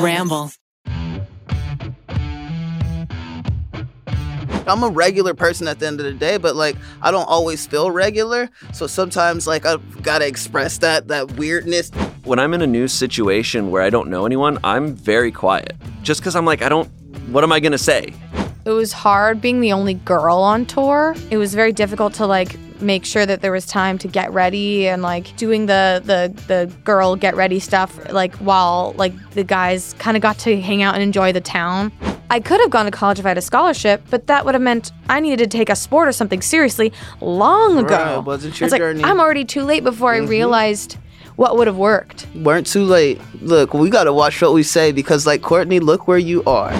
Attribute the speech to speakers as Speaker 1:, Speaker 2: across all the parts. Speaker 1: Ramble.
Speaker 2: I'm a regular person at the end of the day, but like I don't always feel regular. So sometimes like I've got to express that that weirdness.
Speaker 3: When I'm in a new situation where I don't know anyone, I'm very quiet. Just because I'm like, I don't, what am I going to say?
Speaker 4: It was hard being the only girl on tour. It was very difficult to like make sure that there was time to get ready and like doing the the the girl get ready stuff like while like the guys kind of got to hang out and enjoy the town. I could have gone to college if I had a scholarship, but that would have meant I needed to take a sport or something seriously long ago.
Speaker 2: Right, it wasn't your
Speaker 4: I was like,
Speaker 2: journey. Mm-hmm.
Speaker 4: I'm already too late before I realized what would have worked.
Speaker 2: Weren't too late. Look, we got to watch what we say because like Courtney, look where you are.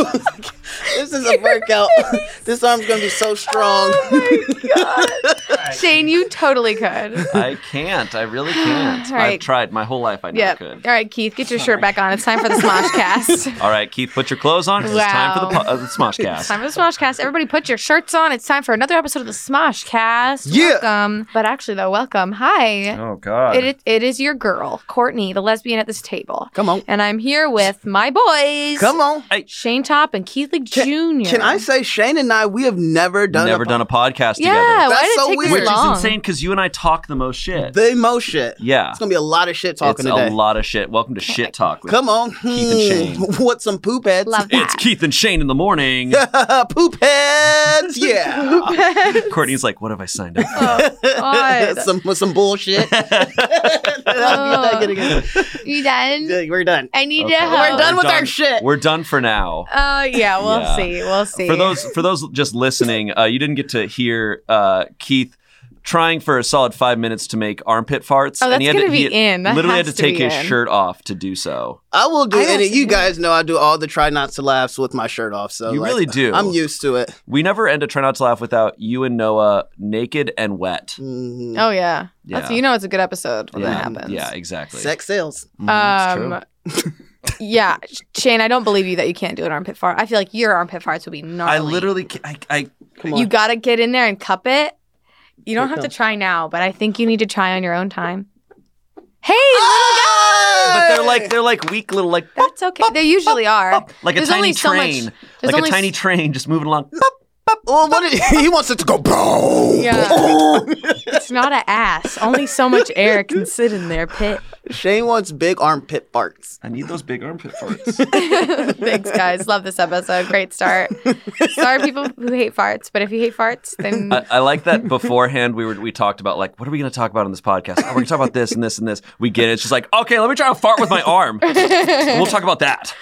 Speaker 2: this is a workout. this arm's gonna be so strong.
Speaker 4: Shane, you totally could.
Speaker 3: I can't. I really can't.
Speaker 4: Right.
Speaker 3: I've tried my whole life. I never
Speaker 4: Yep.
Speaker 3: could.
Speaker 4: All right, Keith, get your shirt back on. It's time for the Smoshcast.
Speaker 3: All right, Keith, put your clothes on. 'cause It's time for the,
Speaker 4: Wow.
Speaker 3: po- uh, the Smoshcast.
Speaker 4: time for the Smoshcast. Everybody, put your shirts on. It's time for another episode of the Smoshcast.
Speaker 2: Yeah.
Speaker 4: Welcome. But actually, though, welcome. Hi.
Speaker 3: oh, God.
Speaker 4: It, it is your girl, Courtney, the lesbian at this table.
Speaker 2: Come on.
Speaker 4: And I'm here with my boys.
Speaker 2: Come on.
Speaker 4: Shane Top and Keith Lee Jr.
Speaker 2: Can I say Shane and I we have never done
Speaker 3: Never
Speaker 2: a,
Speaker 3: done a podcast
Speaker 4: Yeah.
Speaker 3: together.
Speaker 4: why
Speaker 2: That's
Speaker 4: did
Speaker 2: so
Speaker 4: it take this
Speaker 2: weird.
Speaker 3: Which
Speaker 4: long?
Speaker 3: is insane because you and I talk the most shit.
Speaker 2: the most shit.
Speaker 3: yeah.
Speaker 2: It's gonna be a lot of shit talking
Speaker 3: it's
Speaker 2: today.
Speaker 3: a lot of shit. Welcome to Shit Talk. with-
Speaker 2: Come on.
Speaker 3: Keith and Shane.
Speaker 2: Hmm, What some poop heads?
Speaker 4: Love that.
Speaker 3: It's Keith and Shane in the morning.
Speaker 2: poop heads. Yeah.
Speaker 3: Courtney's like, what have I signed up for?
Speaker 4: Oh, God.
Speaker 2: some some bullshit.
Speaker 4: you done?
Speaker 2: Yeah, We're done.
Speaker 4: I need
Speaker 3: Okay.
Speaker 4: to help.
Speaker 2: We're done with our shit.
Speaker 3: We're done for now.
Speaker 4: Oh, yeah. We'll
Speaker 3: Yeah.
Speaker 4: see. We'll see.
Speaker 3: For those for those just listening, uh, you didn't get to hear uh, Keith trying for a solid five minutes to make armpit farts.
Speaker 4: Oh,
Speaker 3: and he
Speaker 4: that's
Speaker 3: had
Speaker 4: gonna
Speaker 3: he
Speaker 4: be in. That
Speaker 3: literally
Speaker 4: has
Speaker 3: had to,
Speaker 4: to
Speaker 3: take
Speaker 4: be
Speaker 3: his
Speaker 4: in.
Speaker 3: shirt off to do so.
Speaker 2: I will do
Speaker 4: I
Speaker 2: and
Speaker 4: also-
Speaker 2: You guys know I do all the try not to laughs with my shirt off. So
Speaker 3: You
Speaker 2: like,
Speaker 3: really do.
Speaker 2: I'm used to it.
Speaker 3: We never end a try not to laugh without you and Noah naked and wet.
Speaker 2: Mhm.
Speaker 4: Oh yeah.
Speaker 3: Yeah.
Speaker 4: That's, you know it's a good episode when
Speaker 3: yeah,
Speaker 4: that happens.
Speaker 3: yeah, exactly.
Speaker 2: Sex sales.
Speaker 3: Mhm, it's true.
Speaker 4: Um Yeah, Shane, I don't believe you that you can't do an armpit fart. I feel like your armpit farts would be gnarly.
Speaker 3: I literally, ca- I, I,
Speaker 2: Come on.
Speaker 4: You got to get in there and cup it. You don't
Speaker 2: Here
Speaker 4: have
Speaker 2: it
Speaker 4: to
Speaker 2: comes.
Speaker 4: try now, but I think you need to try on your own time. Hey,
Speaker 3: but they're like, they're like weak little, like,
Speaker 4: that's okay. They usually are.
Speaker 3: like
Speaker 4: There's
Speaker 3: a tiny
Speaker 4: only so much-
Speaker 3: train,
Speaker 4: there's
Speaker 3: like
Speaker 4: only
Speaker 3: a
Speaker 4: s-
Speaker 3: tiny train just moving along.
Speaker 2: Oh, what did- he wants it to go boom.
Speaker 4: Yeah. It's not an ass. Only so much air can sit in their pit.
Speaker 2: Shane wants big armpit farts.
Speaker 3: I need those big armpit farts.
Speaker 4: Thanks, guys. Love this episode. Great start. Sorry, people who hate farts, but if you hate farts, then
Speaker 3: I, I like that beforehand we were we talked about like what are we gonna talk about on this podcast? Oh, we're gonna talk about this and this and this. We get it. It's just like okay, let me try to fart with my arm. we'll talk about that.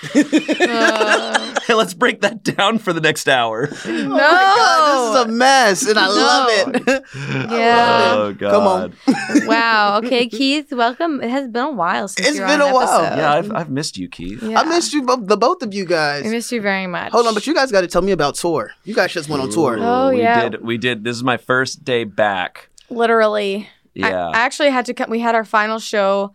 Speaker 4: Uh.
Speaker 3: Let's break that down for the next hour.
Speaker 4: no.
Speaker 2: God, this is a
Speaker 4: Oh.
Speaker 2: mess, and I love it.
Speaker 4: yeah.
Speaker 3: oh god.
Speaker 2: Come on.
Speaker 4: Wow. Okay, Keith, welcome. It has been a while since
Speaker 2: It's
Speaker 4: you're
Speaker 2: been
Speaker 4: on
Speaker 2: a
Speaker 4: an
Speaker 2: while.
Speaker 4: episode.
Speaker 3: Yeah, I've, I've missed you, Keith.
Speaker 4: Yeah.
Speaker 2: I missed you, both, the both of you
Speaker 4: I
Speaker 2: guys.
Speaker 4: missed you very much.
Speaker 2: Hold on, but you guys got to tell me about tour. You guys just went on tour.
Speaker 4: Oh,
Speaker 3: we
Speaker 4: yeah.
Speaker 3: did. We did. This is my first day back.
Speaker 4: literally. I-
Speaker 3: Yeah.
Speaker 4: I, actually had to come. We had our final show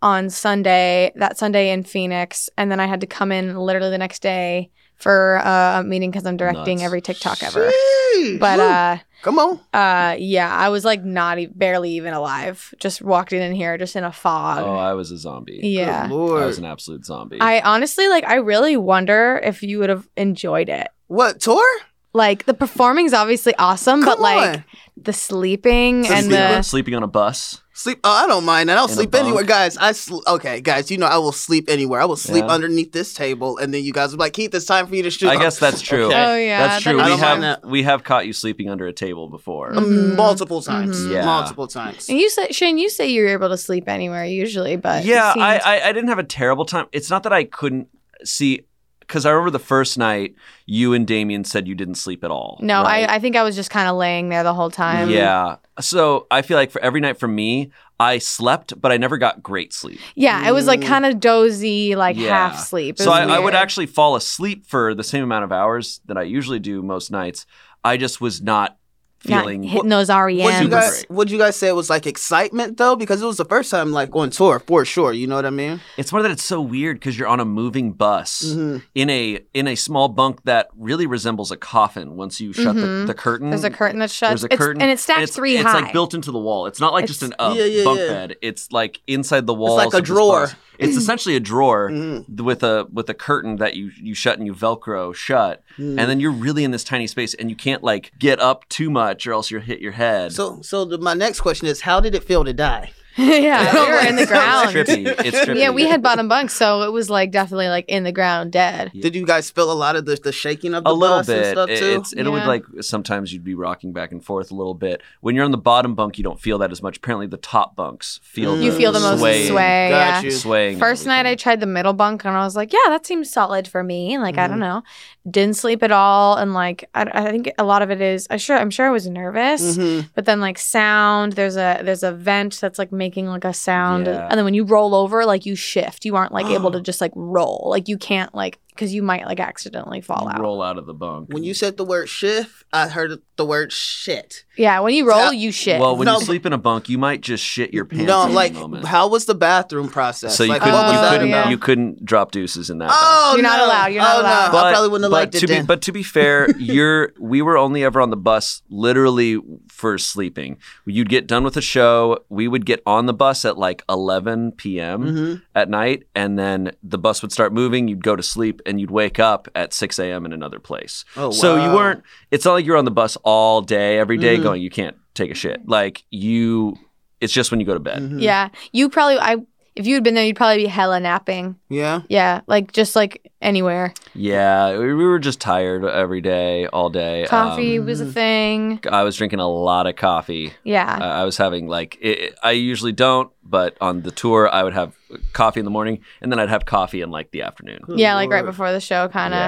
Speaker 4: on Sunday. That Sunday in Phoenix, and then I had to come in literally the next day for uh, a meeting because I'm directing
Speaker 3: Nuts.
Speaker 4: every TikTok ever.
Speaker 2: Jeez.
Speaker 4: But
Speaker 2: Woo.
Speaker 4: uh,
Speaker 2: come on.
Speaker 4: uh, yeah, I was like not e- barely even alive. Just walked in here, just in a fog.
Speaker 3: oh, I was a zombie.
Speaker 4: yeah.
Speaker 2: Good
Speaker 3: I
Speaker 2: Lord.
Speaker 3: was an absolute zombie.
Speaker 4: I honestly like. I really wonder if you would have enjoyed it.
Speaker 2: What tour?
Speaker 4: Like the performing's obviously awesome, but
Speaker 2: Come
Speaker 4: like
Speaker 2: on.
Speaker 4: the sleeping
Speaker 3: sleeping,
Speaker 4: and uh,
Speaker 3: on,
Speaker 4: the
Speaker 3: sleeping on a bus.
Speaker 2: sleep. Oh, I don't mind that. I'll
Speaker 3: In a
Speaker 2: sleep
Speaker 3: bunk.
Speaker 2: anywhere, guys. I sl- okay, guys. You know I will sleep anywhere. I will sleep
Speaker 3: Yeah.
Speaker 2: underneath this table, and then you guys will be like, Keith, it's time for you to shoot.
Speaker 3: I guess that's true.
Speaker 2: Okay.
Speaker 4: oh yeah,
Speaker 3: That's true.
Speaker 2: I
Speaker 3: We
Speaker 2: don't mind
Speaker 3: have
Speaker 2: that.
Speaker 3: we have caught you sleeping under a table before.
Speaker 2: Um,
Speaker 4: Mhm.
Speaker 2: multiple times.
Speaker 4: Mhm.
Speaker 3: Yeah.
Speaker 2: Multiple times.
Speaker 4: And you said Shane, you say you're able to sleep anywhere usually, but it
Speaker 3: yeah,
Speaker 4: seems-
Speaker 3: I, I I didn't have a terrible time. It's not that I couldn't see because I remember the first night you and Damien said you didn't sleep at all.
Speaker 4: no,
Speaker 3: right?
Speaker 4: I I think I was just kind of laying there the whole time.
Speaker 3: yeah. So I feel like for every night for me, I slept, but I never got great sleep.
Speaker 4: yeah, it was like
Speaker 2: Mm.
Speaker 4: kind of dozy, like
Speaker 3: Yeah.
Speaker 4: half sleep. It
Speaker 3: So
Speaker 4: was
Speaker 3: I, I would
Speaker 4: weird.
Speaker 3: actually fall asleep for the same amount of hours that I usually do most nights. I just was not feeling.
Speaker 4: not
Speaker 3: What-
Speaker 4: hitting those E REMs.
Speaker 2: Would you
Speaker 3: Super
Speaker 2: guys
Speaker 3: great.
Speaker 2: would you guys say it was like excitement though? Because it was the first time like on tour for sure. You know what I mean?
Speaker 3: It's more that it's so weird because you're on a moving bus
Speaker 4: Mm-hmm.
Speaker 2: Mm-hmm.
Speaker 3: in a in a small bunk that really resembles a coffin. Once you shut the,
Speaker 4: Mhm.
Speaker 3: the curtain,
Speaker 4: There's a curtain that shuts.
Speaker 3: There's a
Speaker 4: It's-
Speaker 3: curtain,
Speaker 4: and it's stacked
Speaker 3: it's,
Speaker 4: three
Speaker 3: it's
Speaker 4: high.
Speaker 3: like built into the wall. It's not like just an up
Speaker 2: Yeah, yeah,
Speaker 3: bunk
Speaker 2: yeah.
Speaker 3: bed. It's like inside the wall.
Speaker 2: like a drawer. Mm.
Speaker 3: It's essentially a drawer
Speaker 2: Mhm.
Speaker 3: th- with a with a curtain that you you shut and you Velcro shut,
Speaker 2: Mm.
Speaker 3: and then you're really in this tiny space and you can't like get up too much or else you'll hit your head.
Speaker 2: So so the, my next question is how did it feel to die?
Speaker 4: yeah, we were in the
Speaker 2: It's
Speaker 3: it's
Speaker 4: ground.
Speaker 3: trippy. It's trippy.
Speaker 4: Yeah, we had bottom bunks, so it was like definitely like in the ground, dead.
Speaker 3: Yeah.
Speaker 2: Did you guys feel a lot of the, the shaking of the
Speaker 3: a little
Speaker 2: bus and
Speaker 3: bit.
Speaker 2: stuff
Speaker 3: It-
Speaker 2: too?
Speaker 3: it's, it would
Speaker 4: Yeah.
Speaker 3: like sometimes you'd be rocking back and forth a little bit. When you're on the bottom bunk, you don't feel that as much. Apparently, the top bunks feel
Speaker 2: Mm.
Speaker 4: You
Speaker 3: the
Speaker 4: feel the most
Speaker 3: swaying,
Speaker 4: sway,
Speaker 2: Got
Speaker 4: yeah.
Speaker 2: you.
Speaker 3: swaying. and
Speaker 4: First night I
Speaker 3: everything.
Speaker 4: tried the middle bunk and I was like, yeah, that seems solid for me. Like,
Speaker 3: Mm-hmm.
Speaker 4: I don't know. Didn't sleep at all. And like, I, I think a lot of it is, I sure, I'm sure I was nervous,
Speaker 3: Mm-hmm.
Speaker 2: Mhm.
Speaker 4: but then like sound, there's a, there's a vent that's like making like a sound.
Speaker 3: Yeah.
Speaker 4: And then when you roll over, like you shift, you aren't like able to just like roll. Like you can't like, cause you might like accidentally fall
Speaker 3: You
Speaker 4: out.
Speaker 3: roll out of the bunk.
Speaker 2: When you said the word shift, I heard the word shit.
Speaker 4: Yeah. When you roll,
Speaker 2: Yeah.
Speaker 4: you shit.
Speaker 3: Well, when
Speaker 2: No,
Speaker 3: you
Speaker 2: but-
Speaker 3: sleep in a bunk, you might just shit your pants.
Speaker 2: no,
Speaker 3: in
Speaker 2: like
Speaker 3: the moment.
Speaker 2: how was the bathroom process?
Speaker 3: so you
Speaker 2: like,
Speaker 3: couldn't,
Speaker 2: what was
Speaker 3: you,
Speaker 2: that
Speaker 3: couldn't
Speaker 2: about?
Speaker 4: yeah.
Speaker 3: you couldn't drop deuces in that. bath.
Speaker 2: Oh,
Speaker 4: You're not
Speaker 2: no.
Speaker 4: allowed. You're not
Speaker 2: oh, no.
Speaker 4: allowed.
Speaker 2: I probably wouldn't have
Speaker 3: but
Speaker 2: liked
Speaker 3: to
Speaker 2: it
Speaker 3: be,
Speaker 2: then.
Speaker 3: But to be fair, you're we were only ever on the bus literally for sleeping. You'd get done with the show. We would get on the bus at like 11 p.m.
Speaker 2: Mhm.
Speaker 3: at night, and then the bus would start moving. You'd go to sleep, and you'd wake up at 6 a.m. in another place.
Speaker 2: Oh,
Speaker 3: So you
Speaker 2: wow.
Speaker 3: weren't. It's not like you're on the bus all day, every day
Speaker 2: Mhm.
Speaker 3: going. You can't take a shit. Like you, it's just when you go to bed.
Speaker 2: Mhm.
Speaker 4: yeah. You probably, I, if you had been there, you'd probably be hella napping.
Speaker 2: Yeah.
Speaker 4: Yeah. Like just like anywhere.
Speaker 3: Yeah, we we were just tired every day, all day. Um,
Speaker 4: Coffee was a thing.
Speaker 3: I was drinking a lot of coffee.
Speaker 4: Yeah.
Speaker 3: Uh, I was having like it, it- I usually don't, but on the tour I would have coffee in the morning, and then I'd have coffee in like the afternoon.
Speaker 2: Good
Speaker 4: yeah, like right
Speaker 2: Lord.
Speaker 4: before the show, kind of.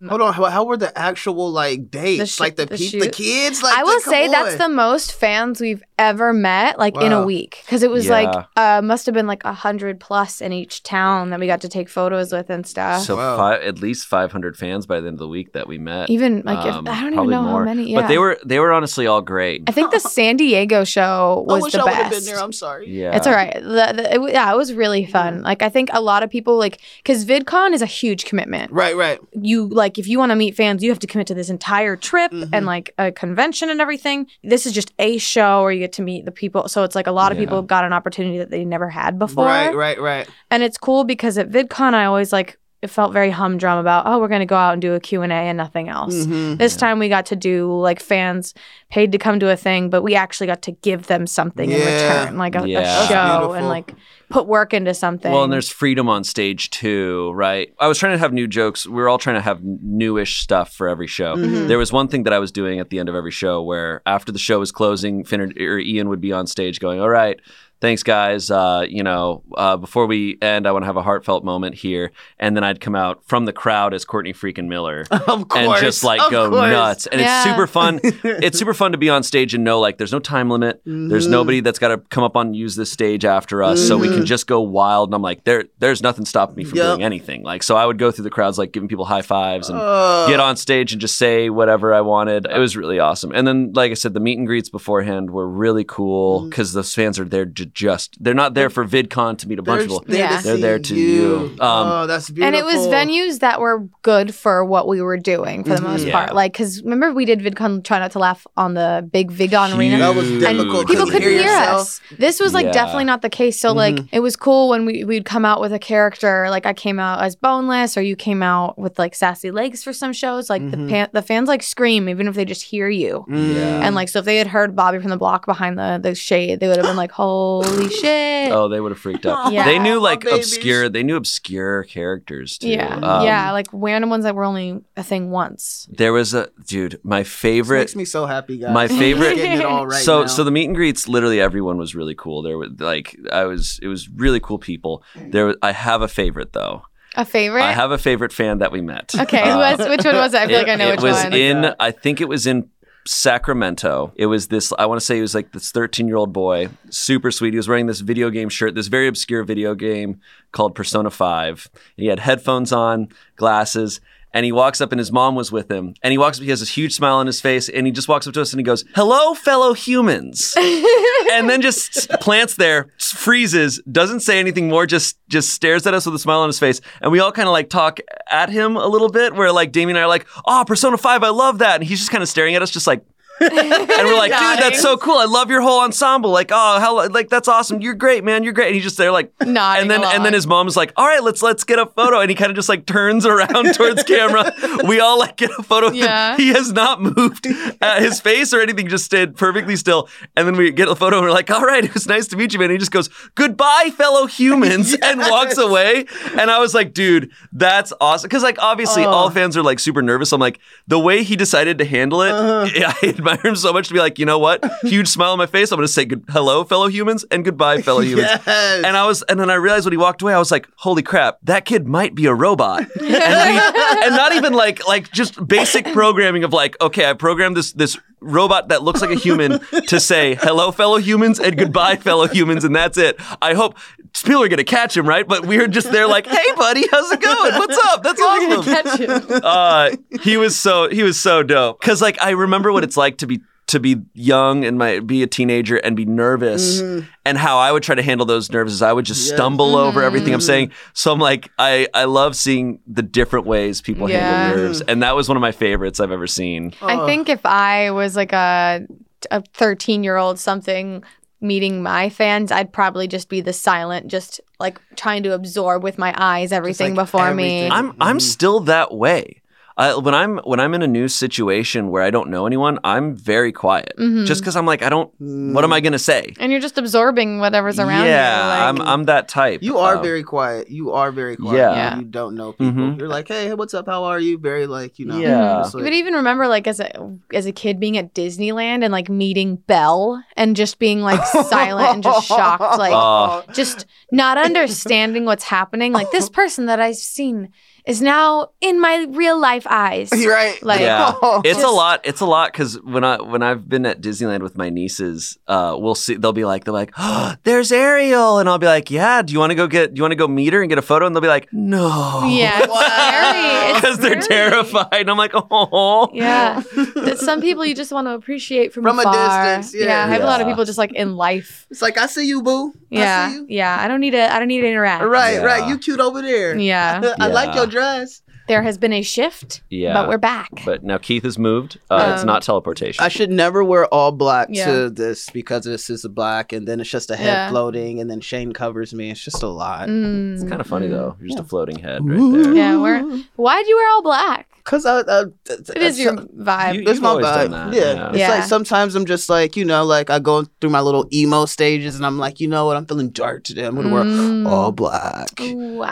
Speaker 3: Yeah,
Speaker 2: Hold on. How, how were the actual like dates?
Speaker 4: The sh-
Speaker 2: like the the,
Speaker 4: the
Speaker 2: the
Speaker 4: shoot?
Speaker 2: kids? Like
Speaker 4: I
Speaker 2: the-
Speaker 4: will
Speaker 2: come
Speaker 4: say that's
Speaker 2: on.
Speaker 4: the most fans we've ever met, like in
Speaker 2: Wow.
Speaker 4: a week, because it was
Speaker 3: Yeah.
Speaker 4: like uh, must have been like a hundred plus in each town that we got to take photos with and stuff.
Speaker 3: so
Speaker 2: Wow.
Speaker 3: fi- at least five hundred fans by the end of the week that we met.
Speaker 4: even like if,
Speaker 3: Um,
Speaker 4: I don't even
Speaker 3: probably
Speaker 4: know
Speaker 3: more.
Speaker 4: how many. Yeah,
Speaker 3: But they were they were honestly all great.
Speaker 4: I think the San Diego show
Speaker 2: I
Speaker 4: was
Speaker 2: wish
Speaker 4: the
Speaker 2: I would have
Speaker 4: best.
Speaker 2: been there. I'm sorry.
Speaker 3: Yeah,
Speaker 4: It's all right. The, the, it, w- yeah, it was really fun. Like I think a lot of people like because VidCon is a huge commitment.
Speaker 2: Right, right.
Speaker 4: you like if you want to meet fans you have to commit to this entire trip
Speaker 2: Mhm.
Speaker 4: and like a convention and everything this is just a show where you get to meet the people so it's like a lot of
Speaker 3: Yeah.
Speaker 4: people got an opportunity that they never had before
Speaker 2: Right, right, right.
Speaker 4: and it's cool because at vidcon i always like it felt very humdrum about oh we're going to go out and do a q&a and nothing else
Speaker 2: Mhm.
Speaker 4: This
Speaker 3: Yeah.
Speaker 4: time we got to do like fans paid to come to a thing, but we actually got to give them something in
Speaker 2: Yeah.
Speaker 4: return, like a,
Speaker 3: Yeah.
Speaker 4: a
Speaker 3: That's
Speaker 4: show and
Speaker 2: beautiful.
Speaker 4: like put work into something.
Speaker 3: Well, and there's freedom on stage too, right? I was trying to have new jokes. We were all trying to have newish stuff for every show.
Speaker 2: Mm-hmm.
Speaker 4: Mhm.
Speaker 3: There was one thing that I was doing at the end of every show where after the show was closing, Finn or, or Ian would be on stage going, "All right, thanks guys. Uh, you know, uh, before we end, I want to have a heartfelt moment here." And then I'd come out from the crowd as Courtney freaking Miller.
Speaker 2: Of course.
Speaker 3: And just like
Speaker 2: of
Speaker 3: go
Speaker 2: course.
Speaker 3: nuts, and
Speaker 4: Yeah.
Speaker 3: it's super fun. it's super fun to be on stage and know like there's no time limit. There's
Speaker 2: Mhm.
Speaker 3: nobody that's got to come up on and use this stage after us, so we can
Speaker 2: Mhm.
Speaker 3: just go wild. And I'm like, there, there's nothing stopping me from
Speaker 2: Yep.
Speaker 3: doing anything. Like, so I would go through the crowds, like giving people high fives and
Speaker 2: Uh,
Speaker 3: get on stage and just say whatever I wanted. It was really awesome. And then, like I said, the meet and greets beforehand were really cool
Speaker 2: Mm.
Speaker 3: because those fans are there to just, they're not there for VidCon to meet a bunch of people.
Speaker 2: They're, there
Speaker 4: Yeah.
Speaker 2: to
Speaker 3: They're
Speaker 2: see
Speaker 3: there to
Speaker 2: you.
Speaker 3: you. Um,
Speaker 2: oh, that's beautiful. Mm-hmm.
Speaker 4: And it was venues that were good for what we were doing for the most
Speaker 3: Yeah.
Speaker 4: part. Like, because remember we did VidCon Try Not to Laugh on the big VidCon arena?
Speaker 2: That was
Speaker 3: Huge.
Speaker 2: difficult
Speaker 4: People
Speaker 2: Couldn't
Speaker 4: couldn't
Speaker 2: Oh, hear
Speaker 4: hear
Speaker 2: yourself. Mm-hmm.
Speaker 4: us. This was like
Speaker 3: Yeah.
Speaker 4: definitely not the case. So like it was cool when we we'd come out with a character. Like I came out as boneless, or you came out with like sassy legs for some shows. Like
Speaker 2: Mm-hmm.
Speaker 4: the pan- the fans like scream even if they just hear you.
Speaker 3: Yeah.
Speaker 4: And like so if they had heard Bobby from the block behind the the shade, they would have been like, "Holy shit!"
Speaker 3: Oh, they would have freaked out.
Speaker 4: Yeah.
Speaker 3: They knew
Speaker 2: Aw,
Speaker 3: like
Speaker 2: Oh, babies.
Speaker 3: obscure. They knew obscure characters too.
Speaker 4: yeah,
Speaker 3: Um,
Speaker 4: yeah, like random ones that were only a thing once.
Speaker 3: There was a dude. My favorite.
Speaker 2: makes me so happy, guys.
Speaker 3: My favorite-
Speaker 2: Getting it all right
Speaker 3: so
Speaker 2: now.
Speaker 3: so the meet and greets literally everyone was really cool there was like i was it was really cool people there was, i have a favorite though
Speaker 4: A favorite.
Speaker 3: i have a favorite fan that we met
Speaker 4: Okay, who
Speaker 3: Uh,
Speaker 4: was, which one was it? I feel
Speaker 3: it,
Speaker 4: like I know
Speaker 3: it
Speaker 4: which
Speaker 3: was
Speaker 4: one.
Speaker 3: in i think it was in Sacramento. It was this, I want to say he was like this 13 year old boy, super sweet. He was wearing this video game shirt, this very obscure video game called Persona 5. And he had headphones on, glasses, and he walks up and his mom was with him and he walks up he has this huge smile on his face and he just walks up to us and he goes hello fellow humans and then just plants there freezes doesn't say anything more just just stares at us with a smile on his face and we all kind of like talk at him a little bit where like Damien and I are like oh Persona 5 I love that and he's just kind of staring at us just like and we're like, dude, that's so cool. I love your whole ensemble. Like, oh, how, like that's awesome. You're great, man. You're great. And he's just there, like,
Speaker 4: Nodding
Speaker 3: and then
Speaker 4: along.
Speaker 3: and then his mom's like, all right, let's let's get a photo. And he kind of just like turns around towards camera. We all like get a photo. Of
Speaker 4: Yeah.
Speaker 3: him. He has not moved uh, his face or anything. Just stayed perfectly still. And then we get a photo and we're like, all right, it was nice to meet you, man. And he just goes, goodbye, fellow humans, and walks away. And I was like, dude, that's awesome. Because like obviously
Speaker 4: Oh.
Speaker 3: all fans are like super nervous. I'm like, the way he decided to handle it,
Speaker 4: Uh-huh.
Speaker 3: I admire him so much to be like, you know what? Huge smile on my face. I'm gonna say good hello, fellow humans, and goodbye, fellow humans.
Speaker 2: Yes.
Speaker 3: And I was, and then I realized when he walked away, I was like, "Holy crap, that kid might be a robot." and, we, and not even like, like just basic programming of like, okay, I programmed this this robot that looks like a human to say hello, fellow humans, and goodbye, fellow humans, and that's it. I hope people are gonna catch him, right? But we are just there, like, "Hey, buddy, how's it going? What's up? That's awesome."
Speaker 4: Catch it.
Speaker 3: uh, he was so he was so dope because like I remember what it's like to be to be young and my be a teenager and be
Speaker 2: Mm-hmm.
Speaker 3: nervous and how I would try to handle those nerves is I would just
Speaker 2: Yes.
Speaker 3: stumble over everything
Speaker 4: Mm-hmm.
Speaker 3: I'm saying so I'm like I I love seeing the different ways people
Speaker 4: Yeah.
Speaker 3: handle nerves and that was one of my favorites I've ever seen
Speaker 4: I think if I was like a a 13 year old something meeting my fans, I'd probably just be the silent, just like trying to absorb with my eyes everything
Speaker 2: like,
Speaker 4: before me.
Speaker 2: everything.
Speaker 3: I'm I'm still that way I, when I'm when I'm in a new situation where I don't know anyone I'm very quiet
Speaker 4: Mhm.
Speaker 3: just because I'm like I don't what
Speaker 2: Mm.
Speaker 3: am I gonna say
Speaker 4: and you're just absorbing whatever's around you.
Speaker 3: yeah
Speaker 4: like-
Speaker 3: I'm I'm that type
Speaker 2: You are
Speaker 3: Um,
Speaker 2: very quiet. You are very quiet.
Speaker 3: Yeah.
Speaker 2: when
Speaker 4: Yeah.
Speaker 2: You don't know people.
Speaker 3: Mhm.
Speaker 2: You're like, hey, what's up? How are you? Very like, you know.
Speaker 3: Yeah.
Speaker 2: just like-
Speaker 4: but even remember, like as a as a kid, being at Disneyland and like meeting Belle and just being like silent and just shocked, like
Speaker 3: Oh.
Speaker 4: just not understanding what's happening. Like this person that I've seen is now in my real life eyes.
Speaker 2: You're right.
Speaker 4: Like-
Speaker 3: yeah,
Speaker 2: "Oh."
Speaker 3: it's a
Speaker 4: Just-
Speaker 3: lot. It's a lot because when I when I've been at Disneyland with my nieces, uh, we'll see. They'll be like, they're like, oh, "There's Ariel," and I'll be like, "Yeah, do you want to go get? Do you want to go meet her and get a photo?" And they'll be like, "No."
Speaker 4: Yeah, it's
Speaker 2: Wow.
Speaker 4: scary. It's
Speaker 3: because they're
Speaker 4: scary.
Speaker 3: terrified. And I'm like, "Oh."
Speaker 4: Yeah, There's some people you just want to appreciate from,
Speaker 2: From a
Speaker 4: afar.
Speaker 2: distance, yeah.
Speaker 4: I have a lot of
Speaker 3: Yeah.
Speaker 4: people just like in life.
Speaker 2: It's like I see you, boo. I see
Speaker 4: Yeah,
Speaker 2: you.
Speaker 4: yeah. I don't need to. I don't need to interact.
Speaker 2: Right,
Speaker 3: Yeah.
Speaker 2: right. You cute over there.
Speaker 4: Yeah.
Speaker 2: Uh, I like
Speaker 3: Yeah.
Speaker 2: your dress.
Speaker 4: There has been a shift,
Speaker 3: Yeah.
Speaker 4: but we're back.
Speaker 3: But now Keith has moved. Uh, it's
Speaker 4: Um,
Speaker 3: not teleportation.
Speaker 2: I should never wear all black
Speaker 4: Yeah.
Speaker 2: to this because this is black, and then it's just a head
Speaker 4: Yeah.
Speaker 2: floating, and then Shane covers me. It's just a lot.
Speaker 4: Mm.
Speaker 3: it's kind of funny though. You're just a floating head right there.
Speaker 2: Ooh.
Speaker 4: Yeah, we're- Why'd you wear all black?
Speaker 2: Cause I, I
Speaker 4: It is your vibe.
Speaker 3: You-
Speaker 2: That's
Speaker 3: You've
Speaker 2: my
Speaker 3: always
Speaker 2: vibe.
Speaker 3: done that,
Speaker 2: Yeah.
Speaker 3: yeah.
Speaker 2: It's
Speaker 4: Yeah.
Speaker 2: like sometimes I'm just like, you know, like I go through my little emo stages and I'm like, you know what, I'm feeling dark today. I'm gonna
Speaker 4: Mm.
Speaker 2: wear all black.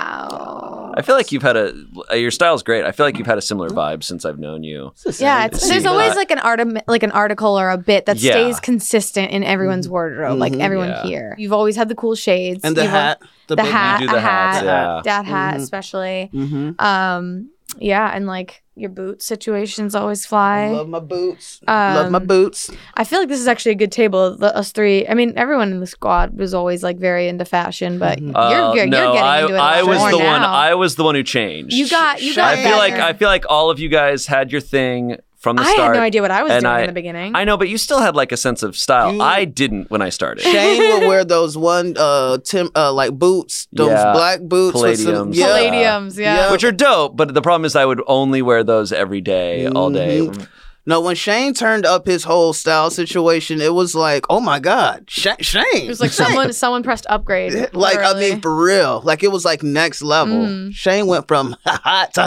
Speaker 4: Wow.
Speaker 3: I feel like you've had a your style's great. I feel like you've had a similar vibe since I've known you.
Speaker 2: It's the same.
Speaker 4: Yeah, it's,
Speaker 3: See
Speaker 4: there's
Speaker 3: that.
Speaker 4: always like an art, like an article or a bit that
Speaker 3: Yeah. Mm-hmm.
Speaker 4: stays consistent in everyone's wardrobe. Like
Speaker 2: Mhm.
Speaker 4: everyone
Speaker 3: Yeah.
Speaker 4: here, you've always had the cool shades
Speaker 2: and the
Speaker 4: You've al-
Speaker 2: hat.
Speaker 4: the
Speaker 2: big
Speaker 4: hat,
Speaker 3: You
Speaker 4: a
Speaker 3: do the hats,
Speaker 4: hat,
Speaker 3: yeah.
Speaker 4: dad hat,
Speaker 2: Mhm.
Speaker 4: especially.
Speaker 2: Mm-hmm.
Speaker 4: Um, yeah, and like your boot situations always
Speaker 2: I
Speaker 4: fly.
Speaker 2: love my boots. love my
Speaker 4: Um,
Speaker 2: boots.
Speaker 4: I feel like this is actually a good table. The, us three. I mean, everyone in the squad was always like very into fashion, but
Speaker 2: Mhm.
Speaker 4: you're,
Speaker 3: Uh,
Speaker 4: you're,
Speaker 3: no,
Speaker 4: you're getting
Speaker 3: I,
Speaker 4: into it. a
Speaker 3: I
Speaker 4: lot
Speaker 3: was
Speaker 4: more
Speaker 3: the one.
Speaker 4: now.
Speaker 3: I was the one who changed.
Speaker 4: You got. You got.
Speaker 3: I feel like
Speaker 4: better.
Speaker 3: I feel like all of you guys had your thing from the
Speaker 4: I had
Speaker 3: start.
Speaker 4: no idea what I was
Speaker 3: and
Speaker 4: doing
Speaker 3: I-
Speaker 4: in the beginning.
Speaker 3: I know, but you still had like a sense of style.
Speaker 2: You-
Speaker 3: I didn't when I started.
Speaker 2: Shane would wear those one uh tim uh like boots, those
Speaker 3: Yeah.
Speaker 2: black boots with some
Speaker 3: Palladiums.
Speaker 2: yeah.
Speaker 3: Palladium.
Speaker 4: Palladiums, yeah.
Speaker 2: Yeah.
Speaker 3: Which are dope, but the problem is I would only wear those every day, all day.
Speaker 2: Mm-hmm. No, when Shane turned up his whole style situation, it was like, oh my god, Sh- Shane.
Speaker 4: It was like someone someone pressed upgrade.
Speaker 2: Like I
Speaker 4: literally.
Speaker 2: mean, for real. Like it was like next level.
Speaker 4: Mhm.
Speaker 2: Shane went from hot to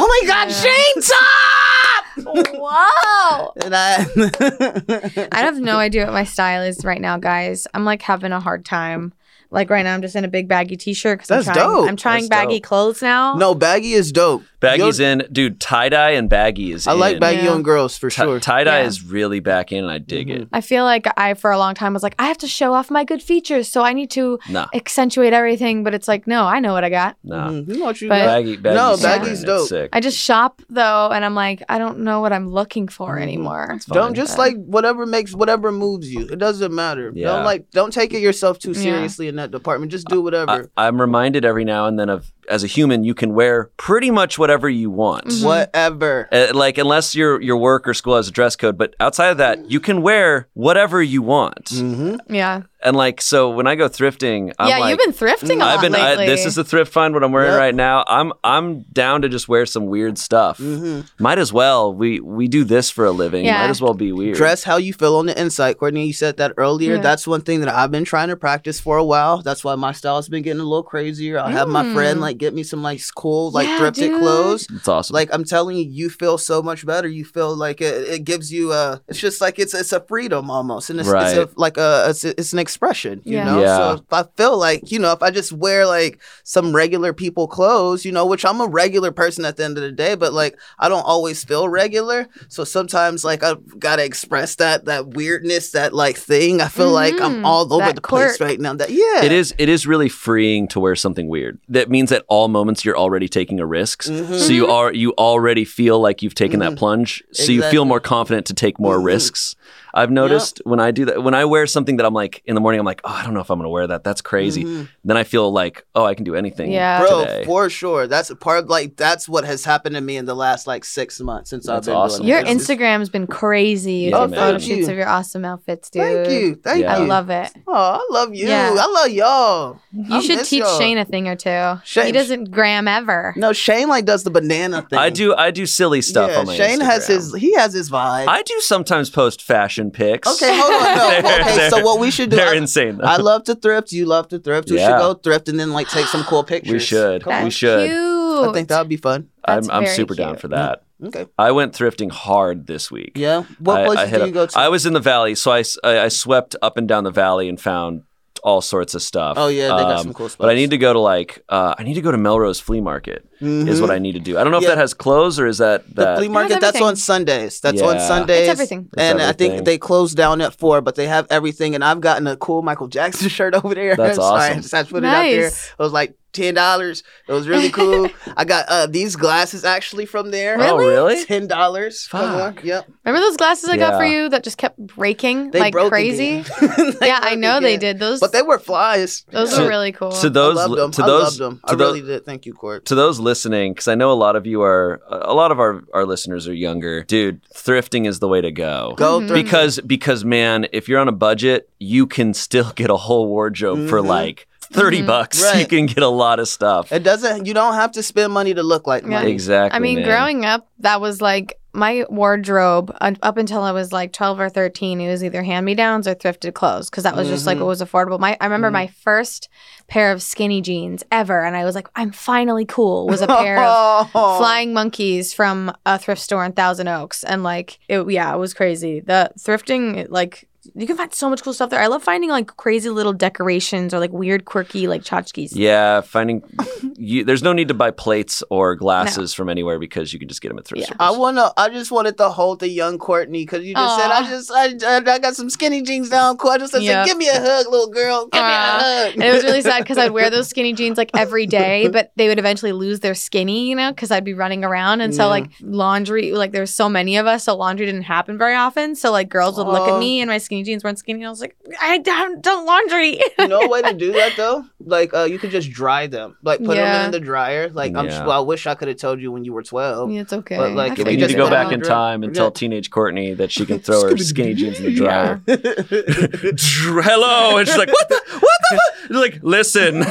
Speaker 2: oh my god,
Speaker 4: Yeah.
Speaker 2: Shane top.
Speaker 4: Whoa!
Speaker 2: And I,
Speaker 4: I have no idea what my style is right now, guys. I'm like having a hard time. Like right now, I'm just in a big baggy t-shirt because I'm
Speaker 2: That's
Speaker 4: trying.
Speaker 2: dope.
Speaker 4: I'm trying
Speaker 3: That's
Speaker 4: baggy
Speaker 3: dope.
Speaker 4: clothes now.
Speaker 2: no baggy is dope.
Speaker 3: Baggy's
Speaker 2: You're-
Speaker 3: in, dude. Tie dye and baggy is.
Speaker 2: I like
Speaker 3: in.
Speaker 2: baggy
Speaker 4: Yeah.
Speaker 2: on girls for
Speaker 3: Ti-
Speaker 2: sure.
Speaker 3: Tie dye
Speaker 4: Yeah.
Speaker 3: is really back in, and I dig it.
Speaker 4: I feel like I for a long time was like, I have to show off my good features, so I need to
Speaker 2: Mm-hmm.
Speaker 3: Nah,
Speaker 4: accentuate everything. But it's like, no, I know what I got.
Speaker 3: nah.
Speaker 2: Mhm. You know what you
Speaker 4: But-
Speaker 2: got.
Speaker 3: Baggy, baggy.
Speaker 2: No,
Speaker 4: baggy's
Speaker 2: dope.
Speaker 3: Sick.
Speaker 4: Mm-hmm. I just shop though, and I'm like, I don't know what I'm looking for
Speaker 2: Mhm.
Speaker 4: anymore.
Speaker 3: fine.
Speaker 2: Don't just
Speaker 4: but-
Speaker 2: like whatever makes whatever moves you. It doesn't matter.
Speaker 3: Yeah.
Speaker 2: Don't like don't take it yourself too
Speaker 4: Yeah.
Speaker 2: seriously in that department. Just do
Speaker 3: I,
Speaker 2: whatever.
Speaker 3: I'm reminded every now and then of as a human, you can wear pretty much whatever you want.
Speaker 4: Mm-hmm.
Speaker 2: Whatever.
Speaker 3: Uh, like unless your your work or school has a dress code, but outside of that, you can wear whatever you want.
Speaker 2: Mm-hmm.
Speaker 4: Yeah.
Speaker 3: And like so, when I go thrifting, I'm
Speaker 4: yeah,
Speaker 3: like, "Mm,
Speaker 4: you've been thrifting a lot
Speaker 3: I've been. I,
Speaker 4: lately.
Speaker 3: this is the thrift find what I'm wearing
Speaker 2: Yep.
Speaker 3: right now. I'm I'm down to just wear some weird stuff.
Speaker 2: Mm-hmm.
Speaker 3: Might as well. We we do this for a living.
Speaker 4: Yeah.
Speaker 3: Might as well be weird.
Speaker 2: Dress how you feel on the inside. Courtney, you said that earlier.
Speaker 4: Yeah.
Speaker 2: That's one thing that I've been trying to practice for a while. That's why my style's been getting a little crazier. I'll have my friend
Speaker 4: Mm.
Speaker 2: like get me some like cool, like
Speaker 4: Yeah,
Speaker 2: thrifted
Speaker 4: dude.
Speaker 2: clothes.
Speaker 3: It's awesome.
Speaker 2: Like I'm telling you, you feel so much better. You feel like it, it gives you a. It's just like it's it's a freedom almost, and it's, it's
Speaker 3: Right.
Speaker 2: a, like a it's, it's an expression. You
Speaker 4: Yeah.
Speaker 2: know.
Speaker 3: Yeah.
Speaker 2: So if I feel like you know, if I just wear like some regular people clothes, you know, which I'm a regular person at the end of the day, but like I don't always feel regular. So sometimes like I've got to express that that weirdness, that like thing. I feel like I'm
Speaker 4: Mhm.
Speaker 2: all over
Speaker 4: That
Speaker 2: the place
Speaker 4: quirk.
Speaker 2: right now. That yeah.
Speaker 3: It is it is really freeing to wear something weird. That means at all moments you're already taking a risk.
Speaker 2: Mhm.
Speaker 3: So you are you already feel like you've taken that plunge. So
Speaker 2: Mm-hmm.
Speaker 3: you feel
Speaker 2: Exactly.
Speaker 3: more confident to take more
Speaker 2: Mhm.
Speaker 3: risks. I've noticed when I do that when I wear something that I'm like in the morning I'm like, "Oh, I don't know if I'm going to wear that. That's crazy."
Speaker 2: Mhm.
Speaker 3: Then I feel like, "Oh, I can do anything."
Speaker 4: Yeah.
Speaker 2: Bro,
Speaker 3: today.
Speaker 2: for sure. That's a part of, like that's what has happened to me in the last like six months since I've
Speaker 3: That's
Speaker 2: been
Speaker 3: awesome.
Speaker 2: doing
Speaker 4: Your
Speaker 2: this. It's-
Speaker 4: Instagram's been crazy.
Speaker 3: Yeah,
Speaker 4: with
Speaker 3: man.
Speaker 4: photo shoots
Speaker 2: Thank
Speaker 4: of your awesome outfits, dude.
Speaker 2: Thank you. Thank
Speaker 3: Yeah.
Speaker 4: I
Speaker 2: you.
Speaker 4: love it.
Speaker 2: Oh, I love you.
Speaker 4: Yeah.
Speaker 2: I love y'all.
Speaker 4: You should teach Shane a thing or two.
Speaker 2: Shane-
Speaker 4: he doesn't gram ever.
Speaker 2: No, Shane like does the banana thing.
Speaker 3: I do I do silly stuff
Speaker 2: yeah,
Speaker 3: on my
Speaker 2: Shane has
Speaker 3: Instagram.
Speaker 2: his he has his vibe.
Speaker 3: I do sometimes post fashion pics.
Speaker 2: okay, hold on. No.
Speaker 3: They're-
Speaker 2: okay, so
Speaker 3: they're-
Speaker 2: what we should do?
Speaker 3: They're
Speaker 2: I,
Speaker 3: insane. Though.
Speaker 2: I love to thrift. You love to thrift. We should
Speaker 3: Yeah.
Speaker 2: go thrift and then like take some cool pictures.
Speaker 3: we should.
Speaker 2: Come on.
Speaker 3: We
Speaker 4: That's
Speaker 3: should.
Speaker 4: Cute.
Speaker 2: I think that would be fun.
Speaker 4: That's
Speaker 3: I'm I'm
Speaker 4: very
Speaker 3: super down
Speaker 4: cute.
Speaker 3: for that.
Speaker 2: Okay.
Speaker 3: I went thrifting hard this week.
Speaker 2: Yeah. What
Speaker 3: I- I
Speaker 2: places
Speaker 3: hit
Speaker 2: do
Speaker 3: up-
Speaker 2: you go to?
Speaker 3: I was in the valley, so I, s- I- I swept up and down the valley and found all sorts of stuff.
Speaker 2: oh yeah, they got
Speaker 3: Um,
Speaker 2: some cool spots.
Speaker 3: But I need to go to like uh, I need to go to Melrose Flea Market is what I need to do. I don't know if
Speaker 2: Mm-hmm. Yeah.
Speaker 3: that has clothes or is that
Speaker 2: The
Speaker 3: that
Speaker 2: flea market. That's
Speaker 4: everything.
Speaker 2: on Sundays. That's on
Speaker 3: Yeah. It's
Speaker 2: Sundays.
Speaker 4: It's everything.
Speaker 3: It's
Speaker 2: and I
Speaker 3: everything.
Speaker 2: think they closed down at four, but they have everything. And I've gotten a cool Michael Jackson shirt over there.
Speaker 3: That's
Speaker 2: Sorry, I
Speaker 3: awesome.
Speaker 2: just had to put it out there.
Speaker 4: nice.
Speaker 2: It was like ten dollars. It was really cool. I got uh, these glasses actually from there.
Speaker 3: Oh really?
Speaker 2: Ten dollars. Come on.
Speaker 3: Fuck.
Speaker 2: Yep.
Speaker 4: Remember those glasses I got for
Speaker 3: Yeah.
Speaker 4: you that just kept breaking
Speaker 2: They
Speaker 4: like
Speaker 2: broke
Speaker 4: crazy?
Speaker 2: again. They
Speaker 4: yeah, I
Speaker 2: broke
Speaker 4: know they
Speaker 2: again.
Speaker 4: did. Those
Speaker 2: But they were flies.
Speaker 4: those
Speaker 3: So-
Speaker 4: were really cool.
Speaker 3: To those
Speaker 2: I loved them.
Speaker 3: to
Speaker 2: I
Speaker 3: those
Speaker 2: loved them.
Speaker 3: to
Speaker 2: I
Speaker 3: tho-
Speaker 2: really did. Thank you, Court.
Speaker 3: to those listening because I know a lot of you are a lot of our our listeners are younger. Dude, thrifting is the way to go.
Speaker 2: Go
Speaker 4: Mhm.
Speaker 2: through.
Speaker 3: because because man, if you're on a budget, you can still get a whole wardrobe for
Speaker 2: Mhm.
Speaker 3: like 30
Speaker 4: Mhm.
Speaker 3: bucks. You
Speaker 2: Right.
Speaker 3: can get a lot of stuff.
Speaker 2: it doesn't. You don't have to spend money to look like
Speaker 4: Yeah.
Speaker 2: money.
Speaker 3: Exactly.
Speaker 4: I mean,
Speaker 3: man.
Speaker 4: growing up, that was like my wardrobe un- up until I was like 12 or 13. It was either hand me downs or thrifted clothes because that was just like
Speaker 2: Mhm.
Speaker 4: what was affordable. My I remember
Speaker 2: Mhm.
Speaker 4: my first pair of skinny jeans ever, and I was like, I'm finally cool. Was a pair of
Speaker 2: Oh.
Speaker 4: flying monkeys from a thrift store in Thousand Oaks, and like, it, yeah, it was crazy. The thrifting, like. You can find so much cool stuff there. I love finding like crazy little decorations or like weird, quirky like tchotchkes.
Speaker 3: Yeah, finding you, there's no need to buy plates or glasses from anywhere because you can just get them at thrift
Speaker 4: Yeah.
Speaker 3: stores.
Speaker 2: I wanna. I just wanted to hold the young Courtney because you just said
Speaker 4: Aw.
Speaker 2: I just I, I, I got some skinny jeans down. Courtney just said,
Speaker 4: Yeah.
Speaker 2: "Give me a hug, little girl. Give
Speaker 4: Aw.
Speaker 2: me a hug."
Speaker 4: And it was really sad because I'd wear those skinny jeans like every day, but they would eventually lose their skinny, you know, because I'd be running around. And so,
Speaker 2: Yeah.
Speaker 4: like, laundry, like, there was so many of us, so laundry didn't happen very often. So, like, girls would look
Speaker 2: Aw.
Speaker 4: at me and my skinny jeans weren't skinny. And I was like, I haven't done laundry.
Speaker 2: you know a way to do that though? Like uh, you could just dry them. Like put
Speaker 4: Yeah.
Speaker 2: them in the dryer. Like I'm.
Speaker 3: Yeah.
Speaker 2: Well, I wish I could have told you when you were twelve.
Speaker 4: Yeah, it's okay.
Speaker 2: But, like,
Speaker 4: I
Speaker 2: if you
Speaker 3: we need
Speaker 4: figured
Speaker 3: to
Speaker 2: just
Speaker 4: it
Speaker 3: go
Speaker 2: put
Speaker 3: back
Speaker 2: on
Speaker 3: in
Speaker 2: dri-
Speaker 3: time and tell
Speaker 2: Yeah.
Speaker 3: teenage Courtney that she can throw her skinny jeans in the dryer. Hello, and she's like, "What the? What the? fu-" Like, listen,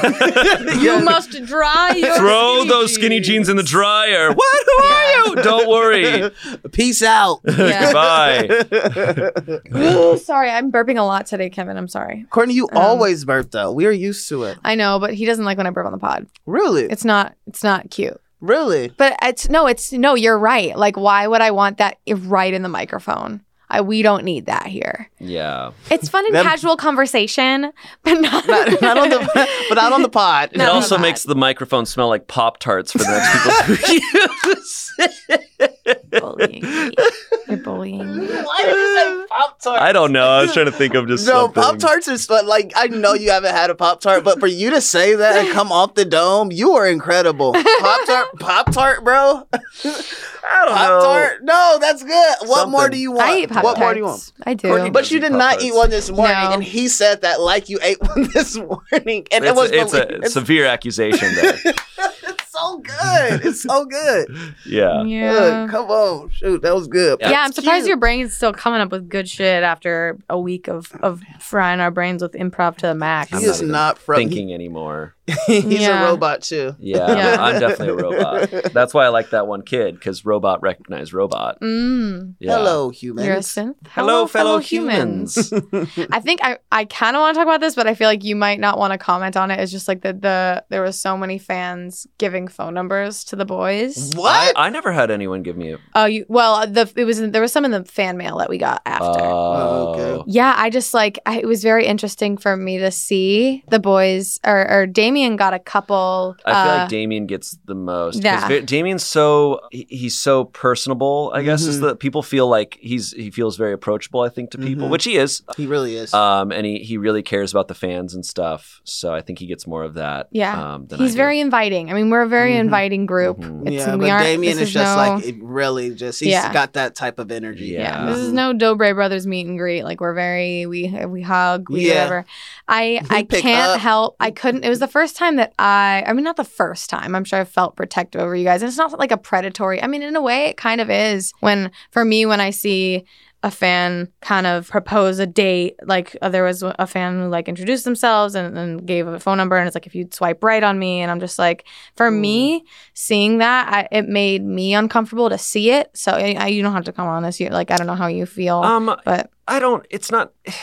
Speaker 4: You must dry your
Speaker 3: throw
Speaker 4: skinny
Speaker 3: those skinny jeans in the dryer. What? Who are you? Don't worry.
Speaker 2: Peace out.
Speaker 4: Yeah.
Speaker 3: Goodbye.
Speaker 4: Ooh, sorry, I'm burping a lot today, Kevin. I'm sorry.
Speaker 2: Courtney, you
Speaker 4: Um,
Speaker 2: always burp though. We are used to it.
Speaker 4: I know, but he doesn't like when I burp on the pod.
Speaker 2: Really,
Speaker 4: It's not. It's not cute.
Speaker 2: really.
Speaker 4: But it's no, it's no, you're right. Like, why would I want that if right in the microphone? I, we don't need that here.
Speaker 3: Yeah.
Speaker 4: It's fun in
Speaker 2: That-
Speaker 4: casual conversation, but not,
Speaker 2: Not, not on the, but not on the pod.
Speaker 3: it
Speaker 4: No,
Speaker 3: also
Speaker 4: not.
Speaker 3: makes the microphone smell like Pop Tarts for the next people to
Speaker 4: bullying. me. You're bullying. me.
Speaker 2: Why did you say pop tart?
Speaker 3: I don't know. I was trying to think of just
Speaker 2: No,
Speaker 3: something.
Speaker 2: Pop Tarts is fun. Like, I know you haven't had a Pop Tart, but for you to say that and come off the dome, you are incredible. Pop Tart, Pop Tart, bro.
Speaker 3: I don't
Speaker 2: Pop Tart. No, that's good. What more
Speaker 3: Something.
Speaker 2: do you want?
Speaker 4: I eat pop
Speaker 2: What more do you want?
Speaker 4: tarts. I do.
Speaker 3: Courtney
Speaker 2: But you did not eat one this morning,
Speaker 4: No.
Speaker 2: and he said that like you ate one this morning, and
Speaker 3: It's,
Speaker 2: it was
Speaker 3: a, it's a
Speaker 2: believed.
Speaker 3: severe accusation there.
Speaker 2: good. It's so good.
Speaker 3: Yeah.
Speaker 2: Look, come on. Shoot, that was good.
Speaker 4: Yeah, I'm surprised
Speaker 2: Cute.
Speaker 4: your brain's still coming up with good shit after a week of, of frying our brains with improv to the max.
Speaker 3: I'm
Speaker 2: He is
Speaker 3: not even
Speaker 2: not from.
Speaker 3: Thinking anymore.
Speaker 2: He's
Speaker 4: Yeah.
Speaker 2: a robot too.
Speaker 3: Yeah,
Speaker 4: Yeah.
Speaker 3: I'm definitely a robot. That's why I like that one kid because robot recognized robot.
Speaker 4: Mm,
Speaker 3: Yeah.
Speaker 2: Hello,
Speaker 4: you're a
Speaker 2: humans.
Speaker 4: synth.
Speaker 3: Hello, fellow humans.
Speaker 4: I think I, I kind of want to talk about this, but I feel like you might not want to comment on it. It's just like the, the there was so many fans giving phone numbers to the boys.
Speaker 2: What?
Speaker 3: I never had anyone give me a.
Speaker 4: Oh, you well the it was there was some in the fan mail that we got after.
Speaker 3: Oh,
Speaker 2: okay.
Speaker 4: Yeah, I just like I, it was very interesting for me to see the boys or, or Damien got a couple.
Speaker 3: I feel like
Speaker 4: uh,
Speaker 3: Damien gets the most. 'cause
Speaker 4: yeah.
Speaker 3: Ve- Damien's so he- he's so personable. I guess is
Speaker 2: Mhm.
Speaker 3: that people feel like he's he feels very approachable. I think to people,
Speaker 2: Mhm.
Speaker 3: which he is.
Speaker 2: he really is.
Speaker 3: Um, and he, he really cares about the fans and stuff. So I think he gets more of that.
Speaker 4: Yeah.
Speaker 3: Um, than I
Speaker 4: he's
Speaker 3: do.
Speaker 4: very inviting. I mean, we're a very
Speaker 3: Mm-hmm.
Speaker 2: Mhm.
Speaker 4: inviting group.
Speaker 3: Mhm.
Speaker 4: It's,
Speaker 2: yeah,
Speaker 4: we
Speaker 2: but
Speaker 4: aren't-
Speaker 2: Damien
Speaker 4: this
Speaker 2: is just
Speaker 4: no-
Speaker 2: like it really just he's
Speaker 4: Yeah.
Speaker 2: got that type of energy. Mm-hmm.
Speaker 4: Yeah.
Speaker 3: Yeah.
Speaker 4: this is no Dobre Brothers meet and greet. Like we're very we we hug we
Speaker 2: Yeah.
Speaker 4: whatever. I
Speaker 2: We
Speaker 4: I
Speaker 2: pick
Speaker 4: can't
Speaker 2: up.
Speaker 4: help. I couldn't. It was the first time that I. I mean, not the first time. I'm sure I felt protective over you guys, and it's not like a predatory. I mean, in a way, it kind of is. When for me, when I see a fan kind of propose a date. Like uh, there was a fan who like introduced themselves and, and gave a phone number, and it's like if you swipe right on me, and I'm just like, for me, seeing that, I, it made me uncomfortable to see it. So I, I, you don't have to come on this. You like I don't know how you feel,
Speaker 3: Um,
Speaker 4: but
Speaker 3: I don't. It's not.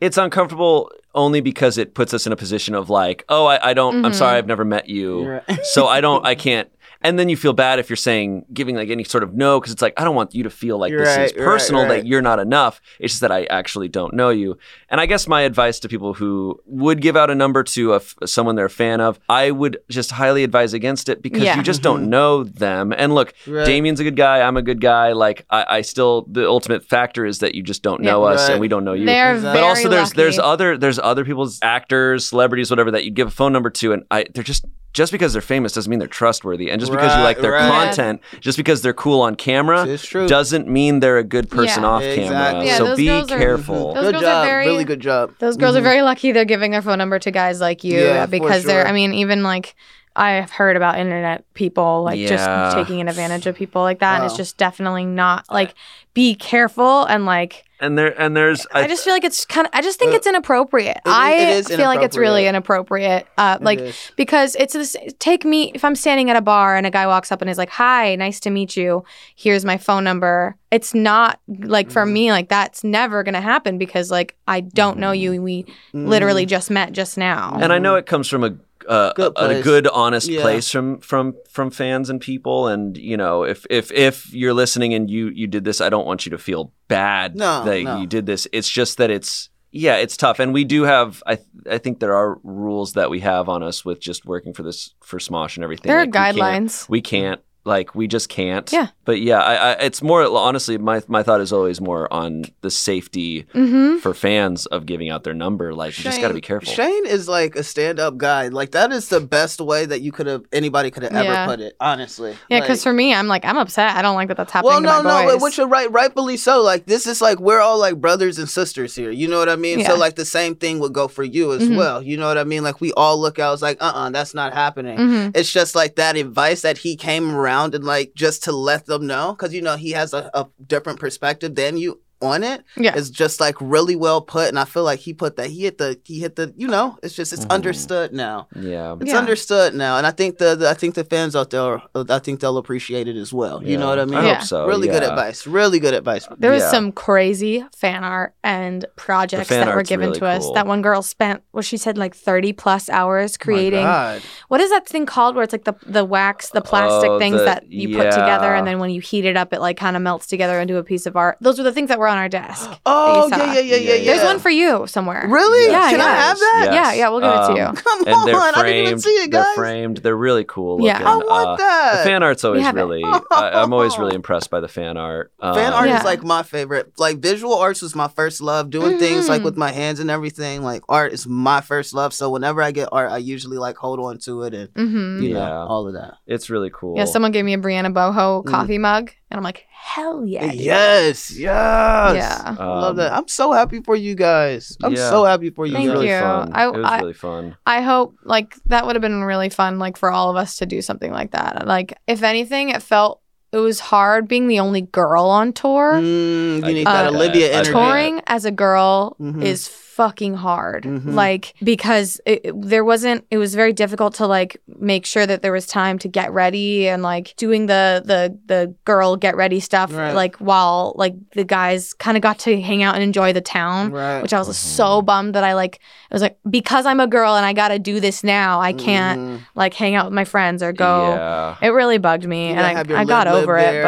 Speaker 3: It's uncomfortable only because it puts us in a position of like, oh, I, I don't. I'm
Speaker 4: Mhm.
Speaker 3: sorry, I've never met you,
Speaker 2: Right.
Speaker 3: so I don't. I can't. And then you feel bad if you're saying giving like any sort of no because it's like I don't want you to feel like this is
Speaker 2: Right, right,
Speaker 3: personal
Speaker 2: right.
Speaker 3: that you're not enough. It's just that I actually don't know you. And I guess my advice to people who would give out a number to a f someone they're a fan of, I would just highly advise against it because
Speaker 4: Yeah.
Speaker 3: you just don't know them. And look,
Speaker 2: Mm-hmm. Right.
Speaker 3: Damien's a good guy. I'm a good guy. Like I, I still the ultimate factor is that you just don't know
Speaker 2: Yeah.
Speaker 3: us
Speaker 2: Right.
Speaker 3: and we don't know Oh, you.
Speaker 4: they're
Speaker 2: But
Speaker 4: very
Speaker 3: but also there's
Speaker 4: lucky.
Speaker 3: there's other there's other people's actors, celebrities, whatever that you'd give a phone number to, and I they're just just because they're famous doesn't mean they're trustworthy, and just because you
Speaker 2: Right,
Speaker 3: like their
Speaker 2: right.
Speaker 4: Yeah.
Speaker 3: content, just because they're cool on camera,
Speaker 2: It's true.
Speaker 3: doesn't mean they're a good person
Speaker 4: Yeah.
Speaker 3: off camera.
Speaker 2: Exactly.
Speaker 4: Yeah,
Speaker 3: so
Speaker 4: those
Speaker 3: be
Speaker 4: girls are-
Speaker 3: careful.
Speaker 4: Mm-hmm. Those
Speaker 2: good
Speaker 4: girls are
Speaker 2: job.
Speaker 4: very-
Speaker 2: Really good job.
Speaker 4: Those girls
Speaker 2: Mhm.
Speaker 4: are
Speaker 3: Mm-hmm.
Speaker 4: very lucky they're giving their phone number to guys like you
Speaker 2: Yeah, for
Speaker 4: because they're,
Speaker 2: sure.
Speaker 4: I mean, even like I've heard about internet people like
Speaker 3: Yeah.
Speaker 4: just taking advantage of people like that. And it's
Speaker 2: Wow.
Speaker 4: just definitely not like be careful and like,
Speaker 3: and there and there's
Speaker 4: I, just feel like it's kind of, I just think
Speaker 2: Uh,
Speaker 4: it's inappropriate.
Speaker 2: is-
Speaker 4: I
Speaker 2: it is
Speaker 4: feel like it's really inappropriate. Uh,
Speaker 2: It
Speaker 4: like,
Speaker 2: is.
Speaker 4: because it's this take me if i'm standing at a bar and a guy walks up and is like hi nice to meet you here's my phone number it's not like for
Speaker 3: Mm-hmm.
Speaker 2: Mhm.
Speaker 4: me like that's never gonna happen because like i don't know you we literally just met just now
Speaker 3: and Mm-hmm. I know it comes from a uh,
Speaker 2: Mm-hmm. Good
Speaker 3: a- a
Speaker 2: place.
Speaker 3: good honest
Speaker 2: Yeah.
Speaker 3: place from from from fans and people and you know if if if you're listening and you you did this I don't want you to feel bad
Speaker 2: No,
Speaker 3: that
Speaker 2: no.
Speaker 3: you did this it's just that it's yeah it's tough and we do have I I think there are rules that we have on us with just working for this for Smosh and everything
Speaker 4: there are
Speaker 3: Like, we can't-
Speaker 4: guidelines
Speaker 3: we can't like we just can't
Speaker 4: Yeah.
Speaker 3: but yeah I, I it's more honestly my my thought is always more on the safety
Speaker 4: mm-hmm
Speaker 3: for fans of giving out their number like you just got to be careful
Speaker 2: Mm-hmm. Shane is like a stand-up guy. Like that is the best way that you could have anybody could have
Speaker 4: Yeah.
Speaker 2: ever put it. Honestly.
Speaker 4: yeah because for me i'm like i'm upset i don't like that that's happening
Speaker 2: well, no,
Speaker 4: to my
Speaker 2: no, but
Speaker 4: boys.
Speaker 2: which you're right, rightfully so. Like this is like we're all like brothers and sisters here. You know what I mean?
Speaker 4: Yeah.
Speaker 2: So like the same thing would go for you as
Speaker 4: Mhm.
Speaker 2: well. You know what I mean? Like we all look out. It's like, uh, uh that's not happening.
Speaker 4: Mhm.
Speaker 2: It's just like that advice that he came around and like just to let them know because you know he has a, a different perspective than you on it.
Speaker 4: Yeah.
Speaker 2: it's just like really well put, and I feel like he put that he hit the he hit the you know it's just it's
Speaker 3: Mhm.
Speaker 2: understood now.
Speaker 3: yeah
Speaker 2: It's
Speaker 4: Yeah.
Speaker 2: understood now, and I think the, the I think the fans out there are, I think they'll appreciate it as well. You know what
Speaker 3: Yeah.
Speaker 2: I mean?
Speaker 3: I
Speaker 4: Yeah.
Speaker 3: hope so.
Speaker 2: really good
Speaker 3: yeah.
Speaker 2: advice. Really good advice. Oh
Speaker 4: There was
Speaker 3: Yeah.
Speaker 4: some crazy fan art and projects
Speaker 3: fan
Speaker 4: that were
Speaker 3: art's
Speaker 4: given
Speaker 3: really
Speaker 4: to us.
Speaker 3: cool. Oh
Speaker 4: That one girl spent, well, she said like 30 plus hours creating
Speaker 2: God.
Speaker 4: what is that thing called where it's like the the wax, the plastic
Speaker 3: Oh,
Speaker 4: things
Speaker 3: the-
Speaker 4: that you put together,
Speaker 3: yeah.
Speaker 4: and then when you heat it up, it like kind of melts together into a piece of art. Those were the things that were on our desk.
Speaker 2: Oh
Speaker 4: That you
Speaker 2: yeah,
Speaker 4: saw.
Speaker 2: yeah, yeah, yeah,
Speaker 3: There's
Speaker 2: yeah.
Speaker 4: There's one for you somewhere.
Speaker 2: Really? Um,
Speaker 4: Yeah,
Speaker 2: Can I
Speaker 4: yeah.
Speaker 2: have that?
Speaker 4: Yeah. we'll give it to you.
Speaker 2: Come
Speaker 3: And
Speaker 2: on!
Speaker 3: they're framed.
Speaker 2: I didn't even see it,
Speaker 3: They're
Speaker 2: guys. Oh,
Speaker 3: framed. They're really cool.
Speaker 4: Yeah.
Speaker 3: Looking.
Speaker 2: I want
Speaker 3: Uh,
Speaker 2: that.
Speaker 3: The fan art's always
Speaker 4: have it.
Speaker 3: really. I, I'm always really impressed by the fan art. Um,
Speaker 2: Fan art
Speaker 4: Yeah.
Speaker 2: is like my favorite. Like visual arts was my first love. Doing things like
Speaker 4: Mhm.
Speaker 2: with my hands and everything. Like art is my first love. So whenever I get art, I usually like hold on to it and
Speaker 4: Mm-hmm.
Speaker 2: you
Speaker 3: Yeah.
Speaker 2: know all of that.
Speaker 3: It's really cool.
Speaker 4: Yeah, someone gave me a Brianna Boho
Speaker 2: Mm.
Speaker 4: coffee mug, and And I'm like, hell yeah. dude.
Speaker 2: Yes, yes.
Speaker 4: Yeah.
Speaker 3: Um,
Speaker 2: Love that. I'm so happy for you guys. I'm
Speaker 3: yeah.
Speaker 2: so happy for
Speaker 3: It
Speaker 2: you
Speaker 3: was
Speaker 4: Thank
Speaker 2: guys.
Speaker 3: really
Speaker 4: you.
Speaker 3: Fun.
Speaker 4: I-
Speaker 3: it was
Speaker 4: I-
Speaker 3: really fun.
Speaker 4: I hope like that would have been really fun, like for all of us to do something like that. Like if anything, it felt it was hard being the only girl on tour.
Speaker 2: Mm,
Speaker 3: I
Speaker 2: you need
Speaker 4: get
Speaker 2: that
Speaker 4: that.
Speaker 2: Olivia
Speaker 3: I
Speaker 2: energy.
Speaker 3: get that.
Speaker 4: Touring as a girl
Speaker 2: Mhm.
Speaker 4: is fucking hard.
Speaker 2: Mhm.
Speaker 4: Like because it, it- there wasn't it was very difficult to like make sure that there was time to get ready and like doing the the the girl get ready stuff
Speaker 2: Right.
Speaker 4: like while like the guys kind of got to hang out and enjoy the town.
Speaker 2: Right.
Speaker 4: Which I was so bummed that I like I was like because I'm a girl and I got to do this now. I can't
Speaker 2: Mhm.
Speaker 4: like hang out with my friends or go.
Speaker 3: Yeah.
Speaker 4: It really bugged me,
Speaker 2: You gotta have
Speaker 4: and
Speaker 2: your
Speaker 4: I, I got
Speaker 2: lib lib
Speaker 4: over
Speaker 2: there.
Speaker 4: it.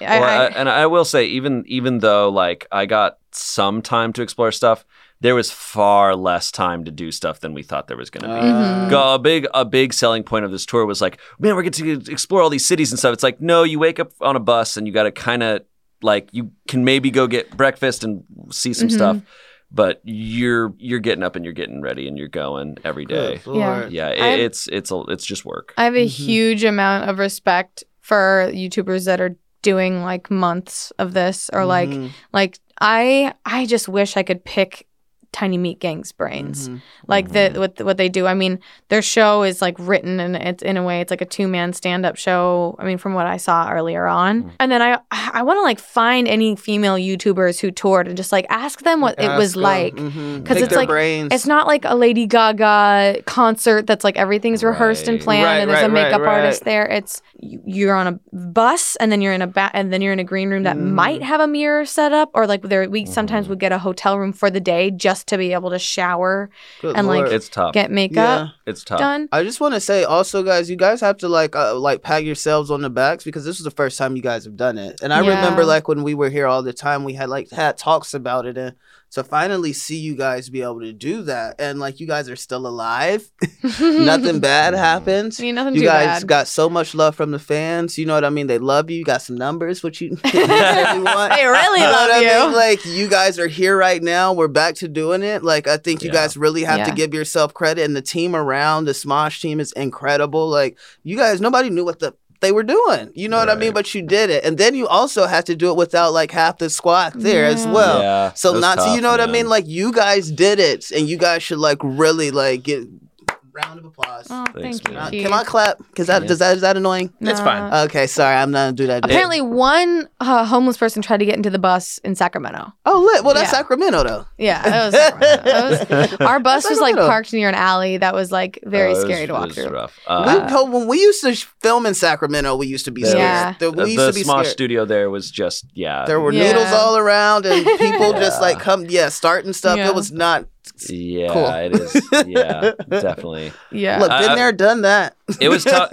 Speaker 4: But I,
Speaker 3: well, I,
Speaker 4: I,
Speaker 3: uh, and I will say, even even though like I got some time to explore stuff, there was far less time to do stuff than we thought there was going to be.
Speaker 2: Uh,
Speaker 4: Mm-hmm.
Speaker 3: Go- a big a big selling point of this tour was like, man, we're getting to explore all these cities and stuff. It's like, no, you wake up on a bus and you got to kind of like you can maybe go get breakfast and see some
Speaker 4: Mhm.
Speaker 3: stuff, but you're you're getting up and you're getting ready and you're going every day.
Speaker 2: Good
Speaker 4: Yeah.
Speaker 2: Lord.
Speaker 3: Yeah, it,
Speaker 4: I'm-
Speaker 3: it's it's a, it's just work.
Speaker 4: I have a
Speaker 2: Mhm.
Speaker 4: huge amount of respect for YouTubers that are doing like months of this, or like
Speaker 2: Mhm.
Speaker 4: like I I just wish I could pick Tiny Meat Gang's brains.
Speaker 2: Mhm.
Speaker 4: Like the what what they do. I mean, their show is like written and it's in a way it's like a two man stand up show. I mean, from what I saw earlier on,
Speaker 2: Mm-hmm.
Speaker 3: Mm.
Speaker 4: and then I I want to like find any female YouTubers who toured and just like ask them what it was
Speaker 2: Ask 'em.
Speaker 4: like.
Speaker 2: Mhm.
Speaker 4: 'Cause
Speaker 2: Pick
Speaker 4: it's
Speaker 2: their
Speaker 4: like-
Speaker 2: brains.
Speaker 4: It's not like a Lady Gaga concert that's like everything's rehearsed and
Speaker 3: Right.
Speaker 4: planned,
Speaker 2: Right,
Speaker 4: and there's
Speaker 2: right,
Speaker 4: a
Speaker 2: right,
Speaker 4: makeup
Speaker 2: right.
Speaker 4: artist there. It's you- you're on a bus, and then you're in a ba- and then you're in a green room that
Speaker 2: Mm.
Speaker 4: might have a mirror set up, or like there we sometimes
Speaker 3: Mhm.
Speaker 4: would get a hotel room for the day just to be able to shower,
Speaker 2: Good
Speaker 4: and, like,
Speaker 2: Lord.
Speaker 3: It's tough.
Speaker 4: get
Speaker 2: Uh, yeah.
Speaker 4: makeup
Speaker 3: it's tough.
Speaker 4: done.
Speaker 2: I just want to say also, guys, you guys have to like uh, like pat yourselves on the backs because this was the first time you guys have done it. And I
Speaker 4: Yeah.
Speaker 2: remember like when we were here all the time, we had like had talks about it, and to finally see you guys be able to do that, and like you guys are still alive, nothing bad happened.
Speaker 4: I mean, nothing
Speaker 2: You
Speaker 4: too
Speaker 2: guys
Speaker 4: bad.
Speaker 2: got so much love from the fans. You know what I mean? They love you. You got some numbers, which you, you want.
Speaker 4: they
Speaker 2: know
Speaker 4: really
Speaker 2: what
Speaker 4: love
Speaker 2: I mean?
Speaker 4: you. Oh,
Speaker 2: Like you guys are here right now. We're back to doing it. Like I think you
Speaker 3: Yeah.
Speaker 2: guys really have to
Speaker 4: Yeah.
Speaker 2: give yourself credit, and the team around the Smosh team is incredible. Like you guys, nobody knew what the they were doing. You know what I mean?
Speaker 3: Right.
Speaker 2: But you did it, and then you also had to do it without like half the squad there as
Speaker 4: Yeah.
Speaker 2: well.
Speaker 3: yeah,
Speaker 2: So
Speaker 3: it was
Speaker 2: not so
Speaker 3: tough,
Speaker 2: you know what I
Speaker 3: man.
Speaker 2: mean? Like you guys did it, and you guys should like really like get round of applause.
Speaker 4: Oh,
Speaker 3: Thanks,
Speaker 4: thank you.
Speaker 2: Uh,
Speaker 3: man.
Speaker 4: Keith.
Speaker 2: Can I clap? Because that
Speaker 3: Yeah.
Speaker 2: does that is that annoying?
Speaker 3: It's fine.
Speaker 4: Nah.
Speaker 2: Okay, sorry, I'm not gonna do that.
Speaker 4: Apparently, one uh, homeless person tried to get into the bus in Sacramento.
Speaker 2: oh, lit. Well, that's
Speaker 4: Yeah.
Speaker 2: Sacramento though.
Speaker 4: Yeah, it was Sacramento. It was Our bus
Speaker 2: That's
Speaker 4: was
Speaker 2: like
Speaker 4: like
Speaker 2: a little-
Speaker 4: parked near an alley that was like very
Speaker 3: Uh, it was-
Speaker 4: scary to walk
Speaker 3: it was
Speaker 4: through.
Speaker 3: rough.
Speaker 2: We,
Speaker 3: Uh,
Speaker 2: no, when we used to sh- film in Sacramento, we used to be scared.
Speaker 4: Yeah.
Speaker 2: There-
Speaker 3: the
Speaker 2: we used
Speaker 3: the
Speaker 2: to be
Speaker 3: Smosh
Speaker 2: scared.
Speaker 3: studio there was just yeah.
Speaker 2: There were
Speaker 4: Yeah.
Speaker 2: needles all around, and people just
Speaker 3: Yeah.
Speaker 2: like come, yeah, starting stuff.
Speaker 4: Yeah.
Speaker 2: It was not.
Speaker 3: yeah,
Speaker 2: cool.
Speaker 3: it is. Yeah, definitely.
Speaker 4: Yeah.
Speaker 2: Look,
Speaker 3: I-
Speaker 2: been
Speaker 3: I-
Speaker 2: there, done that.
Speaker 3: It was tough.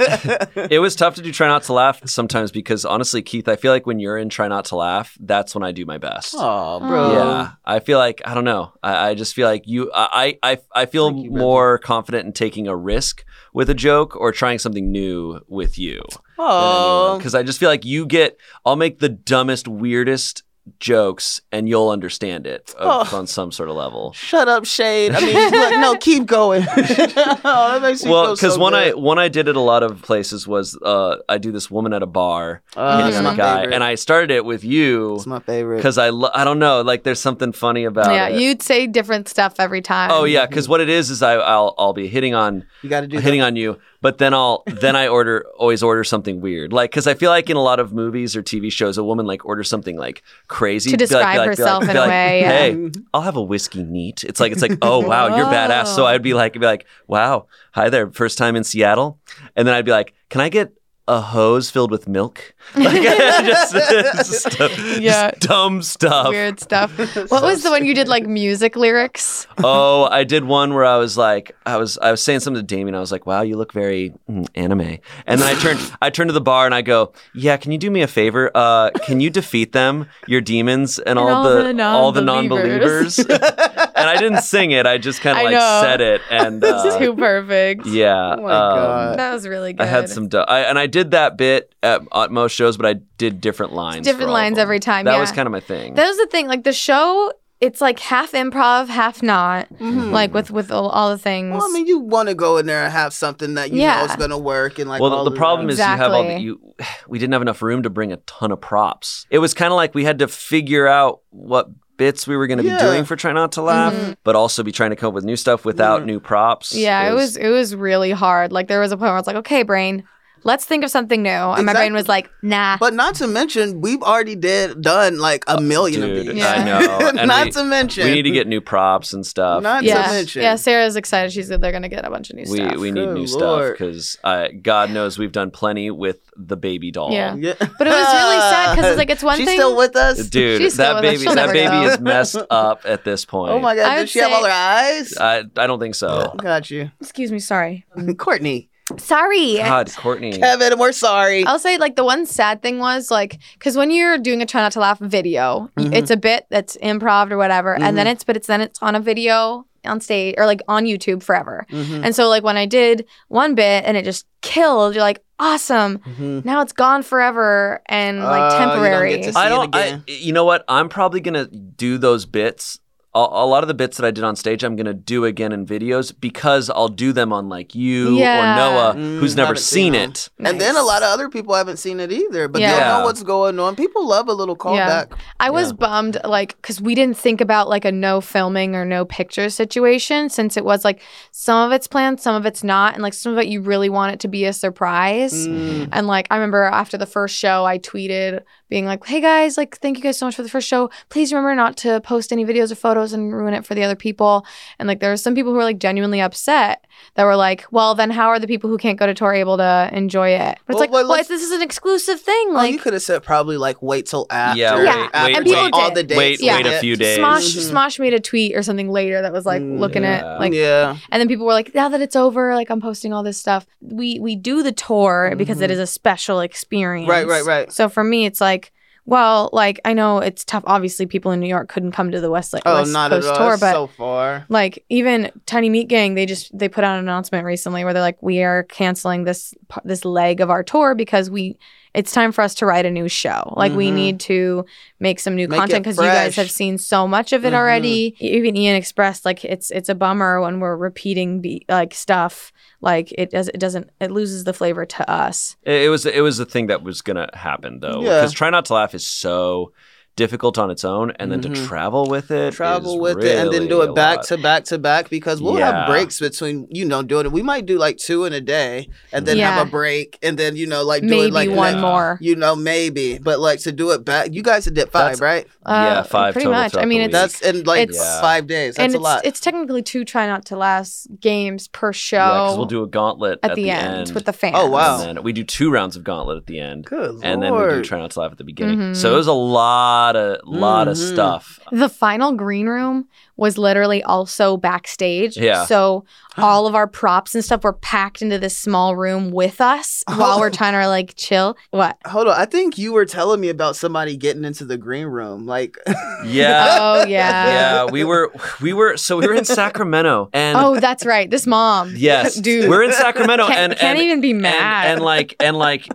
Speaker 3: it was tough to do try not to laugh sometimes because honestly, Keith, I feel like when you're in try not to laugh, that's when I do my best.
Speaker 2: oh,
Speaker 4: Aw.
Speaker 2: bro.
Speaker 3: Yeah, I feel like I don't know. I, I just feel like you. I I I feel
Speaker 2: Thank you, Benji.
Speaker 3: more confident in taking a risk with a joke or trying something new with you.
Speaker 2: Oh,
Speaker 3: because I just feel like you get. I'll make the dumbest, weirdest jokes, and you'll understand it uh,
Speaker 2: Oh.
Speaker 3: on some sort of level.
Speaker 2: shut up, Shade. I mean, look, no, keep going. oh, that makes me
Speaker 3: Well,
Speaker 2: feel so
Speaker 3: because one I
Speaker 2: good. Oh,
Speaker 3: one I did at a lot of places was uh, I do this woman at a bar
Speaker 2: Uh,
Speaker 3: hitting
Speaker 2: it's
Speaker 3: on
Speaker 2: my
Speaker 3: a guy,
Speaker 2: favorite.
Speaker 3: and I started it with you
Speaker 2: it's my favorite.
Speaker 3: because I lo- I don't know like there's something funny about
Speaker 4: yeah,
Speaker 3: it.
Speaker 4: you'd say different stuff every time.
Speaker 3: oh yeah, because what it is is I I'll I'll be hitting on
Speaker 2: you got to do
Speaker 3: hitting on you, but then I'll then I order always order something weird, like because I feel like in a lot of movies or TV shows, a woman like orders something like crazy
Speaker 4: To
Speaker 3: Be like- be
Speaker 4: describe
Speaker 3: like- be like-
Speaker 4: herself in
Speaker 3: be
Speaker 4: a
Speaker 3: like,
Speaker 4: way, yeah.
Speaker 3: Hey, I'll have a whiskey neat. It's like it's like oh wow, you're badass. So
Speaker 4: Whoa.
Speaker 3: I'd be like be like wow, hi there, first time in Seattle, and then I'd be like, can I get a hose filled with milk? Like just, just stuff- just
Speaker 4: Yeah.
Speaker 3: dumb stuff.
Speaker 4: Weird stuff. What was the one you did like music lyrics?
Speaker 3: oh, I did one where I was like, I was I was saying something to Damien. I was like, "Wow, you look very mm, anime." And then I turned I turned to the bar and I go, "Yeah, can you do me a favor? Uh, can you defeat them, your demons, and, all, the, all the non-believers?"
Speaker 4: non-believers.
Speaker 3: and I didn't sing it. I just kind
Speaker 4: I
Speaker 3: of
Speaker 4: know.
Speaker 3: like said it, and uh,
Speaker 4: Too perfect.
Speaker 3: yeah, um,
Speaker 2: Oh my God.
Speaker 4: That was really good.
Speaker 3: I had some, du- I, and I did that bit at, at most shows, but I did different lines. for
Speaker 4: different
Speaker 3: all of
Speaker 4: lines
Speaker 3: them.
Speaker 4: every time,
Speaker 3: That
Speaker 4: yeah.
Speaker 3: was kind of my thing.
Speaker 4: That was the thing. Like the show it's like half improv, half not.
Speaker 3: Hmm.
Speaker 2: Mhm.
Speaker 4: Like with with all, all the things.
Speaker 2: Well, I mean, you want to go in there and have something that you know
Speaker 4: Yeah.
Speaker 2: is going to work and like.
Speaker 3: well,
Speaker 2: all
Speaker 3: the,
Speaker 2: of
Speaker 3: the problem
Speaker 2: that.
Speaker 3: is you have all the,
Speaker 4: Exactly.
Speaker 3: you. We didn't have enough room to bring a ton of props. It was kind of like we had to figure out what bits we were going to
Speaker 2: Yeah.
Speaker 3: be doing for Try Not to Laugh,
Speaker 4: Mhm.
Speaker 3: but also be trying to come up with new stuff without
Speaker 2: Mhm.
Speaker 3: new props.
Speaker 4: yeah, it was it was really hard. Like there was a point where I was like, okay, brain, let's think of something new, and my
Speaker 2: Exactly.
Speaker 4: brain was like, nah.
Speaker 2: But not to mention, we've already did done like a million of
Speaker 3: Dude,
Speaker 2: these.
Speaker 4: Yeah.
Speaker 3: I know. And
Speaker 2: not
Speaker 3: we,
Speaker 2: to mention,
Speaker 3: we need to get new props and stuff.
Speaker 2: Not to
Speaker 4: yeah,
Speaker 2: mention.
Speaker 4: yeah. Sarah's excited. She's they're gonna get a bunch of new
Speaker 3: we,
Speaker 4: stuff.
Speaker 3: we need
Speaker 2: Good
Speaker 3: new stuff
Speaker 2: Lord.
Speaker 3: because uh, God knows we've done plenty with the baby doll.
Speaker 4: Yeah.
Speaker 2: Yeah.
Speaker 4: But it was really sad because it's like it's one
Speaker 2: She's
Speaker 4: thing.
Speaker 2: still with us.
Speaker 3: Dude,
Speaker 4: She's still
Speaker 3: that
Speaker 4: with us.
Speaker 3: baby
Speaker 4: She'll
Speaker 3: that
Speaker 4: never
Speaker 3: baby
Speaker 4: go.
Speaker 3: is messed up at this point.
Speaker 2: Oh my God!
Speaker 4: I
Speaker 2: Does
Speaker 4: would
Speaker 2: she have all
Speaker 4: say-
Speaker 2: her eyes?
Speaker 3: I, I don't think so.
Speaker 2: Got you,
Speaker 4: excuse me, sorry,
Speaker 2: Courtney,
Speaker 4: sorry.
Speaker 3: God, Courtney.
Speaker 2: Kevin. We're sorry.
Speaker 4: I'll say like the one sad thing was like because when you're doing a try not to laugh video, y-
Speaker 2: Mhm.
Speaker 4: it's a bit that's improv or whatever, and then
Speaker 2: Mhm.
Speaker 4: it's but it's then it's on a video on stage or like on YouTube forever.
Speaker 2: Mhm.
Speaker 4: And so like when I did one bit and it just killed, you're like awesome.
Speaker 2: Mhm.
Speaker 4: Now it's gone forever and like
Speaker 2: Oh, you don't
Speaker 4: temporary.
Speaker 2: get to see
Speaker 3: I
Speaker 2: it
Speaker 3: don't. I,
Speaker 2: again.
Speaker 3: you know what? I'm probably gonna do those bits. A, a lot of the bits that I did on stage, I'm gonna do again in videos because I'll do them on like you
Speaker 4: Yeah.
Speaker 3: or Noah,
Speaker 2: Mm,
Speaker 3: who's never
Speaker 2: haven't seen
Speaker 3: seen
Speaker 2: them.
Speaker 3: it.
Speaker 2: And then a lot of other people haven't seen it either, but they
Speaker 3: Yeah.
Speaker 2: know what's going on. People love a little
Speaker 4: Yeah.
Speaker 2: callback.
Speaker 4: I was
Speaker 3: Yeah.
Speaker 4: bummed, like, because we didn't think about like a no filming or no picture situation since it was like some of it's planned, some of it's not. And like some of it you really want it to be a surprise.
Speaker 2: Mm.
Speaker 4: And like, I remember after the first show, I tweeted being like, hey guys, like, thank you guys so much for the first show. Please remember not to post any videos or photos and ruin it for the other people. And like, there were some people who were like genuinely upset that were like, well, then how are the people who can't go to tour able to enjoy it? But it's
Speaker 2: Well,
Speaker 4: like,
Speaker 2: well,
Speaker 4: well,
Speaker 2: let's-
Speaker 4: this is an exclusive thing.
Speaker 2: oh,
Speaker 4: Like,
Speaker 2: you could have said probably like wait till after.
Speaker 3: Yeah,
Speaker 4: Yeah,
Speaker 3: wait,
Speaker 2: after
Speaker 3: wait,
Speaker 4: and people
Speaker 3: wait,
Speaker 2: all
Speaker 4: did.
Speaker 2: the dates.
Speaker 3: wait,
Speaker 4: Yeah.
Speaker 3: wait a few days.
Speaker 4: Smosh,
Speaker 2: Mhm.
Speaker 4: Smosh made a tweet or something later that was like
Speaker 2: Mm,
Speaker 4: looking
Speaker 3: yeah.
Speaker 4: at like,
Speaker 2: yeah.
Speaker 4: and then people were like, now that it's over, like I'm posting all this stuff. We we do the tour because it
Speaker 2: Mhm.
Speaker 4: is a special experience.
Speaker 2: Right, right, right.
Speaker 4: So for me, it's like, well, like I know it's tough. Obviously, people in New York couldn't come to the West like
Speaker 2: Oh,
Speaker 4: West
Speaker 2: not at
Speaker 4: Coast
Speaker 2: all.
Speaker 4: tour,
Speaker 2: It's
Speaker 4: but.
Speaker 2: so far.
Speaker 4: like even Tiny Meat Gang, they just they put out an announcement recently where they're like, we are canceling this p- this leg of our tour because we it's time for us to write a new show. Like we
Speaker 2: Mhm.
Speaker 4: need to make some new
Speaker 2: Make it
Speaker 4: content because you
Speaker 2: fresh.
Speaker 4: guys have seen so much of it
Speaker 2: Mhm.
Speaker 4: already. E-, Even Ian expressed like it's it's a bummer when we're repeating be- like stuff like it does it doesn't it loses the flavor to us.
Speaker 3: It, it was it was a thing that was gonna happen though,
Speaker 2: Yeah.
Speaker 3: because try not to laugh is so difficult on its own, and then to
Speaker 2: Mhm.
Speaker 3: travel with it,
Speaker 2: travel with it and then do it back to back to back because we'll
Speaker 3: Yeah.
Speaker 2: have breaks between you know doing it. We might do like two in a day and then
Speaker 4: Yeah.
Speaker 2: have a break and then you know like do
Speaker 4: Maybe
Speaker 2: it like
Speaker 4: one
Speaker 2: that.
Speaker 4: more.
Speaker 2: You know maybe, but like to do it back. You guys did
Speaker 3: That's-
Speaker 2: five, right?
Speaker 3: Yeah,
Speaker 4: Uh,
Speaker 3: five
Speaker 4: pretty
Speaker 3: total
Speaker 4: much. I
Speaker 3: throughout
Speaker 4: mean,
Speaker 3: the
Speaker 4: it's
Speaker 3: week.
Speaker 2: That's in like
Speaker 3: It's-
Speaker 2: five days. That's
Speaker 4: and
Speaker 2: a
Speaker 4: it's,
Speaker 2: lot.
Speaker 4: it's technically two try not to last games per show
Speaker 3: because we'll do a gauntlet
Speaker 4: at, the, end, with the fans.
Speaker 2: Oh, wow.
Speaker 3: and then we do two rounds of gauntlet at the end.
Speaker 2: Good lord.
Speaker 3: and then we do try not to laugh at the beginning.
Speaker 4: Mhm.
Speaker 3: So it was a lot of lot of
Speaker 2: Mhm.
Speaker 3: stuff.
Speaker 4: The final green room was literally also backstage.
Speaker 3: Yeah.
Speaker 4: So all of our props and stuff were packed into this small room with us while we're
Speaker 2: Oh.
Speaker 4: trying to like chill. What?
Speaker 2: Hold on, I think you were telling me about somebody getting into the green room. Like,
Speaker 3: Yeah.
Speaker 4: Oh yeah.
Speaker 3: yeah, we were we were so we were in Sacramento and
Speaker 4: Oh, that's right. This mom.
Speaker 3: yes,
Speaker 4: dude.
Speaker 3: we're in Sacramento
Speaker 4: can't,
Speaker 3: and
Speaker 4: can't
Speaker 3: and,
Speaker 4: even be
Speaker 3: and,
Speaker 4: mad.
Speaker 3: and like and like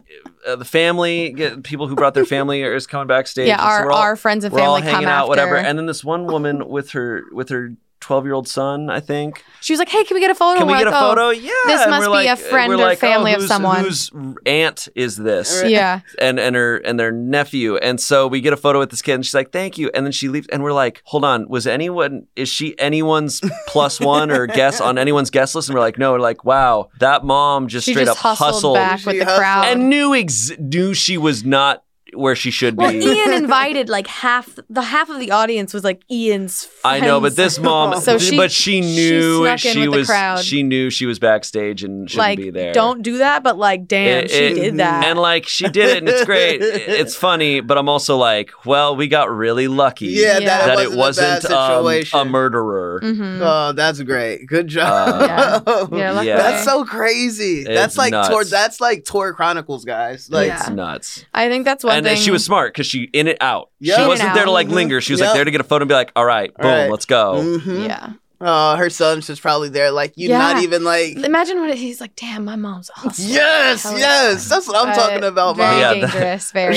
Speaker 3: uh, the family get- people who brought their family is coming backstage.
Speaker 4: yeah,
Speaker 3: and so
Speaker 4: our,
Speaker 3: we're all,
Speaker 4: our friends and
Speaker 3: we're all
Speaker 4: family
Speaker 3: hanging
Speaker 4: come
Speaker 3: out
Speaker 4: after.
Speaker 3: whatever. And then this one woman with her with her 12 year old son, I think.
Speaker 4: she was like, "Hey, can we get a photo?"
Speaker 3: Can we
Speaker 4: We're
Speaker 3: get a
Speaker 4: like, "Oh,
Speaker 3: photo? Yeah.
Speaker 4: this
Speaker 3: and
Speaker 4: must
Speaker 3: we're
Speaker 4: be a
Speaker 3: like-
Speaker 4: friend
Speaker 3: we're
Speaker 4: or
Speaker 3: like, oh,
Speaker 4: family of
Speaker 3: whose-
Speaker 4: someone.
Speaker 3: Whose aunt is this?
Speaker 4: Yeah.
Speaker 3: and and her and their nephew. And so we get a photo with this kid, and she's like, "Thank you." And then she leaves, and we're like, "Hold on, was anyone? Is she anyone's plus one or guest on anyone's guest list?" And we're like, "No." We're like, "Wow, that mom just
Speaker 4: She
Speaker 3: straight
Speaker 4: just
Speaker 3: up
Speaker 4: hustled,
Speaker 3: hustled
Speaker 4: back with
Speaker 2: She
Speaker 4: the
Speaker 2: hustled.
Speaker 4: crowd.
Speaker 3: and knew ex- knew she was not where she should
Speaker 4: Well,
Speaker 3: be."
Speaker 4: Ian invited like half the half of the audience was like Ian's.
Speaker 3: I
Speaker 4: Friends.
Speaker 3: know, but this mom,
Speaker 4: So
Speaker 3: th-
Speaker 4: she-
Speaker 3: but she
Speaker 4: she
Speaker 3: knew
Speaker 4: snuck in
Speaker 3: she
Speaker 4: with the
Speaker 3: was
Speaker 4: crowd.
Speaker 3: she knew she was backstage and shouldn't
Speaker 4: like
Speaker 3: be there.
Speaker 4: don't do that, but like damn,
Speaker 3: It-
Speaker 4: she
Speaker 3: it-
Speaker 4: did that.
Speaker 3: And like she did it, and it's great. it's funny, but I'm also like, well, we got really lucky.
Speaker 2: yeah,
Speaker 4: Yeah.
Speaker 2: That,
Speaker 3: that it wasn't
Speaker 2: a bad
Speaker 3: um,
Speaker 2: situation.
Speaker 3: a murderer.
Speaker 4: Mhm.
Speaker 2: Oh, that's great. Good job.
Speaker 3: Uh,
Speaker 4: Yeah, luckily.
Speaker 3: yeah.
Speaker 2: That's so crazy.
Speaker 3: It's
Speaker 2: that's like tour.
Speaker 3: nuts.
Speaker 2: That's like tour chronicles, guys. Like,
Speaker 4: Yeah.
Speaker 3: It's nuts.
Speaker 4: I think that's one
Speaker 3: and uh,
Speaker 4: thing.
Speaker 3: she was smart because she in it out.
Speaker 2: Yeah. In
Speaker 3: She
Speaker 2: and
Speaker 3: wasn't there
Speaker 4: out.
Speaker 3: to like
Speaker 2: Mhm.
Speaker 3: linger. She was like
Speaker 2: Yep.
Speaker 3: there to get a photo and be like, all right, boom,
Speaker 2: All right.
Speaker 3: let's go.
Speaker 2: mhm.
Speaker 4: yeah.
Speaker 2: Oh, her son's just probably there, like you
Speaker 4: Yeah.
Speaker 2: not even like.
Speaker 4: Imagine what it, he's like. Damn, my mom's awesome.
Speaker 2: Yes,
Speaker 4: Hell
Speaker 2: yes, that's what I'm
Speaker 4: But
Speaker 2: talking about,
Speaker 4: Very
Speaker 3: Yeah,
Speaker 2: mom.
Speaker 3: that-
Speaker 4: dangerous. Very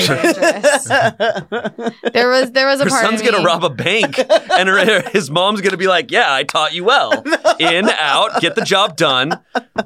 Speaker 4: dangerous. There was there was a
Speaker 3: Her
Speaker 4: part
Speaker 3: son's
Speaker 4: of me.
Speaker 3: gonna rob a bank, and her, his mom's gonna be like, "Yeah, I taught you well. In, out, get the job done.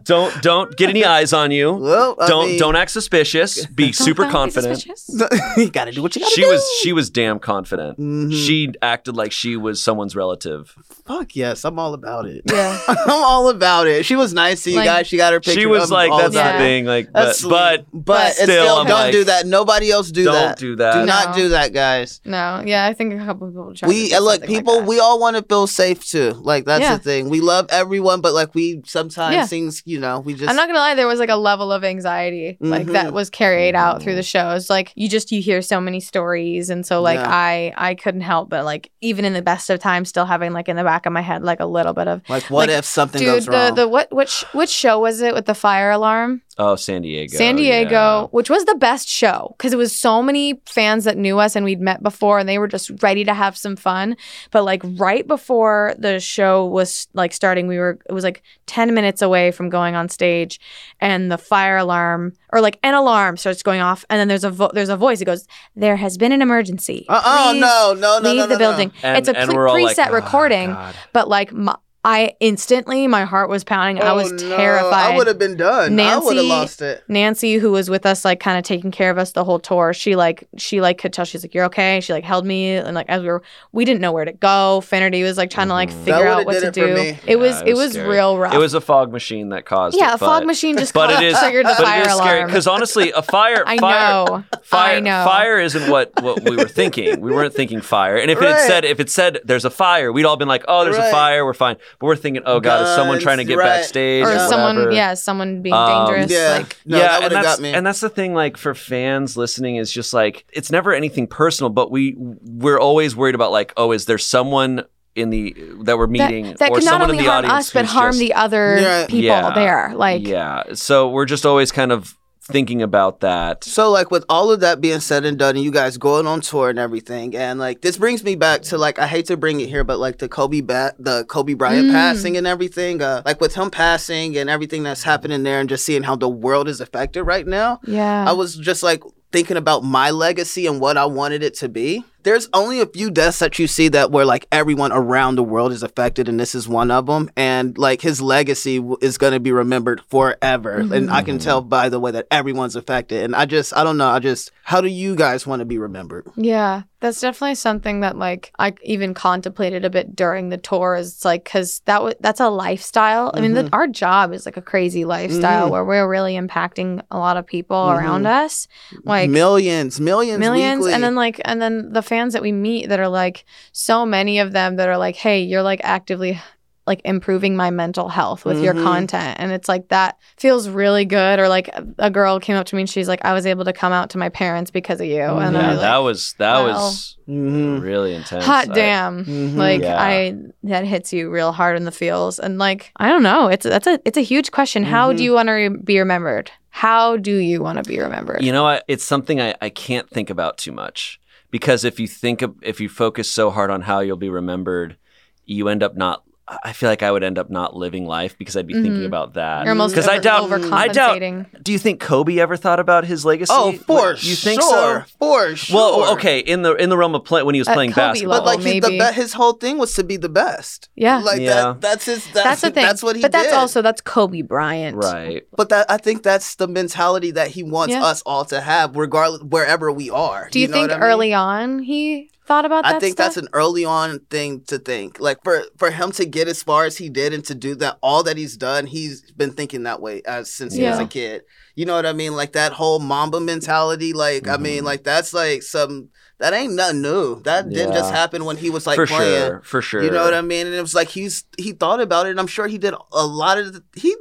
Speaker 3: Don't don't get any eyes on you.
Speaker 2: Well, I
Speaker 3: don't
Speaker 2: mean-
Speaker 3: don't act suspicious. Be
Speaker 4: Don't
Speaker 3: super
Speaker 4: sound
Speaker 3: confident."
Speaker 4: suspicious.
Speaker 2: you gotta do what you gotta
Speaker 3: She
Speaker 2: do.
Speaker 3: was she was damn confident.
Speaker 4: Mm-hmm.
Speaker 2: Mhm.
Speaker 3: She acted like she was someone's relative.
Speaker 2: Fuck yes, I'm all about it.
Speaker 4: Yeah.
Speaker 2: I'm all about it. She was nice to you
Speaker 4: Like-
Speaker 2: guys. She got her picture.
Speaker 3: She was
Speaker 2: I'm
Speaker 3: like,
Speaker 2: all
Speaker 3: "That's
Speaker 2: about
Speaker 3: the
Speaker 4: it.
Speaker 3: thing." Like,
Speaker 2: That's
Speaker 3: but,
Speaker 2: sweet.
Speaker 3: but
Speaker 2: but,
Speaker 4: but
Speaker 2: it's still,
Speaker 3: still, I'm
Speaker 2: don't
Speaker 3: like,
Speaker 2: do that. Nobody else do
Speaker 3: don't
Speaker 2: that.
Speaker 3: do that.
Speaker 2: Do not
Speaker 4: No.
Speaker 2: do that, guys.
Speaker 4: No. Yeah, I think a couple people tried. to
Speaker 2: We
Speaker 4: do
Speaker 2: and look,
Speaker 4: something like
Speaker 2: people.
Speaker 4: that.
Speaker 2: we all want to feel safe too. Like that's
Speaker 4: Yeah.
Speaker 2: the thing. We love everyone, but like we sometimes
Speaker 4: Yeah.
Speaker 2: things, you know, we just.
Speaker 4: I'm not gonna lie, there was like a level of anxiety like
Speaker 2: Mhm.
Speaker 4: that was carried out through the shows. Like you just you hear so many stories, and so like
Speaker 2: Mm-hmm. Yeah.
Speaker 4: I I couldn't help but like even in the best of times, still having like in the back of my head like a little bit of
Speaker 2: like, what
Speaker 4: like,
Speaker 2: if something
Speaker 4: dude
Speaker 2: goes
Speaker 4: the
Speaker 2: wrong?
Speaker 4: the what which which show was it with the fire alarm
Speaker 3: oh, San Diego.
Speaker 4: San Diego,
Speaker 3: yeah.
Speaker 4: which was the best show because it was so many fans that knew us and we'd met before and they were just ready to have some fun. But like right before the show was like starting, we were it was like 10 minutes away from going on stage and the fire alarm or like an alarm starts going off and then there's a vo- there's a voice that goes, "There has been an emergency."
Speaker 2: uh oh
Speaker 4: Please
Speaker 2: no no no
Speaker 4: leave
Speaker 2: no, no
Speaker 4: the building.
Speaker 2: No.
Speaker 3: And-
Speaker 4: it's a
Speaker 3: and
Speaker 4: pre-
Speaker 3: we're all like,
Speaker 4: preset
Speaker 3: "Oh,
Speaker 4: recording,
Speaker 3: God."
Speaker 4: but like my, I instantly my heart was pounding. I
Speaker 2: Oh,
Speaker 4: was
Speaker 2: no.
Speaker 4: terrified.
Speaker 2: I would have been done. I would have
Speaker 4: Nancy-
Speaker 2: lost it.
Speaker 4: Nancy, who was with us, like kind of taking care of us the whole tour, she like she like could tell she's like you're okay. She like held me and like as we were we didn't know where to go. Finnerty was like trying to like
Speaker 3: Mhm.
Speaker 4: figure
Speaker 2: That would've
Speaker 4: out what
Speaker 2: Mm-hmm. did
Speaker 4: to
Speaker 2: it for
Speaker 4: do.
Speaker 2: me.
Speaker 4: It was
Speaker 3: Yeah,
Speaker 4: it
Speaker 3: it
Speaker 4: was,
Speaker 3: was scary.
Speaker 4: real rough.
Speaker 3: It was a fog machine that caused
Speaker 4: yeah,
Speaker 3: it.
Speaker 4: a fog
Speaker 3: but-
Speaker 4: machine just
Speaker 3: but it
Speaker 4: caused-
Speaker 3: is
Speaker 4: triggered the
Speaker 3: but
Speaker 4: fire
Speaker 3: it is scary
Speaker 4: alarm.
Speaker 3: because honestly, a fire
Speaker 4: I
Speaker 3: fire
Speaker 4: know.
Speaker 3: Fire,
Speaker 4: I know.
Speaker 3: fire isn't what, what we were thinking. We weren't thinking fire. And if it
Speaker 2: Right.
Speaker 3: had said, if it said there's a fire, we'd all been like, oh, there's
Speaker 2: Right.
Speaker 3: a fire, we're fine. But we're thinking, oh god, is someone
Speaker 2: Guns,
Speaker 3: trying to get
Speaker 2: right.
Speaker 3: backstage
Speaker 4: or
Speaker 2: Yeah.
Speaker 4: someone
Speaker 3: whatever.
Speaker 4: yeah someone being
Speaker 3: Um,
Speaker 4: dangerous
Speaker 2: Yeah,
Speaker 4: like
Speaker 2: no,
Speaker 3: yeah,
Speaker 2: that would
Speaker 3: and
Speaker 2: have
Speaker 3: that's
Speaker 2: got me.
Speaker 3: and that's the thing. Like for fans listening, is just like it's never anything personal, but we we're always worried about like, oh, is there someone in the that we're meeting
Speaker 4: that, that
Speaker 3: or
Speaker 4: could not
Speaker 3: someone
Speaker 4: only
Speaker 3: in the
Speaker 4: harm
Speaker 3: audience
Speaker 4: us but
Speaker 3: who's
Speaker 4: harm
Speaker 3: just-
Speaker 4: the other
Speaker 2: Yeah.
Speaker 4: people
Speaker 3: Yeah.
Speaker 4: there like
Speaker 3: yeah. So we're just always kind of thinking about that.
Speaker 2: So like with all of that being said and done, and you guys going on tour and everything, and like this brings me back to like I hate to bring it here, but like the Kobe ba- the Kobe Bryant
Speaker 4: Mm.
Speaker 2: passing and everything, uh, like with him passing and everything that's happening there, and just seeing how the world is affected right now,
Speaker 4: yeah
Speaker 2: I was just like thinking about my legacy and what I wanted it to be. There's only a few deaths that you see that where like everyone around the world is affected, and this is one of them. And like his legacy w- is going to be remembered forever.
Speaker 4: Mm-hmm.
Speaker 2: And I can
Speaker 3: Mm-hmm.
Speaker 2: tell by the way that everyone's affected. And I just, I don't know. I just, how do you guys want to be remembered?
Speaker 4: Yeah, that's definitely something that like I even contemplated a bit during the tour. Is it's like because that w- that's a lifestyle. I mean, that our job is like a crazy lifestyle
Speaker 2: Mhm.
Speaker 4: where we're really impacting a lot of people
Speaker 2: Mhm.
Speaker 4: around us, like
Speaker 2: millions, millions,
Speaker 4: millions,
Speaker 2: weekly.
Speaker 4: and then like and then the fans that we meet that are like so many of them that are like, hey, you're like actively like improving my mental health with your
Speaker 2: Mhm.
Speaker 4: content and it's like that feels really good or like a- a girl came up to me and she's like i was able to come out to my parents because of you and
Speaker 2: Yeah,
Speaker 4: i
Speaker 3: Yeah,
Speaker 4: like,
Speaker 3: that was that
Speaker 4: wow.
Speaker 3: was
Speaker 2: Mhm.
Speaker 3: really intense.
Speaker 4: hot
Speaker 3: I-
Speaker 4: damn
Speaker 3: Mm-hmm.
Speaker 2: Mhm.
Speaker 4: like
Speaker 3: Yeah.
Speaker 4: i that hits you real hard in the feels and like i don't know it's that's a it's a huge question how do
Speaker 2: Mhm.
Speaker 4: you want to re- be remembered how do you want to be remembered
Speaker 3: You know, I, it's something I, I can't think about too much because if you think of, if you focus so hard on how you'll be remembered, you end up not. I feel like I would end up not living life because I'd be
Speaker 4: Mhm.
Speaker 3: thinking about that.
Speaker 4: You're almost
Speaker 3: 'Cause I
Speaker 4: over-
Speaker 3: doubt- I doubt-
Speaker 4: overcompensating
Speaker 3: Do you think Kobe ever thought about his legacy?
Speaker 2: oh, for
Speaker 3: you think
Speaker 2: sure,
Speaker 3: so?
Speaker 2: for sure.
Speaker 3: Well, okay, in the in the realm of play when he was
Speaker 4: At
Speaker 3: playing
Speaker 4: Kobe
Speaker 3: basketball.
Speaker 2: But like he, the
Speaker 4: Oh, maybe.
Speaker 2: be- his whole thing was to be the best.
Speaker 4: Yeah.
Speaker 2: like
Speaker 3: Yeah.
Speaker 2: That, that's his. That's,
Speaker 4: that's the thing
Speaker 2: That's what he
Speaker 4: but that's
Speaker 2: did.
Speaker 4: also that's kobe bryant
Speaker 3: right.
Speaker 2: But that I think that's the mentality that he wants
Speaker 4: Yeah.
Speaker 2: us all to have, regardless wherever we are.
Speaker 4: do you,
Speaker 2: know
Speaker 4: think
Speaker 2: what I mean?
Speaker 4: early on he thought about that
Speaker 2: I think
Speaker 4: stuff?
Speaker 2: that's an early on thing to think. Like for for him to get as far as he did and to do that, all that he's done, he's been thinking that way as since he was
Speaker 4: Yeah.
Speaker 2: a kid. You know what I mean? Like that whole Mamba mentality. Like I
Speaker 3: Mm-hmm.
Speaker 2: mean, like that's like some that ain't nothing new. That didn't just
Speaker 3: Yeah.
Speaker 2: happen when he was like
Speaker 3: for
Speaker 2: playing.
Speaker 3: sure. For sure.
Speaker 2: You know what I mean? And it was like he's he thought about it, and I'm sure he did a lot of. The, he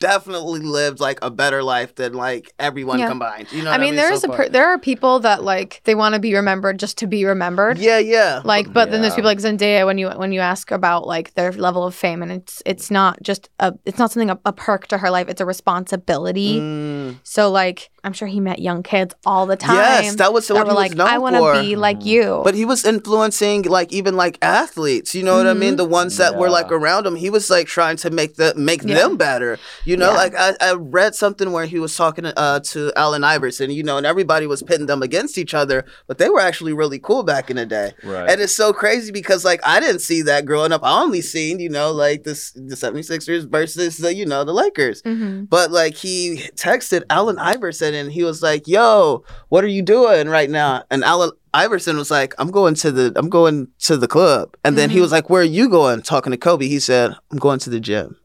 Speaker 2: definitely lived like a better life than like everyone
Speaker 4: Yeah.
Speaker 2: combined. You know,
Speaker 4: I
Speaker 2: what
Speaker 4: mean, there is
Speaker 2: So
Speaker 4: a
Speaker 2: far.
Speaker 4: per- there are people that like they want to be remembered just to be remembered.
Speaker 2: Yeah, yeah.
Speaker 4: like but then there's
Speaker 3: Yeah.
Speaker 4: people like Zendaya when you when you ask about like their level of fame and it's it's not just a it's not something a, a perk to her life it's a responsibility
Speaker 2: Mm,
Speaker 4: So like I'm sure he met young kids all the time.
Speaker 2: Yes, that was what
Speaker 4: that
Speaker 2: he
Speaker 4: were
Speaker 2: was
Speaker 4: like,
Speaker 2: known
Speaker 4: I want
Speaker 2: for.
Speaker 4: to be like you.
Speaker 2: But he was influencing like even like athletes, you know what I
Speaker 4: Mm-hmm.
Speaker 2: mean? The ones that were like
Speaker 3: Yeah.
Speaker 2: around him, he was like trying to make the make
Speaker 4: Yeah.
Speaker 2: them better. You know,
Speaker 4: Yeah.
Speaker 2: like I, I read something where he was talking uh, to Allen Iverson, you know, and everybody was pitting them against each other, but they were actually really cool back in the day.
Speaker 3: Right.
Speaker 2: And it's so crazy because like I didn't see that growing up. I only seen, you know, like this the 76ers versus the, you know, the Lakers.
Speaker 4: Mhm.
Speaker 2: But like he texted Allen Iverson and he was like, "Yo, what are you doing right now?" And Allen Iverson was like, "I'm going to the I'm going to the club." And then
Speaker 4: Mm-hmm.
Speaker 2: he was like, "Where are you going?" Talking to Kobe, he said, "I'm going to the gym."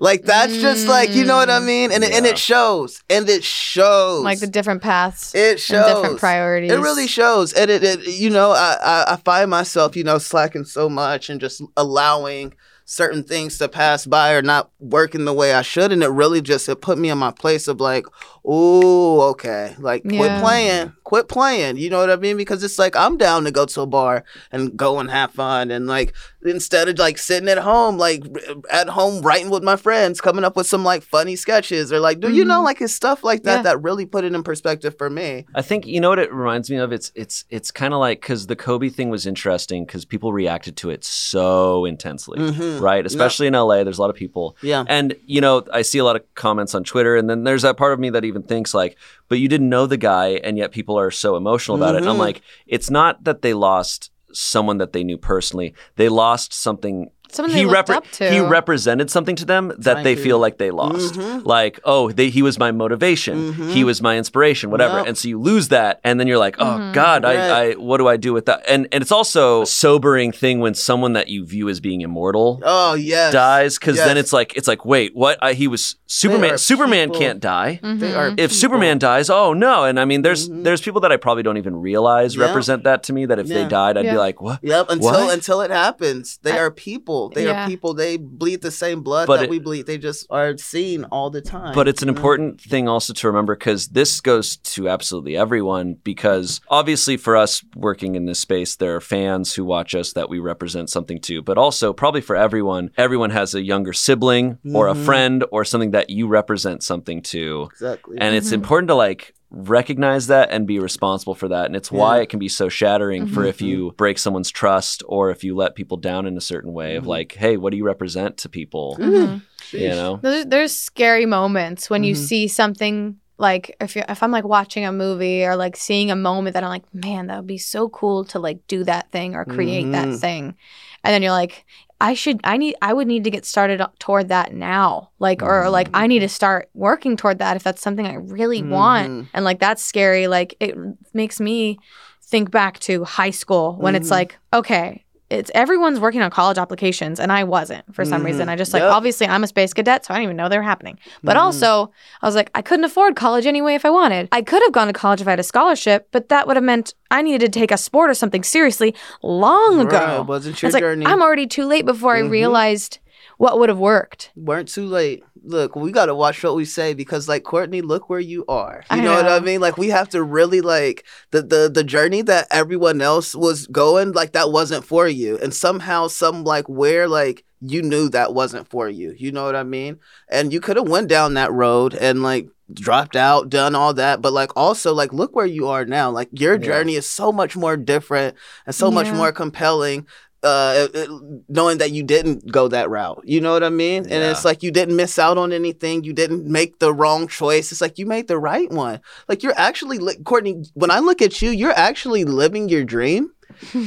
Speaker 2: Like that's just like you know what I mean, and it, and
Speaker 3: Yeah.
Speaker 2: it shows, and it shows,
Speaker 4: Mm. Like the different paths
Speaker 2: it shows
Speaker 4: and different priorities.
Speaker 2: it really shows, and it, it you know I, I I find myself you know slacking so much and just allowing certain things to pass by or not working the way I should, and it really just it put me in my place of like, ooh, okay, like quit
Speaker 4: Yeah.
Speaker 2: playing, quit playing. You know what I mean? Because it's like I'm down to go to a bar and go and have fun, and like instead of like sitting at home, like r- at home writing with my friends, coming up with some like funny sketches or like, do you know like it's stuff like that
Speaker 4: Mm-hmm. Yeah.
Speaker 2: that really put it in perspective for me.
Speaker 3: I think you know what it reminds me of. It's it's it's kind of like because the Kobe thing was interesting because people reacted to it so intensely,
Speaker 2: Mhm.
Speaker 3: right? Especially in LA, there's a lot of people,
Speaker 2: Yeah.
Speaker 3: and you know I see a lot of comments on Twitter, and then there's that part of me that even thinks like, but you didn't know the guy, and yet people are so emotional about it. And I'm
Speaker 2: Mhm.
Speaker 3: like, it's not that they lost someone that they knew personally; they lost something.
Speaker 4: Someone they looked
Speaker 3: repre-
Speaker 4: up to.
Speaker 3: he represented something to them that they
Speaker 2: Frankly.
Speaker 3: feel like they lost
Speaker 2: Mhm.
Speaker 3: like oh they, he was my motivation
Speaker 2: Mhm.
Speaker 3: he was my inspiration whatever
Speaker 2: Yep.
Speaker 3: and so you lose that and then you're like oh
Speaker 4: Mhm.
Speaker 3: god I, I
Speaker 2: Right.
Speaker 3: what do i do with that and and it's also a sobering thing when someone that you view as being immortal
Speaker 2: Oh yes.
Speaker 3: dies because then
Speaker 2: Yes.
Speaker 3: it's like it's like wait what I, he was
Speaker 2: are
Speaker 3: superman superman
Speaker 2: people-
Speaker 3: can't die
Speaker 4: Mhm.
Speaker 2: They are.
Speaker 3: if
Speaker 2: people.
Speaker 3: Superman dies, oh no! And I mean, there's
Speaker 2: Mhm.
Speaker 3: there's people that I probably don't even realize
Speaker 2: Yeah.
Speaker 3: represent that to me. That if they
Speaker 2: Yeah.
Speaker 3: died, I'd be
Speaker 4: Yeah.
Speaker 3: like, what?
Speaker 2: Yep. Until
Speaker 3: What?
Speaker 2: until it happens, they
Speaker 4: I-
Speaker 2: are people. They
Speaker 4: Yeah.
Speaker 2: are people. They bleed the same blood
Speaker 3: But
Speaker 2: that
Speaker 3: it-
Speaker 2: we bleed. They just are seen all the time.
Speaker 3: But it's an
Speaker 2: you know?
Speaker 3: important thing also to remember because this goes to absolutely everyone. Because obviously, for us working in this space, there are fans who watch us that we represent something to. But also, probably for everyone, everyone has a younger sibling or a
Speaker 2: Mhm.
Speaker 3: friend or something that you represent something to.
Speaker 2: Exactly.
Speaker 3: And it's
Speaker 4: Mhm.
Speaker 3: important to like recognize that and be responsible for that. And it's why
Speaker 2: Yeah.
Speaker 3: it can be so shattering for
Speaker 2: Mhm.
Speaker 3: if you break someone's trust or if you let people down in a certain way of
Speaker 2: Mhm.
Speaker 3: like, hey, what do you represent to people?
Speaker 4: Mhm.
Speaker 3: You know?
Speaker 4: There's, there's scary moments when you
Speaker 2: Mhm.
Speaker 4: see something like if you if I'm like watching a movie or like seeing a moment that I'm like, man, that would be so cool to like do that thing or create that
Speaker 2: Mhm.
Speaker 4: thing, and then you're like, I should, I need, I would need to get started toward that now, like or like I need to start working toward that if that's something I really want,
Speaker 2: Mhm.
Speaker 4: and like that's scary. Like it makes me think back to high school when it's
Speaker 2: Mhm.
Speaker 4: like, okay, it's everyone's working on college applications, and I wasn't for some
Speaker 2: Mhm.
Speaker 4: reason. I just like
Speaker 2: Yep.
Speaker 4: obviously I'm a space cadet, so I didn't even know they were happening. But
Speaker 2: Mhm.
Speaker 4: also, I was like, I couldn't afford college anyway if I wanted. I could have gone to college if I had a scholarship, but that would have meant I needed to take a sport or something seriously long ago.
Speaker 2: Right, wasn't your
Speaker 4: it's like
Speaker 2: journey.
Speaker 4: I'm already too late before I
Speaker 2: Mhm.
Speaker 4: realized what would have worked.
Speaker 2: weren't too late. Look, we gotta watch what we say because, like Courtney, look where you are. You
Speaker 4: I
Speaker 2: know, what I
Speaker 4: know.
Speaker 2: mean? Like we have to really like the the the journey that everyone else was going. Like that wasn't for you, and somehow, some like where like you knew that wasn't for you. You know what I mean? And you could have went down that road and like dropped out, done all that, but like also like look where you are now. Like your
Speaker 3: Yeah.
Speaker 2: journey is so much more different and so much
Speaker 4: Yeah.
Speaker 2: more compelling uh, it- it- knowing that you didn't go that route. You know what I mean? And
Speaker 3: Yeah.
Speaker 2: it's like you didn't miss out on anything. You didn't make the wrong choice. It's like you made the right one. Like you're actually, li- Courtney, when I look at you, you're actually living your dream,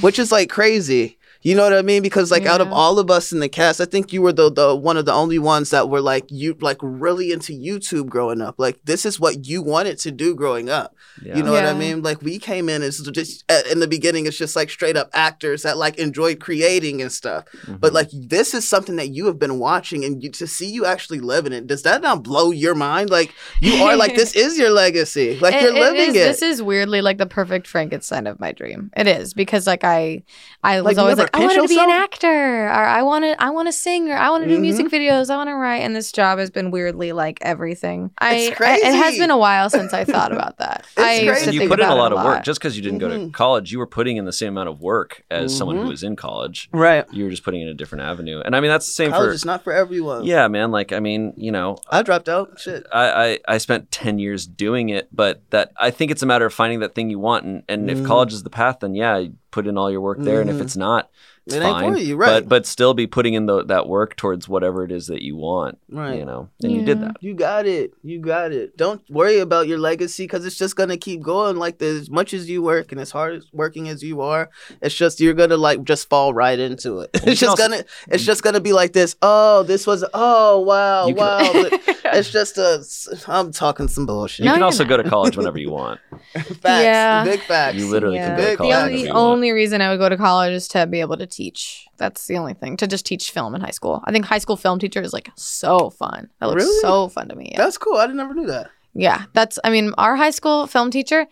Speaker 2: which is like crazy. You know what I mean? Because like out of
Speaker 4: Yeah.
Speaker 2: all of us in the cast, I think you were the, the one of the only ones that were like you like really into YouTube growing up. Like this is what you wanted to do growing up.
Speaker 3: Yeah.
Speaker 2: You know what
Speaker 4: Yeah.
Speaker 2: I mean? Like we came in as just uh, in the beginning, it's just like straight up actors that like enjoyed creating and stuff. But
Speaker 3: Mhm.
Speaker 2: like this is something that you have been watching, and you, to see you actually living it, does that not blow your mind? Like you are like this is your legacy. Like you're living
Speaker 4: is,
Speaker 2: it.
Speaker 4: This is weirdly like the perfect Frankenstein of my dream. It is because like I, I was
Speaker 2: like you
Speaker 4: always
Speaker 2: never
Speaker 4: like I
Speaker 2: Pinch
Speaker 4: wanted to be an
Speaker 2: yourself.
Speaker 4: actor, or I want to, I want to sing, or I want to do
Speaker 2: Mhm.
Speaker 4: music videos, I want to write. And this job has been weirdly like everything. I,
Speaker 2: It's
Speaker 4: I- it has
Speaker 2: crazy.
Speaker 4: been a while since I thought about that.
Speaker 2: It's
Speaker 4: I used
Speaker 2: crazy.
Speaker 4: to
Speaker 3: and you
Speaker 4: think
Speaker 3: put in
Speaker 4: about
Speaker 3: a
Speaker 4: it
Speaker 3: lot of work just because you didn't go to
Speaker 2: Mhm.
Speaker 3: college you were putting in the same amount of work as someone who
Speaker 2: Mhm.
Speaker 3: was in college
Speaker 2: Right.
Speaker 3: you were just putting in a different avenue and i mean that's the same
Speaker 2: College
Speaker 3: for
Speaker 2: is not for everyone.
Speaker 3: yeah man like i mean you know
Speaker 2: I dropped out. Shit.
Speaker 3: I, I, I spent 10 years doing it, but that I think it's a matter of finding that thing you want. And, and if
Speaker 2: Mhm.
Speaker 3: college is the path, then yeah, you put in all your work there. And if
Speaker 2: Mhm.
Speaker 3: it's not, it's
Speaker 2: it
Speaker 3: fine.
Speaker 2: ain't for you, right?
Speaker 3: But, but still be putting in the, that work towards whatever it is that you want,
Speaker 2: right.
Speaker 3: you know? And you did that.
Speaker 2: You got it. You got it. Don't worry about your legacy because it's just gonna keep going. Like the, as much as you work and as hard as working as you are, it's just you're gonna like just fall right into it.
Speaker 3: you
Speaker 2: It's
Speaker 3: can
Speaker 2: just
Speaker 3: also-
Speaker 2: gonna it's just gonna be like this. Oh, this was oh wow
Speaker 3: You can-
Speaker 2: wow. it's just a s- I'm talking some bullshit.
Speaker 3: You
Speaker 4: No,
Speaker 3: can
Speaker 4: you're
Speaker 3: also
Speaker 4: not.
Speaker 3: go to college whenever you want.
Speaker 2: Facts.
Speaker 4: Yeah.
Speaker 2: Big facts.
Speaker 3: You literally
Speaker 4: Yeah.
Speaker 3: can go to
Speaker 2: Big
Speaker 3: college.
Speaker 4: the
Speaker 2: college.
Speaker 3: whenever
Speaker 4: only,
Speaker 3: you want.
Speaker 4: only reason I would go to college is to be able to teach. That's the only thing to just teach film in high school. I think high school film teacher is like so fun. That looks
Speaker 2: Really?
Speaker 4: so fun to me. Yeah.
Speaker 2: That's cool. I never knew that.
Speaker 4: Yeah, that's. I mean, our high school film teacher,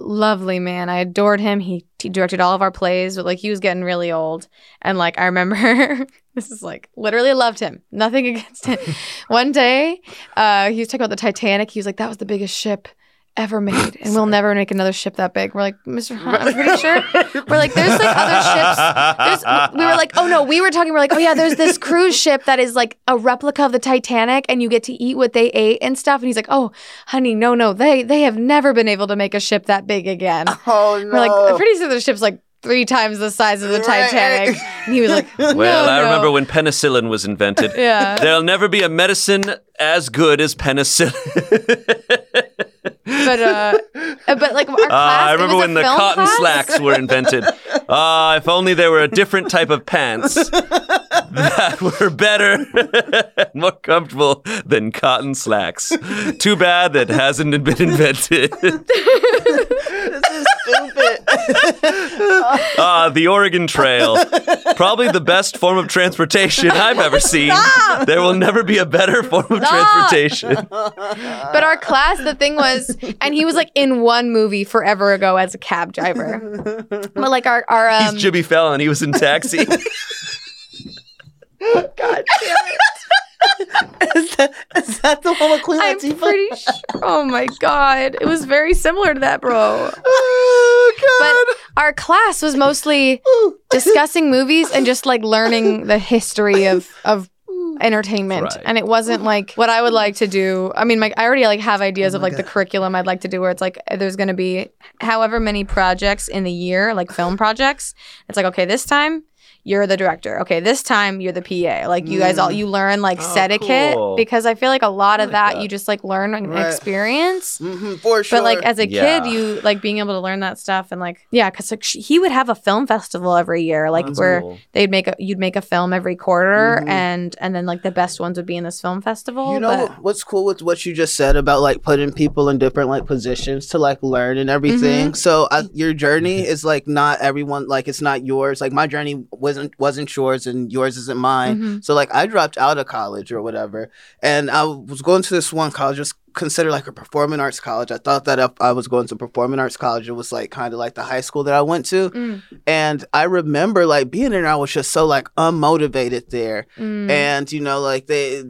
Speaker 4: lovely man. I adored him. He, he directed all of our plays, but like he was getting really old, and like I remember. This is like literally loved him. Nothing against him. One day, uh, he was talking about the Titanic. He was like, "That was the biggest ship ever made, and we'll never make another ship that big." We're like, "Mr. Hunt, Uh-huh. I'm pretty sure." We're like, "There's like other ships there's, we were like, oh no, we were talking. We're like, oh yeah, there's this cruise ship that is like a replica of the Titanic, and you get to eat what they ate and stuff. And he's like, oh, honey, no, no, they they have never been able to make a ship that big again.
Speaker 2: Oh no.
Speaker 4: We're like, I'm pretty sure the ship's like three times the size of the
Speaker 2: Right.
Speaker 4: Titanic. And he was like, no,
Speaker 3: well, I
Speaker 4: no.
Speaker 3: remember when penicillin was invented.
Speaker 4: Yeah.
Speaker 3: There'll never be a medicine as good as penicillin.
Speaker 4: But uh, uh, but like our class,
Speaker 3: Uh, I
Speaker 4: it was
Speaker 3: remember
Speaker 4: a
Speaker 3: when the
Speaker 4: film
Speaker 3: cotton
Speaker 4: class?
Speaker 3: slacks were invented. Ah, if only there were a different type of pants that were better, more comfortable than cotton slacks. Too bad that hasn't been invented.
Speaker 2: this is stupid.
Speaker 3: Ah, the Oregon Trail. Probably the best form of transportation I've ever seen. There will never be a better form of
Speaker 4: Stop. Um,
Speaker 3: transportation.
Speaker 4: But our class, the thing was, and he was like in one movie forever ago as a cab driver. But like our our um,
Speaker 3: He's Jimmy Fallon. He was in Taxi.
Speaker 2: God damn it. is, that, is that the one with Queen
Speaker 4: I'm
Speaker 2: Latifah?
Speaker 4: pretty sure. Oh my god, it was very similar to that, bro. But
Speaker 2: Oh,
Speaker 4: our class was mostly discussing movies and just like learning the history of of entertainment
Speaker 3: Right.
Speaker 4: and it wasn't like what i would like to do i mean like i already like have ideas
Speaker 2: Oh
Speaker 4: of
Speaker 2: my
Speaker 4: like the
Speaker 2: God.
Speaker 4: curriculum i'd like to do where it's like there's going to be however many projects in the year like film projects it's like okay this time you're the director okay this time you're the pa like you guys all
Speaker 2: Mm.
Speaker 4: you learn like
Speaker 3: Oh,
Speaker 4: etiquette
Speaker 3: cool.
Speaker 4: because i feel like a lot
Speaker 3: I
Speaker 4: of
Speaker 3: like
Speaker 4: that,
Speaker 3: that.
Speaker 4: you just like learn and
Speaker 2: Right.
Speaker 4: experience
Speaker 2: hmm for sure.
Speaker 4: but like as a
Speaker 3: Yeah.
Speaker 4: kid, you like being able to learn that stuff and like yeah, because like sh- he would have a film festival every year, like
Speaker 3: Oh, That's
Speaker 4: where
Speaker 3: cool.
Speaker 4: they'd make a you'd make a film every quarter,
Speaker 2: Mhm.
Speaker 4: and and then like the best ones would be in this film festival.
Speaker 2: You know
Speaker 4: but-
Speaker 2: what's cool with what you just said about like putting people in different like positions to like learn and everything.
Speaker 4: Mm-hmm.
Speaker 2: So I, your journey is like not everyone like it's not yours. Like my journey wasn't wasn't yours and yours isn't mine.
Speaker 4: Mhm.
Speaker 2: So like I dropped out of college or whatever, and I was going to this one college just considered like a performing arts college. I thought that if I was going to performing arts college, it was like kind of like the high school that I went to.
Speaker 4: Mm,
Speaker 2: And I remember like being there, and I was just so like unmotivated there
Speaker 4: mm.
Speaker 2: and you know like they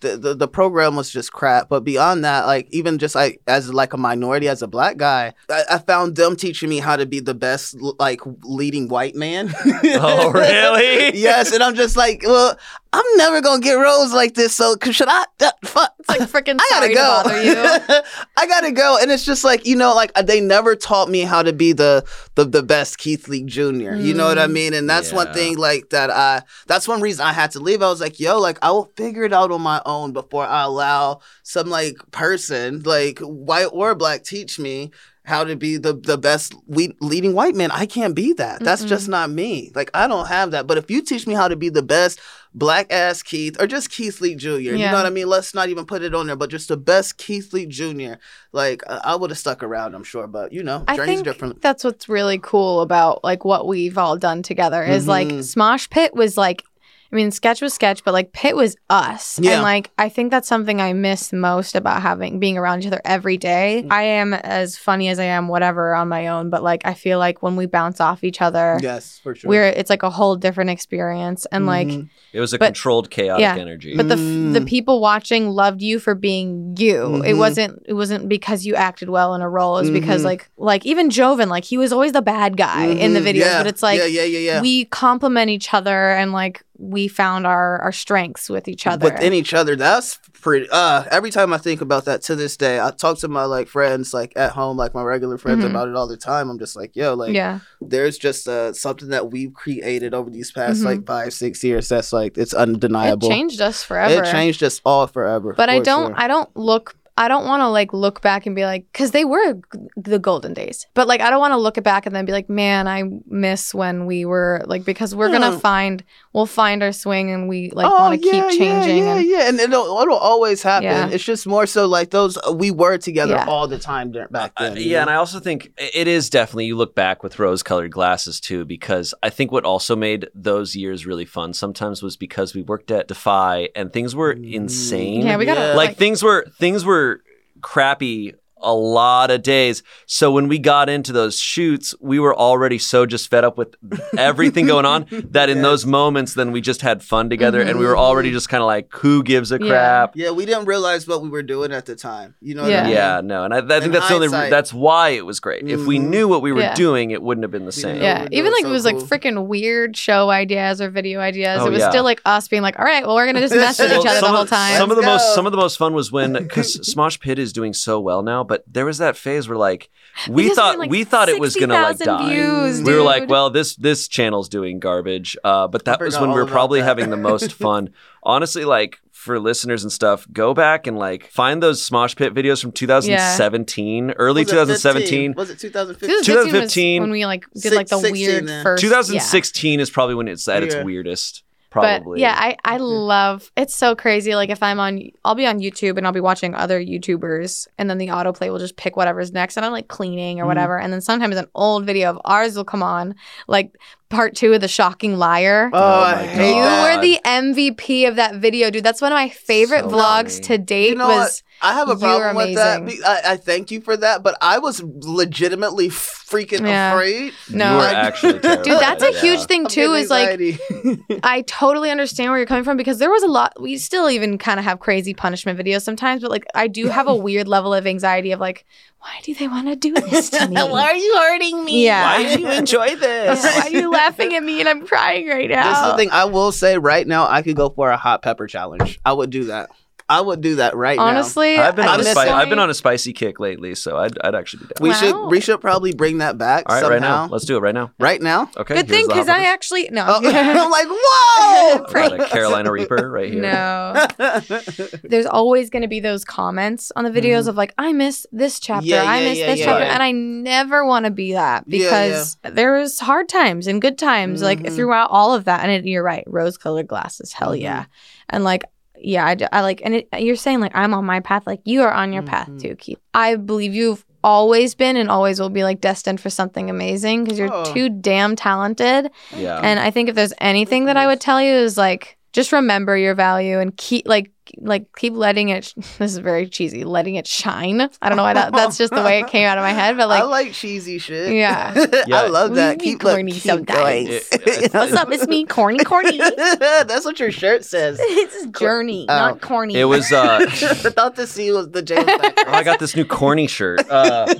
Speaker 2: the, the the program was just crap but beyond that like even just like as like a minority as a black guy i, I found them teaching me how to be the best l- like leading white man
Speaker 3: Oh, really?
Speaker 2: yes and i'm just like well i'm never gonna get roles like this so c- should i uh, fuck
Speaker 4: it's like freaking
Speaker 2: I
Speaker 4: sorry
Speaker 2: gotta
Speaker 4: to bother you.
Speaker 2: go. I gotta go, and it's just like you know, like uh, they never taught me how to be the the, the best Keith League Junior. You know what I
Speaker 4: Mm.
Speaker 2: mean? And that's one
Speaker 3: Yeah.
Speaker 2: thing like that. I that's one reason I had to leave. I was like, yo, like I will figure it out on my own before I allow some like person, like white or black, teach me. How to be the, the best we- leading white man. I can't be that. That's
Speaker 4: Mm-mm.
Speaker 2: just not me. Like, I don't have that. But if you teach me how to be the best black ass Keith or just Keith Lee Jr., you
Speaker 4: Yeah.
Speaker 2: know what I mean? Let's not even put it on there, but just the best Keith Lee Jr. Like uh, I, I would have stuck around, I'm sure, but you know,
Speaker 4: I
Speaker 2: journey's
Speaker 4: think
Speaker 2: different.
Speaker 4: that's what's really cool about like what we've all done together is like
Speaker 2: Mhm.
Speaker 4: Smosh Pit was like I mean, sketch was sketch, but like pit was us.
Speaker 2: Yeah.
Speaker 4: And like I think that's something I miss most about having being around each other every day.
Speaker 2: Mm.
Speaker 4: I am as funny as I am, whatever, on my own, but like I feel like when we bounce off each other,
Speaker 2: Yes, for sure.
Speaker 4: we're it's like a whole different experience. And like
Speaker 2: Mhm.
Speaker 3: It was a
Speaker 4: But-
Speaker 3: controlled chaotic
Speaker 4: yeah.
Speaker 3: energy.
Speaker 4: but the f- the
Speaker 2: Mm.
Speaker 4: people watching loved you for being you. It
Speaker 2: Mhm.
Speaker 4: wasn't it wasn't because you acted well in a role. It was because
Speaker 2: Mhm.
Speaker 4: like like even Joven, like he was always the bad guy in the
Speaker 2: Mhm.
Speaker 4: videos,
Speaker 2: Yeah.
Speaker 4: but it's like
Speaker 2: yeah, yeah, yeah, yeah.
Speaker 4: we complement each other and like we found our our strengths with each other.
Speaker 2: within each other. That's pretty. Uh, every time I think about that to this day, I talk to my like friends, like at home, like my regular friends
Speaker 4: Mhm.
Speaker 2: about it all the time. I'm just like, yo, like
Speaker 4: yeah.
Speaker 2: there's just uh, something that we've created over these past
Speaker 4: Mhm.
Speaker 2: like five, six years. That's like it's
Speaker 4: It
Speaker 2: undeniable.
Speaker 4: changed us forever.
Speaker 2: It changed us all forever.
Speaker 4: But I
Speaker 2: for
Speaker 4: don't
Speaker 2: sure.
Speaker 4: I don't look I don't want to like look back and be like cuz they were g- the golden days. But like I don't want to look back and then be like man, I miss when we were like because we're going to
Speaker 2: No.
Speaker 4: find we'll find our swing and we like
Speaker 2: Oh,
Speaker 4: want to
Speaker 2: yeah,
Speaker 4: keep changing
Speaker 2: Yeah, yeah,
Speaker 4: and
Speaker 2: yeah. and it'll, it'll always happen.
Speaker 4: Yeah.
Speaker 2: It's just more so like those uh, we were together
Speaker 4: Yeah.
Speaker 2: all the time dur- back
Speaker 3: Uh,
Speaker 2: then. you
Speaker 3: yeah, and
Speaker 2: know?
Speaker 3: I also think i- it is definitely you look back with rose-colored glasses too, because I think what also made those years really fun sometimes was because we worked at Defy and things were
Speaker 2: Mm.
Speaker 3: insane.
Speaker 4: Yeah, we got
Speaker 2: Yeah.
Speaker 4: to
Speaker 3: like things were things were crappy a lot of days. So when we got into those shoots, we were already so just fed up with everything going on that in
Speaker 2: Yes.
Speaker 3: those moments, then we just had fun together, and we were
Speaker 2: Mhm.
Speaker 3: already just kind of like, who gives a
Speaker 4: Yeah.
Speaker 3: crap?
Speaker 2: yeah, we didn't realize what we were doing at the time. You know,
Speaker 4: Yeah.
Speaker 2: what I
Speaker 3: Yeah,
Speaker 2: mean?
Speaker 3: no, and I, I think
Speaker 2: In
Speaker 3: that's the only
Speaker 2: hindsight.
Speaker 3: that's why it was great. If we
Speaker 2: Mhm.
Speaker 3: knew what we were
Speaker 4: Yeah.
Speaker 3: doing, it wouldn't have been the
Speaker 2: Yeah.
Speaker 3: same.
Speaker 4: yeah,
Speaker 2: we
Speaker 4: even
Speaker 2: were
Speaker 4: like
Speaker 2: so
Speaker 4: it was
Speaker 2: cool.
Speaker 4: like freaking weird show ideas or video ideas.
Speaker 3: Oh,
Speaker 4: it was
Speaker 3: yeah.
Speaker 4: still like us being like, all right, well, we're gonna just mess with
Speaker 2: Well,
Speaker 4: each other the
Speaker 3: some
Speaker 4: whole
Speaker 3: of,
Speaker 4: time.
Speaker 3: Some of the
Speaker 2: Let's
Speaker 3: most
Speaker 2: go.
Speaker 3: some of the most fun was when because Smosh Pit is doing so well now, but there was that phase where like we
Speaker 4: Because
Speaker 3: thought
Speaker 4: had, like,
Speaker 3: we thought it was gonna like
Speaker 4: 60,000
Speaker 3: die.
Speaker 4: views,
Speaker 3: We were like,
Speaker 4: dude.
Speaker 3: well, this this channel's doing garbage. Uh, but that
Speaker 2: I
Speaker 3: was
Speaker 2: forgot
Speaker 3: when we
Speaker 2: all
Speaker 3: were
Speaker 2: about
Speaker 3: probably
Speaker 2: that.
Speaker 3: having the most fun. Honestly, like for listeners and stuff, go back and like find those Smosh Pit videos from 2017, early
Speaker 2: Was it 15?
Speaker 3: 2017.
Speaker 2: Was it 2015?
Speaker 4: 2015 was
Speaker 3: 2015
Speaker 4: when we like did
Speaker 2: Six-
Speaker 4: like the
Speaker 2: 16
Speaker 4: weird
Speaker 2: then.
Speaker 4: first yeah.
Speaker 3: 2016 is probably when it's at its
Speaker 2: Yeah.
Speaker 3: weirdest.
Speaker 4: But
Speaker 3: Probably.
Speaker 4: yeah, I, I love it's so crazy. Like if I'm on I'll be on YouTube and I'll be watching other YouTubers and then the autoplay will just pick whatever's next and I'm like cleaning
Speaker 2: Mhm.
Speaker 4: or
Speaker 3: Mm-hmm.
Speaker 4: whatever. And then sometimes an old video of ours will come on, like part two of the shocking liar.
Speaker 2: Oh,
Speaker 3: Oh my
Speaker 2: I hate
Speaker 4: you
Speaker 3: God.
Speaker 2: that.
Speaker 4: were the MVP of that video, dude. That's one of my favorite
Speaker 3: So
Speaker 4: vlogs
Speaker 3: funny.
Speaker 4: to date
Speaker 2: You know
Speaker 4: was
Speaker 2: I have a
Speaker 4: You are
Speaker 2: problem with that.
Speaker 4: amazing.
Speaker 2: Be- I, I thank you for that, but I was legitimately freaking
Speaker 4: Yeah.
Speaker 2: afraid.
Speaker 4: no.
Speaker 3: You were
Speaker 2: I-
Speaker 3: actually
Speaker 2: Dude,
Speaker 3: terrified.
Speaker 4: Dude, that's a
Speaker 3: Yeah.
Speaker 4: huge thing
Speaker 2: I'm
Speaker 4: too.
Speaker 2: getting
Speaker 4: Is like
Speaker 2: anxiety.
Speaker 4: I totally understand where you're coming from because there was a lot. We still even kind of have crazy punishment videos sometimes, but like I do have a weird level of anxiety of like, why do they want to do this to me?
Speaker 2: are you hurting
Speaker 4: Yeah.
Speaker 3: Why do you enjoy this?
Speaker 4: Why are you laughing at me and I'm crying right now?
Speaker 2: This is the thing I will say right now. I could go for a hot pepper challenge. I would do that. I would do that right now.
Speaker 4: Honestly,
Speaker 3: I've been
Speaker 4: at
Speaker 3: on a
Speaker 4: this
Speaker 3: spi- I've
Speaker 4: point-
Speaker 3: been on a spicy kick lately, so I'd, I'd actually be down.
Speaker 2: We
Speaker 4: Wow.
Speaker 2: should we should probably bring that back
Speaker 3: All right, right now,
Speaker 2: somehow.
Speaker 3: let's do it right now.
Speaker 2: Right now.
Speaker 3: Okay.
Speaker 4: Good
Speaker 3: here's
Speaker 4: thing
Speaker 3: the
Speaker 4: because
Speaker 3: hot
Speaker 4: I
Speaker 3: peppers.
Speaker 4: actually no.
Speaker 2: Oh, I'm like, whoa.
Speaker 4: Right.
Speaker 3: I've got a Carolina Reaper right here.
Speaker 4: No, there's always going to be those comments on the videos of like, I miss this chapter,
Speaker 2: Mm-hmm. Yeah,
Speaker 4: I
Speaker 2: yeah,
Speaker 4: miss
Speaker 2: yeah,
Speaker 4: this
Speaker 2: yeah.
Speaker 4: chapter,
Speaker 3: Right.
Speaker 4: and I never want to be that
Speaker 2: Yeah, yeah.
Speaker 4: because there's hard times and good times, like
Speaker 2: Mhm.
Speaker 4: throughout all of that. And it, you're right, rose-colored glasses, hell
Speaker 2: Mhm.
Speaker 4: yeah, and like. Yeah, I, d- I like, and it, you're saying like I'm on my path, like you are on your path
Speaker 2: Mhm.
Speaker 4: too, Keith. I believe you've always been and always will be like destined for something amazing because you're
Speaker 2: Oh.
Speaker 4: too damn talented.
Speaker 3: Yeah.
Speaker 4: And I think if there's anything that I would tell you is like just remember your value and keep like like keep letting it. This is very cheesy. Letting it shine. I don't know why
Speaker 2: uh,
Speaker 4: that. That's just the way it came out of my head. But
Speaker 2: I
Speaker 4: like,
Speaker 2: like cheesy shit.
Speaker 4: Yeah.
Speaker 3: Yeah.
Speaker 2: I love
Speaker 4: We
Speaker 2: that.
Speaker 4: be
Speaker 2: Keep, look,
Speaker 4: corny
Speaker 2: keep
Speaker 4: sometimes.
Speaker 2: going.
Speaker 3: It-
Speaker 4: what's up? It's me, corny, corny.
Speaker 2: That's what your shirt says.
Speaker 4: this is journey,
Speaker 2: Oh.
Speaker 4: not corny.
Speaker 3: it was. Uh,
Speaker 2: I thought the C was the James.
Speaker 3: oh, I got this new corny shirt. Uh,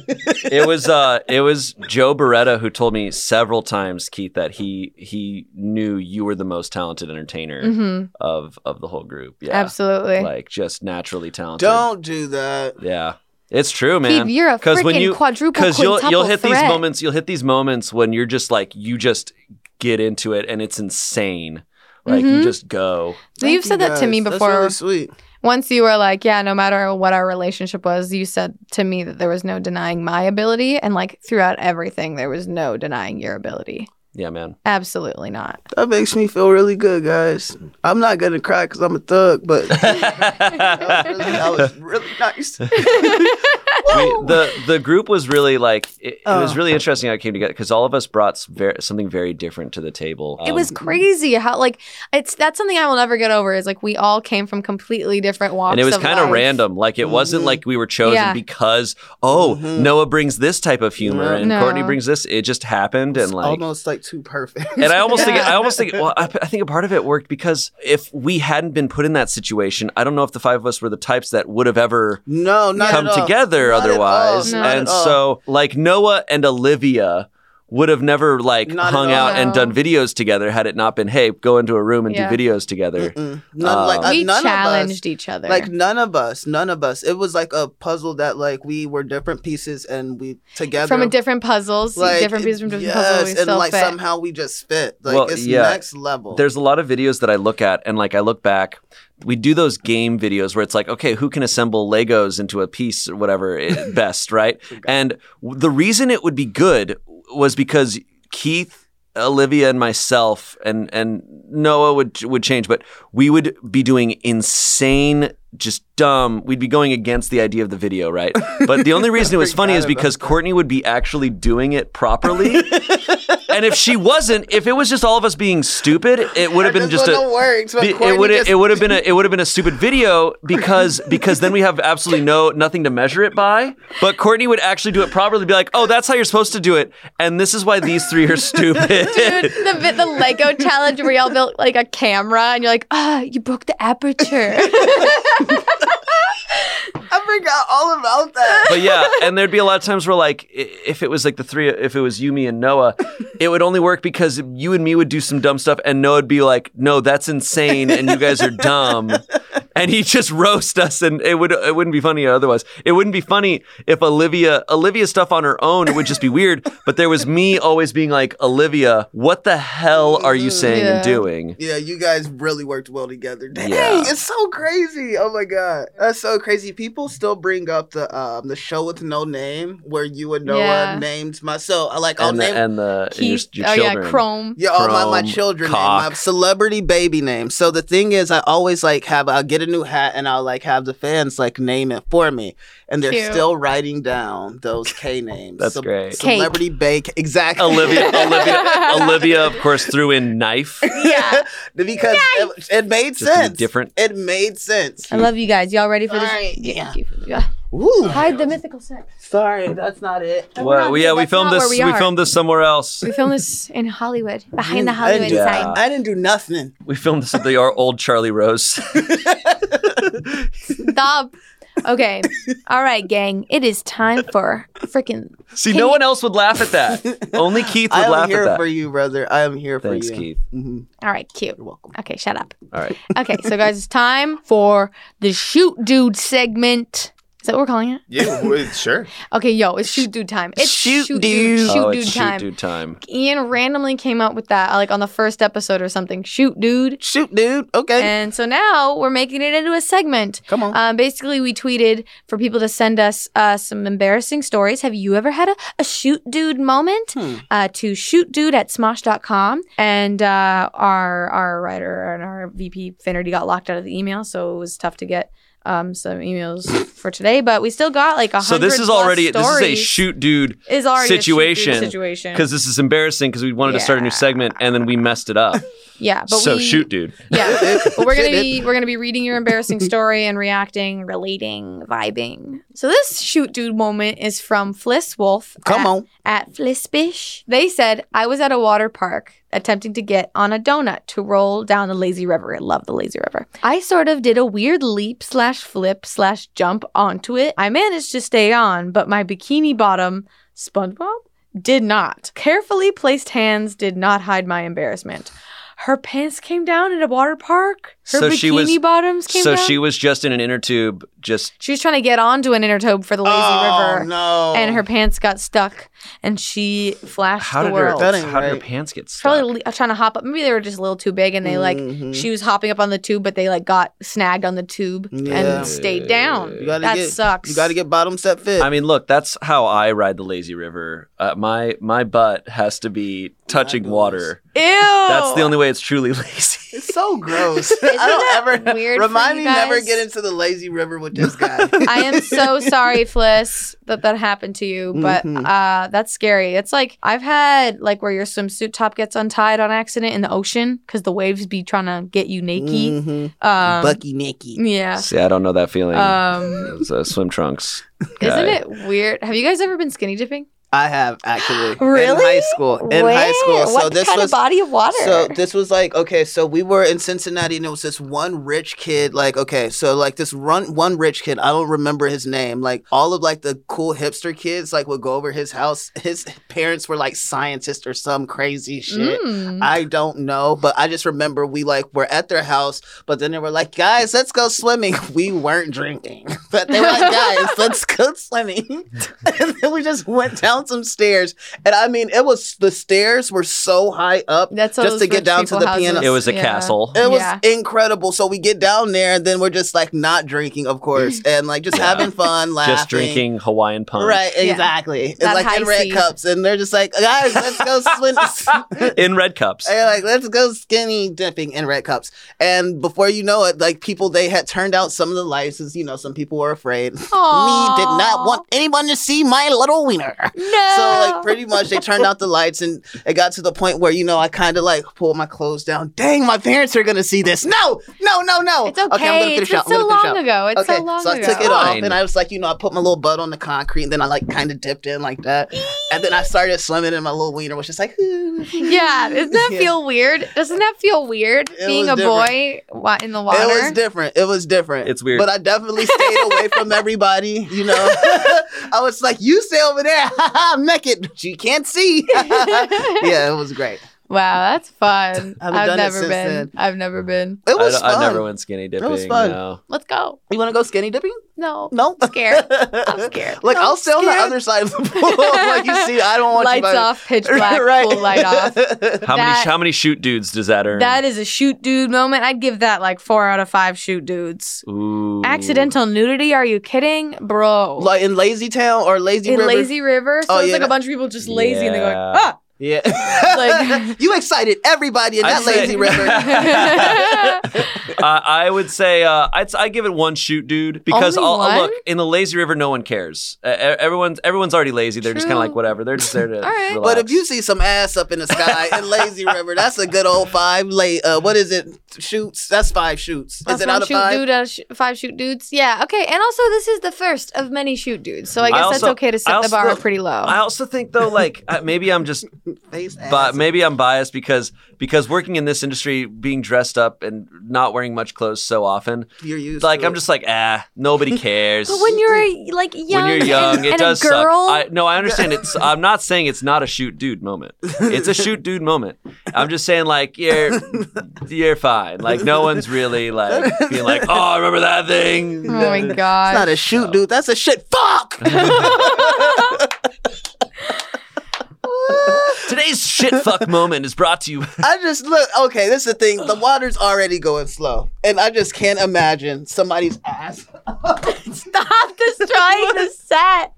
Speaker 3: it was. Uh, it was Joe Beretta who told me several times, Keith, that he he knew you were the most talented entertainer
Speaker 4: hmm
Speaker 3: of of the whole group. Yeah.
Speaker 4: Absolutely,
Speaker 3: Like just naturally talented.
Speaker 2: Don't do that.
Speaker 3: Yeah. It's true, man.
Speaker 4: Keith, you're a
Speaker 3: 'Cause
Speaker 4: freaking
Speaker 3: when you-
Speaker 4: quadruple
Speaker 3: because you'll
Speaker 4: quintuple
Speaker 3: you'll hit
Speaker 4: threat.
Speaker 3: these moments you'll hit these moments when you're just like you just get into it and it's insane like you
Speaker 4: Mhm.
Speaker 3: just go
Speaker 2: Thank
Speaker 4: You've said that to
Speaker 2: guys.
Speaker 4: me
Speaker 2: That's
Speaker 4: before.
Speaker 2: really sweet.
Speaker 4: Once you were like, yeah, no matter what our relationship was, you said to me that there was no denying my ability, and like throughout everything, there was no denying your ability.
Speaker 3: yeah man
Speaker 4: Absolutely not.
Speaker 2: That makes me feel really good, guys. I'm not gonna cry because I'm a thug, but that was really, that was really nice.
Speaker 3: we, the the group was really like it, it was
Speaker 2: Oh.
Speaker 3: really interesting how it came together because all of us brought s- ver- something very different to the table.
Speaker 4: It was
Speaker 3: Um,
Speaker 4: crazy how like it's that's something I will never get over is like we all came from completely different walks
Speaker 3: and it was
Speaker 4: of
Speaker 3: kind of
Speaker 4: life. Mm-hmm.
Speaker 3: random. Like it wasn't
Speaker 2: Mhm.
Speaker 3: like we were chosen
Speaker 4: Yeah.
Speaker 3: because oh
Speaker 2: Mhm.
Speaker 3: Noah brings this type of humor
Speaker 2: No.
Speaker 3: and
Speaker 4: No.
Speaker 3: Courtney brings this. It just happened and
Speaker 2: It's
Speaker 3: like
Speaker 2: almost like too perfect.
Speaker 3: and I almost think
Speaker 4: Yeah.
Speaker 3: I almost think well I, I think a part of it worked because if we hadn't been put in that situation, I don't know if the five of us were the types that would have ever
Speaker 2: no, not
Speaker 3: come
Speaker 2: at all.
Speaker 3: together
Speaker 2: Not at all.
Speaker 3: otherwise.
Speaker 4: No.
Speaker 2: Not
Speaker 3: and
Speaker 2: at all.
Speaker 3: so like Noah and Olivia would have never like
Speaker 2: Not at
Speaker 3: hung
Speaker 2: all.
Speaker 3: out and
Speaker 4: No.
Speaker 3: done videos together had it not been hey go into a room and
Speaker 4: Yeah.
Speaker 3: do videos together.
Speaker 2: Mm-mm. None,
Speaker 3: Um,
Speaker 2: like, uh,
Speaker 4: We
Speaker 2: none of us.
Speaker 4: challenged each other.
Speaker 2: Like none of us, none of us. It was like a puzzle that like we were different pieces and we together
Speaker 4: from a different puzzles,
Speaker 2: like,
Speaker 4: different pieces from different
Speaker 2: yes,
Speaker 4: puzzles. We
Speaker 2: and
Speaker 4: still
Speaker 2: like
Speaker 4: fit.
Speaker 2: somehow we just fit. Like
Speaker 3: Well,
Speaker 2: it's
Speaker 3: yeah.
Speaker 2: next level.
Speaker 3: There's a lot of videos that I look at and like I look back. We do those game videos where it's like, okay, who can assemble Legos into a piece or whatever i- best, right? And w- the reason it would be good was because Keith, Olivia, and myself and and Noah would would change, but we would be doing insane, just dumb. We'd be going against the idea of the video, right? But the only reason it was funny
Speaker 2: Forgot
Speaker 3: is
Speaker 2: about
Speaker 3: because Courtney would be actually doing it properly. and if she wasn't, if it was just all of us being stupid, it would have been just a.
Speaker 2: words, but
Speaker 3: be- it
Speaker 2: Courtney
Speaker 3: would
Speaker 2: just-
Speaker 3: it would have been a it would have been a stupid video because because then we have absolutely no nothing to measure it by. But Courtney would actually do it properly, be like, oh, that's how you're supposed to do it, and this is why these three are stupid.
Speaker 4: Dude, the vi- the Lego challenge where y'all built like a camera and you're like, ah, you broke the aperture.
Speaker 2: I forgot all about that.
Speaker 3: but yeah, and there'd be a lot of times where like i- if it was like the three, if it was you, me, and Noah, it would only work because you and me would do some dumb stuff, and Noah would be like, "No, that's insane," and you guys are dumb, and he just roast us, and it would it wouldn't be funny otherwise. It wouldn't be funny if Olivia Olivia's stuff on her own would just be weird, but there was me always being like, "Olivia, what the hell are you saying and
Speaker 4: Yeah.
Speaker 3: doing?"
Speaker 2: Yeah, you guys really worked well together. Dang,
Speaker 3: Yeah.
Speaker 2: it's so crazy. Oh my god, that's so crazy. People still bring up the um the show with no name where you and Noah
Speaker 4: Yeah.
Speaker 2: named myself. I uh, like I'll
Speaker 3: And the,
Speaker 2: name
Speaker 3: and the and your,
Speaker 4: Keith,
Speaker 3: your
Speaker 4: oh
Speaker 3: children.
Speaker 4: yeah, Chrome.
Speaker 2: Yeah, all my, my
Speaker 3: Chrome,
Speaker 2: children name,
Speaker 3: cock.
Speaker 2: my celebrity baby name. So the thing is, I always like have I'll get a new hat and I'll like have the fans like name it for me, and they're
Speaker 4: Cute.
Speaker 2: still writing down those K names.
Speaker 3: That's great.
Speaker 4: Cake.
Speaker 2: Celebrity bake exactly.
Speaker 3: Olivia, Olivia, Olivia, of course, threw in knife.
Speaker 4: Yeah.
Speaker 2: because it, it made
Speaker 3: Just to be
Speaker 2: sense.
Speaker 3: different.
Speaker 2: It made sense.
Speaker 4: I love you guys. Y'all ready for this?
Speaker 2: Alright,
Speaker 4: Yeah.
Speaker 2: yeah.
Speaker 4: yeah.
Speaker 2: Ooh,
Speaker 4: Hide the mythical sex.
Speaker 2: sorry, that's not it.
Speaker 3: Well, yeah, we
Speaker 4: that's
Speaker 3: filmed
Speaker 4: not where
Speaker 3: this.
Speaker 4: we
Speaker 3: We,
Speaker 4: are.
Speaker 3: filmed this somewhere else.
Speaker 4: We filmed this in Hollywood, behind the
Speaker 2: I didn't
Speaker 4: Hollywood
Speaker 2: do,
Speaker 3: Yeah.
Speaker 4: sign.
Speaker 3: side.
Speaker 2: I didn't do nothing.
Speaker 3: We filmed this at the our old Charlie Rose.
Speaker 4: Stop. Okay. All right, gang. It is time for freaking.
Speaker 3: See,
Speaker 4: Can
Speaker 3: no
Speaker 4: you-
Speaker 3: one else would laugh at that. Only Keith would
Speaker 2: I am
Speaker 3: laugh
Speaker 2: here
Speaker 3: at
Speaker 2: for
Speaker 3: that.
Speaker 2: you, brother. I am here for
Speaker 3: Thanks,
Speaker 2: you.
Speaker 3: Keith.
Speaker 2: Mhm.
Speaker 4: All right, cute.
Speaker 2: You're welcome.
Speaker 4: Okay, shut up.
Speaker 3: All right.
Speaker 4: Okay, so guys, it's time for the shoot dude segment. Is that what we're calling it?
Speaker 1: Yeah, w- sure.
Speaker 4: Okay, yo, it's shoot dude time. It's shoot,
Speaker 2: Shoot
Speaker 4: dude.
Speaker 2: dude.
Speaker 4: Shoot
Speaker 3: oh,
Speaker 4: dude
Speaker 3: it's
Speaker 4: time.
Speaker 3: shoot dude time.
Speaker 4: Ian randomly came up with that, like on the first episode or something. Shoot dude.
Speaker 2: Shoot, dude. Okay,
Speaker 4: And so now we're making it into a segment.
Speaker 2: come on.
Speaker 4: Um, basically, we tweeted for people to send us uh, some embarrassing stories. Have you ever had a, a shoot dude moment?
Speaker 2: Hmm.
Speaker 4: Uh, to shootdude at smosh.com. And uh, our our writer and our VP Finnerty got locked out of the email, so it was tough to get um, some emails for today. But we still got like a hundred.
Speaker 3: So this is
Speaker 4: plus
Speaker 3: already this is a
Speaker 4: stories.
Speaker 3: shoot dude
Speaker 4: Is already a shoot dude
Speaker 3: situation.
Speaker 4: situation.
Speaker 3: because this is embarrassing because we wanted to start a new
Speaker 4: Yeah.
Speaker 3: segment and then we messed it up.
Speaker 4: yeah, but
Speaker 3: so
Speaker 4: we,
Speaker 3: shoot dude.
Speaker 4: Yeah, but we're gonna be we're gonna be reading your embarrassing story and reacting, relating, vibing. So this shoot dude moment is from Fliss Wolf.
Speaker 2: Come
Speaker 4: at,
Speaker 2: on.
Speaker 4: at Flispish. They said I was at a water park attempting to get on a donut to roll down the lazy river. I love the lazy river. I sort of did a weird leap slash flip slash jump onto it. I managed to stay on, but my bikini bottom, SpongeBob, did not. Carefully placed hands did not hide my embarrassment. Her pants came down at a water park. Her
Speaker 3: So
Speaker 4: bikini
Speaker 3: she was-
Speaker 4: bottoms came
Speaker 3: So
Speaker 4: down.
Speaker 3: she was just in an inner tube, just
Speaker 4: she was trying to get onto an inner tube for the lazy
Speaker 2: oh,
Speaker 4: river.
Speaker 2: No.
Speaker 4: And her pants got stuck, and she flashed
Speaker 3: how
Speaker 4: the
Speaker 3: did her
Speaker 4: world.
Speaker 2: That ain't
Speaker 3: how did her
Speaker 2: right.
Speaker 3: pants get stuck?
Speaker 4: Probably le- uh, trying to hop up. Maybe they were just a little too big, and they like
Speaker 2: Mhm.
Speaker 4: she was hopping up on the tube, but they like got snagged on the tube
Speaker 2: Yeah.
Speaker 4: and stayed down.
Speaker 2: You gotta
Speaker 4: That
Speaker 2: get,
Speaker 4: sucks.
Speaker 2: You got to get bottom set fit.
Speaker 3: I mean, look, that's how I ride the lazy river. Uh, my my butt has to be touching
Speaker 2: Fabulous.
Speaker 3: water.
Speaker 4: Ew.
Speaker 3: That's
Speaker 4: Oh.
Speaker 3: the only way it's truly lazy.
Speaker 2: It's so gross.
Speaker 4: Isn't
Speaker 2: I
Speaker 4: that
Speaker 2: don't ever
Speaker 4: weird for
Speaker 2: remind
Speaker 4: you
Speaker 2: me never
Speaker 4: guys?
Speaker 2: get into the lazy river with this guy.
Speaker 4: I am so sorry, Fliss, that that happened to you. But
Speaker 2: Mhm.
Speaker 4: uh, that's scary. It's like I've had like where your swimsuit top gets untied on accident in the ocean because the waves be trying to get you naked.
Speaker 2: Mhm.
Speaker 4: Um,
Speaker 2: Bucky Nicky.
Speaker 4: Yeah.
Speaker 3: See, I don't know that feeling.
Speaker 4: Um,
Speaker 3: It's, uh, swim trunks. guy.
Speaker 4: isn't it weird? Have you guys ever been skinny dipping?
Speaker 2: I have actually in
Speaker 4: Really?
Speaker 2: high school. In high school, so
Speaker 4: what
Speaker 2: this
Speaker 4: kind
Speaker 2: was
Speaker 4: of body of water?
Speaker 2: So this was like okay, so we were in Cincinnati and it was this one rich kid like okay, so like this run one rich kid, I don't remember his name. Like all of like the cool hipster kids like would go over his house. His parents were like scientists or some crazy shit.
Speaker 4: Mm.
Speaker 2: I don't know, but I just remember we like were at their house, but then they were like, "Guys, let's go swimming." We weren't drinking, but they were like, "Guys, let's go swimming." and then we just went down some stairs, and I mean, it was the stairs were so high up
Speaker 4: That's all
Speaker 2: just
Speaker 4: those
Speaker 2: to get
Speaker 4: rich
Speaker 2: down to
Speaker 4: people
Speaker 2: the
Speaker 4: houses.
Speaker 2: piano.
Speaker 3: It was a
Speaker 4: Yeah.
Speaker 3: castle.
Speaker 2: it was
Speaker 4: Yeah.
Speaker 2: incredible. So we get down there, and then we're just like not drinking, of course, and like just
Speaker 3: Yeah.
Speaker 2: having fun, laughing,
Speaker 3: Just drinking Hawaiian punch.
Speaker 2: Right,
Speaker 4: Yeah.
Speaker 2: exactly. It's
Speaker 4: That
Speaker 2: like in
Speaker 4: high
Speaker 2: red
Speaker 4: C.
Speaker 2: cups, and they're just like, guys, let's go swim.
Speaker 3: In red cups.
Speaker 2: And like, let's go skinny dipping in red cups. And before you know it, like people, they had turned out some of the lights, as you know, some people were afraid.
Speaker 4: Aw.
Speaker 2: Me did not want anyone to see my little wiener.
Speaker 4: No.
Speaker 2: So like pretty much they turned out the lights and it got to the point where you know I kind of like pulled my clothes down. Dang, my parents are gonna see this. No, no, no, no.
Speaker 4: It's okay. it's been
Speaker 2: out. I'm
Speaker 4: so
Speaker 2: gonna finish
Speaker 4: long
Speaker 2: out.
Speaker 4: ago. It's
Speaker 2: okay,
Speaker 4: so long
Speaker 2: so I
Speaker 4: ago.
Speaker 2: took it off
Speaker 3: Fine.
Speaker 2: and I was like, you know, I put my little butt on the concrete and then I like kind of dipped in like that, and then I started swimming and my little wiener was just like,
Speaker 4: Yeah, doesn't that
Speaker 2: Yeah.
Speaker 4: feel weird? Doesn't that feel weird
Speaker 2: It
Speaker 4: being
Speaker 2: was
Speaker 4: a
Speaker 2: different.
Speaker 4: boy wa- in the water?
Speaker 2: It was different. It was different.
Speaker 3: It's weird.
Speaker 2: But I definitely stayed away from everybody, you know. I was like, you stay over there. I'm naked. But you can't see. yeah, it was great.
Speaker 4: wow, that's fun.
Speaker 2: I haven't
Speaker 4: I've
Speaker 2: done it
Speaker 4: never
Speaker 2: since
Speaker 4: been.
Speaker 2: then.
Speaker 4: I've never been.
Speaker 2: It was
Speaker 3: I,
Speaker 2: fun.
Speaker 3: I never went skinny dipping.
Speaker 2: fun.
Speaker 3: no.
Speaker 4: Let's go.
Speaker 2: You want to go skinny dipping?
Speaker 4: No,
Speaker 2: No.
Speaker 4: I'm scared. I'm scared.
Speaker 2: Like,
Speaker 4: I'm
Speaker 2: I'll stay on the
Speaker 4: scared.
Speaker 2: other side of the pool. like, you see, I don't want you
Speaker 4: Lights
Speaker 2: by-
Speaker 4: off, pitch black, cool light off.
Speaker 3: How
Speaker 4: That-
Speaker 3: many how many shoot dudes does that earn?
Speaker 4: That is a shoot dude moment. I'd give that like four out of five shoot dudes.
Speaker 3: Ooh.
Speaker 4: Accidental nudity? Are you kidding, bro?
Speaker 2: like in Lazy Town or Lazy
Speaker 4: in
Speaker 2: River.
Speaker 4: lazy river, so
Speaker 2: Oh,
Speaker 4: it's
Speaker 2: yeah,
Speaker 4: like
Speaker 2: that-
Speaker 4: a bunch of people just lazy and they're going
Speaker 3: Yeah.
Speaker 4: ah.
Speaker 2: Yeah.
Speaker 4: Like-
Speaker 2: you excited everybody in
Speaker 3: I'd
Speaker 2: that
Speaker 3: say-
Speaker 2: Lazy River.
Speaker 3: uh, I would say uh, I'd, I give it one shoot, dude, because
Speaker 4: Only
Speaker 3: I'll, I'll
Speaker 4: one?
Speaker 3: look in the lazy river. No one cares. Uh, e- everyone's everyone's already lazy. They're just kind of
Speaker 4: True.
Speaker 3: like whatever. They're just there to.
Speaker 4: right.
Speaker 3: relax.
Speaker 2: But if you see some ass up in the sky in Lazy River, that's a good old five. Late, uh, what is it? Shoots. That's five shoots.
Speaker 4: That's
Speaker 2: is it
Speaker 4: one
Speaker 2: out of
Speaker 4: shoot
Speaker 2: five?
Speaker 4: dude out of sh- five shoot dudes. Yeah. Okay. And also, this is the first of many shoot dudes, so I guess
Speaker 3: also-
Speaker 4: that's okay to
Speaker 3: I
Speaker 4: set the
Speaker 3: also-
Speaker 4: bar
Speaker 3: look,
Speaker 4: pretty low.
Speaker 3: I also think though, like uh, maybe I'm just,
Speaker 2: Face
Speaker 3: but
Speaker 2: ass.
Speaker 3: maybe I'm biased because because working in this industry, being dressed up and not wearing much clothes so often,
Speaker 2: You're used.
Speaker 3: like
Speaker 2: to
Speaker 3: I'm
Speaker 2: it.
Speaker 3: just like ah, nobody cares.
Speaker 4: but when you're a, like
Speaker 3: When
Speaker 4: young,
Speaker 3: you're young,
Speaker 4: and,
Speaker 3: it
Speaker 4: and
Speaker 3: does
Speaker 4: a girl,
Speaker 3: suck. I, no, I understand. It's. I'm not saying it's not a shoot dude moment. It's a shoot dude moment. I'm just saying like you're you're fine. Like no one's really like being like, oh, I remember that thing.
Speaker 4: oh my
Speaker 2: It's not
Speaker 4: god.
Speaker 2: a shoot, dude. That's a shit. Fuck.
Speaker 3: Today's shit fuck moment is brought to you.
Speaker 2: I just look. Okay, this is the thing. The water's already going slow, and I just can't imagine somebody's ass.
Speaker 4: Stop destroying the set.